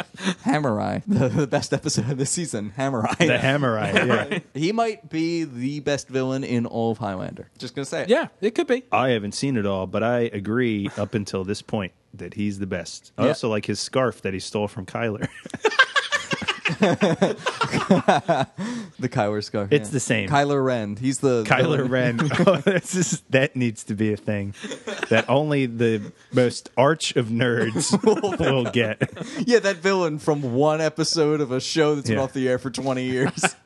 D: Hammer Eye, the, the best episode of the season. Hammer Eye.
E: The hammer eye. Yeah.
D: He might be the best villain in all of Highlander. Just gonna say it.
C: Yeah, it could be.
E: I haven't seen it all, but I agree up until this point that he's the best. I
D: Yeah.
E: also like his scarf that he stole from Kyler.
D: The Kyler scarf.
E: It's the same.
D: Kyler Ren. He's the
E: Kyler Ren. Oh, this is, that needs to be a thing that only the most arch of nerds will get.
D: Yeah, that villain from one episode of a show that's been
E: Yeah.
D: off the air for 20 years.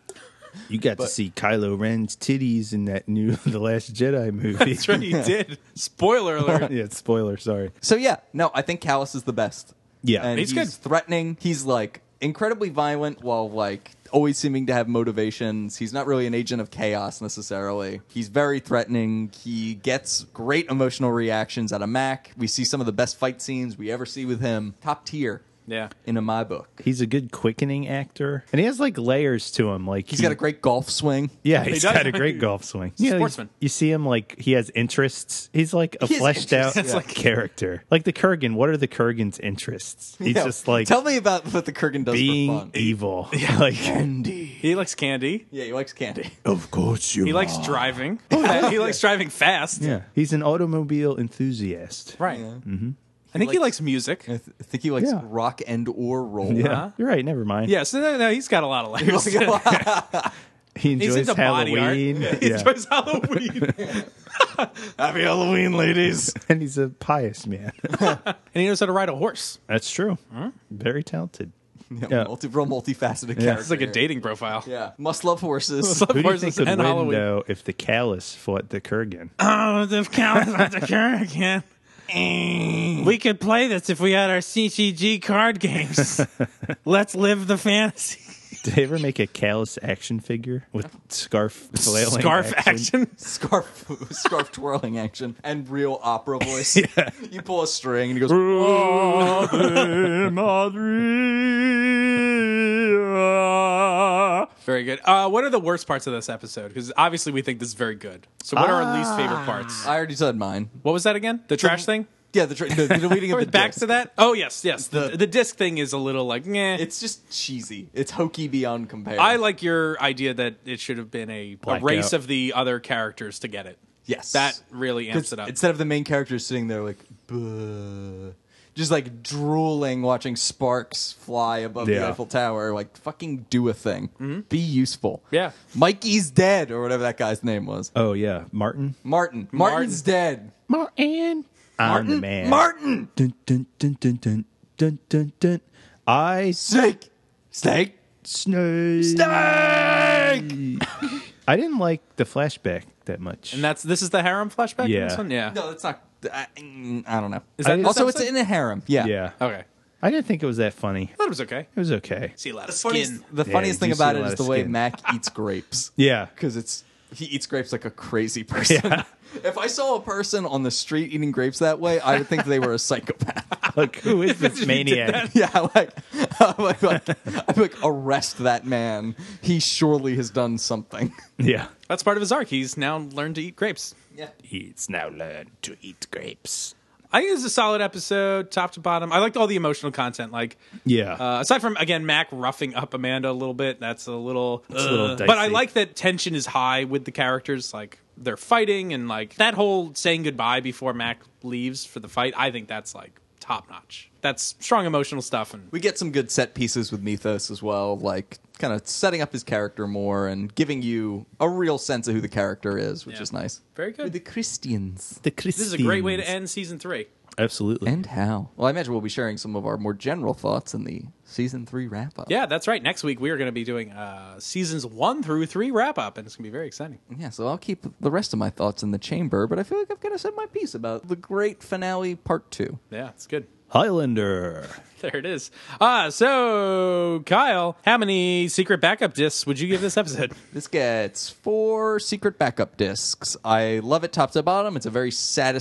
E: You got to see Kylo Ren's titties in that new The Last Jedi movie.
C: That's right, he did. Spoiler alert.
E: yeah, spoiler. Sorry.
D: so, yeah, no, I think Callus is the best.
E: Yeah.
D: And
C: He's
D: he's,
C: good.
D: threatening. He's like incredibly violent while like always seeming to have motivations. He's not really an agent of chaos necessarily. He's very threatening. He gets great emotional reactions out of Mac. We see some of the best fight scenes we ever see with him. Top tier.
C: Yeah.
D: In my book.
E: He's a good quickening actor, and he has like layers to him. Like
D: He's got a great golf swing.
E: yeah, he's
C: does.
E: got a great golf swing.
C: a
E: You know, you-
C: sportsman.
E: You see him like he has interests. He's like a
D: He has
E: fleshed out
D: interests, yeah.
E: like, character. Like the Kurgan. What are the Kurgan's interests? He's
D: Yeah.
E: just like
D: Tell me about what the Kurgan does for
E: being
D: fun.
E: evil. Like
C: He likes candy.
D: yeah, he likes candy.
F: Of course you
C: He likes driving.
D: Oh,
C: he likes driving fast.
E: yeah, he's an automobile enthusiast.
C: Right. Mm-hmm. I think he likes,
D: likes-
C: music.
D: I, th- I think he likes
E: Yeah.
D: rock and or roll.
E: Yeah, you're right. Never mind.
C: Yeah, so no, no, he's got a lot of layers.
D: Like, wow.
E: he
C: He's
E: enjoys
C: into body art.
E: Halloween.
C: He
E: Yeah.
C: enjoys Halloween.
F: Happy Halloween, ladies.
E: and he's a pious man.
C: and he knows how to ride a horse.
E: That's true. Very talented.
D: yeah,
E: Yeah.
D: Multi, real multifaceted
E: Yeah.
D: character.
C: It's like a dating profile.
D: Yeah, must love horses.
C: Love
E: Who do you
C: horses
E: think would
C: and
E: win,
C: Halloween.
E: though, if the Callus fought the Kurgan?
C: Oh, the count is the Kurgan. we could play this if we had our CCG card games. Let's live the fantasy.
E: Did they ever make a Callus action figure with scarf flailing?
C: Scarf action.
D: scarf, scarf twirling action and real opera voice. You pull a string and he goes.
C: Very good. Uh, what are the worst parts of this episode? Because obviously we think this is very good. So what are our least favorite parts?
D: I already said mine.
C: What was that again? The trash thing?
D: Yeah, the, tra- the, the deleting of the
C: back
D: disc.
C: to that. Oh yes, yes. The,
D: The-
C: the disc thing is a little like, nah.
D: It's just cheesy. It's hokey beyond compare.
C: I like your idea that it should have been a, a
E: Blackout.
C: race of the other characters to get it.
D: yes
C: That really amps
D: 'Cause
C: it up.
D: Instead of the main character sitting there like, "Bleh," just like drooling, watching sparks fly above the
E: Yeah.
D: Eiffel Tower. Like, fucking do a thing. Be useful.
C: Mm-hmm. Yeah.
D: Mikey's dead, or whatever that guy's name was.
E: Oh yeah, Martin.
D: Martin. Martin's dead.
E: Martin. I'm the man.
D: Martin.
E: Dun, dun, dun, dun, dun, dun, dun, dun. I
D: Snake. Snake.
E: snake. I didn't like the flashback that much.
C: and that's this is the harem flashback. in
E: Yeah.
C: This one? Yeah.
D: No, that's not. I, I don't know.
C: Is that this
D: also, it's
C: episode?
D: in a harem. Yeah.
E: yeah,
C: Okay.
E: I didn't think it was that funny.
C: That was okay.
E: It was okay.
C: See a lot of
D: Funniest-
C: skin.
D: the
E: Yeah,
D: funniest
E: you
D: thing
E: do see
D: about
E: a
D: it
E: lot
D: is
E: of
D: the way
E: skin.
D: Mac eats grapes.
E: Yeah,
D: because it's he eats grapes like a crazy person. if I saw a person on the street eating grapes that way, I would think they were a psychopath.
E: like who is this maniac?
D: yeah, like I'm like, like, I'm like arrest that man. He surely has done something.
E: Yeah,
C: That's part of his arc. He's now learned to eat grapes.
E: he's now learned to eat grapes.
C: I think this is a solid episode, top to bottom. I liked all the emotional content. Like,
E: Yeah,
C: uh, aside from again Mac roughing up Amanda a little bit, that's a little.
E: a little
C: uh, but I
E: dicey.
C: like that tension is high with the characters. Like they're fighting and like that whole saying goodbye before Mac leaves for the fight. I think that's like top notch. That's strong emotional stuff and
D: We get some good set pieces with Mythos as well, like kind of setting up his character more and giving you a real sense of who the character is, which
C: Yeah.
D: is nice.
C: very
D: With the
C: good.
D: Christians.
E: the
C: This is a great way to end season three.
E: Absolutely.
D: And how? Well, I imagine we'll be sharing some of our more general thoughts in the season three wrap up.
C: Yeah, that's right. Next week we are going to be doing uh, seasons one through three wrap up, and it's going to be very exciting.
D: Yeah, so I'll keep the rest of my thoughts in the chamber, but I feel like I've kind of said my piece about the great finale part two.
C: Yeah, it's good.
E: Highlander.
C: There it is. Ah, so Kyle, how many secret backup discs would you give this episode?
D: This gets four secret backup discs. I love it top to bottom. It's a very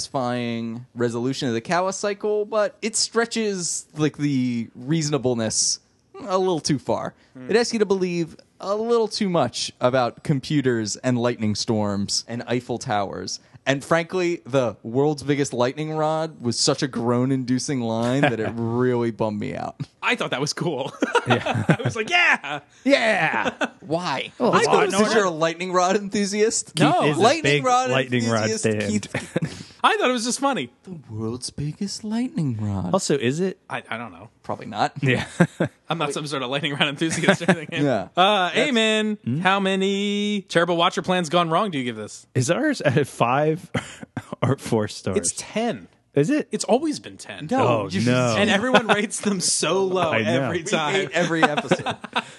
D: satisfying resolution of the Kawa cycle, but it stretches like the reasonableness a little too far. It asks you to believe a little too much about computers and lightning storms and Eiffel Towers. And frankly, the world's biggest lightning rod was such a groan inducing line that it really bummed me out.
C: I thought that was cool. I was like, yeah.
E: Yeah.
D: Why?
E: I thought
D: Since you're a lightning rod enthusiast?
C: No. is a
D: lightning
E: big
D: rod
E: lightning rod
D: enthusiast
E: stand.
D: Keith-
C: I thought it was just funny.
D: world's biggest lightning rod.
E: also, is it?
C: I, I don't know.
D: Probably not.
E: Yeah.
C: I'm not some sort of lightning round enthusiast or anything.
D: Yeah.
C: Uh, Amen. How many terrible watcher plans gone wrong do you give this?
E: Is ours at a five or four stars?
C: It's 10.
E: is it?
C: It's always been 10.
E: oh
D: you-
E: no!
C: And everyone rates them so low
E: I know.
C: every
E: We
C: time.
D: Every episode.
E: I don't.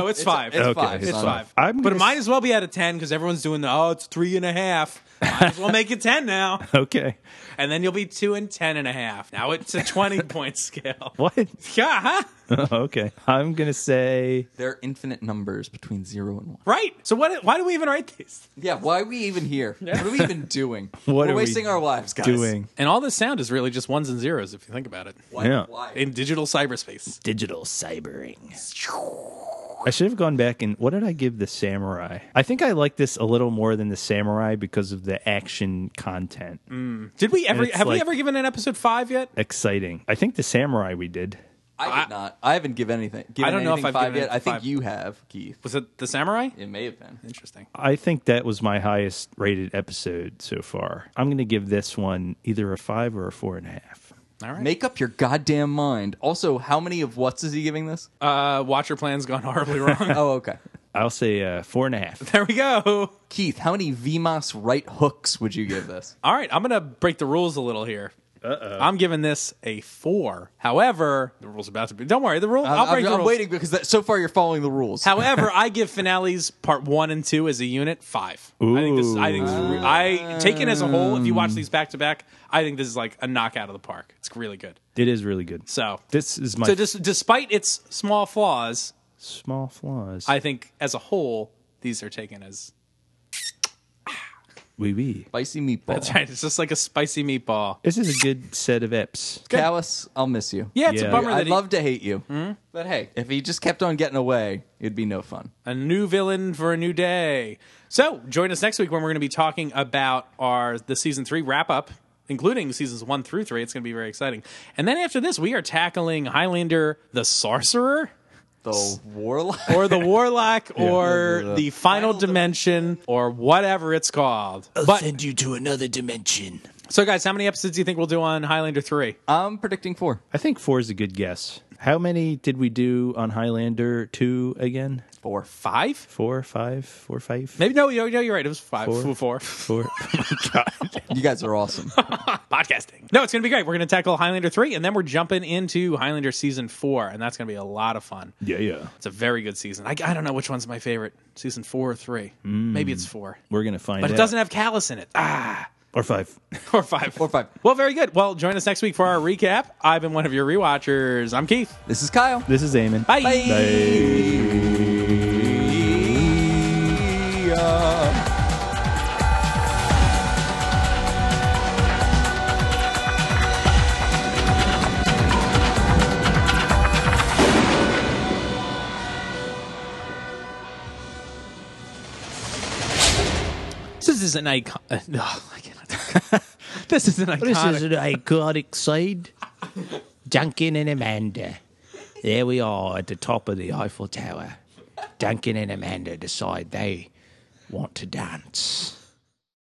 C: No, it's five.
D: It's
E: Okay.
D: five.
E: It's
C: It's
D: son.
C: five.
E: I'm
C: but
E: gonna
C: it might
E: s-
C: as well be out of 10 because everyone's doing the, oh, it's three and a half. Might as well make it 10 now.
E: okay.
C: And then you'll be two and ten and a half. Now it's a 20 point scale.
E: What?
C: Yeah, huh?
E: okay. I'm gonna say
D: There are infinite numbers between zero and one.
C: Right. So what, why do we even write these?
D: Yeah, why are we even here? What are we even doing?
E: What
D: We're
E: are we
D: wasting our lives, guys.
E: doing
C: And all this sound is really just ones and zeros if you think about it.
D: Why?
E: Yeah.
D: why?
C: In digital cyberspace.
E: digital cybering. I should have gone back and what did I give the samurai? I think I like this a little more than the samurai because of the action content.
C: Did we ever
E: it's
C: have we
E: like-
C: ever given an episode 5 yet?
E: Exciting. I think the samurai we did.
D: I did not. I haven't given anything. Given
C: I don't know if
D: anything
C: I've
D: five
C: given
D: yet.
C: it
D: I think
C: five.
D: you have, Keith.
C: Was it The Samurai?
D: It may have been.
C: Interesting.
E: I think that was my highest rated episode so far. I'm going to give this one either a five or a four and a half.
C: All right.
D: Make up your goddamn mind. Also, how many of what's is he giving this?
C: Uh watcher plan's gone horribly wrong.
D: oh, okay.
E: I'll say uh, four and a half.
C: there we go.
D: Keith, how many VMOS right hooks would you give this?
C: All right, I'm going to break the rules a little here. Uh-oh. I'm giving this a 4. However, the rule's about to be Don't worry, the rule I'll
D: I'm-
C: break the
D: Uh, I'm
C: rules.
D: waiting because that, so far you're following the rules.
C: However, I give finales part one and two as a unit five. I think this. Is, I think this is re- I taken as a whole. If you watch these back to back, I think this is like a knockout of the park. It's really good.
E: It is really good.
C: So
E: this is my
C: so just despite its small flaws,
E: small flaws.
C: I think as a whole these are taken as.
E: wee wee.
D: Spicy meatball.
C: That's right. It's just like a spicy meatball.
E: This is a good set of eps.
D: Callus, I'll miss you.
C: Yeah, it's a
E: Yeah.
C: bummer that
D: I'd
C: he- Hmm?
D: love to hate you. But hey, if he just kept on getting away, it'd be no fun.
C: a new villain for a new day. So join us next week when we're going to be talking about our the season three wrap up including seasons one through three. It's going to be very exciting. And then after this, we are tackling Highlander the Sorcerer.
D: The warlock.
C: Or the warlock, or
D: Yeah.
C: the final, dimension, or whatever it's called.
F: I'll
C: But
F: send you to another dimension.
C: so, guys, how many episodes do you think we'll do on Highlander three?
D: I'm predicting four.
E: I think four is a good guess. How many did we do on Highlander two again?
D: Four.
C: Five?
E: Four, five, four, five,
C: Maybe no, no, no, you're right. It was five,
E: Four.
C: four.
E: four.
D: You guys are awesome.
C: podcasting. No, it's going to be great. We're going to tackle Highlander 3 and then we're jumping into Highlander season 4 and that's going to be a lot of fun.
E: yeah, yeah.
C: It's a very good season. I, I don't know which one's my favorite, season 4 or 3. Maybe it's 4.
E: We're gonna find
C: But
E: out.
C: it doesn't have Callus in it. Ah,
E: or five.
C: or 5.
D: Or five.
C: Well, very good. Well, join us next week for our recap. I've been one of your rewatchers. I'm Keith.
D: This is Kyle.
E: This is Eamon.
C: Bye.
D: Yeah.
C: This is an icon. uh, no, I cannot. this is an iconic.
I: This is an iconic side. Duncan and Amanda. There we are at the top of the Eiffel Tower. Duncan and Amanda decide they want to dance.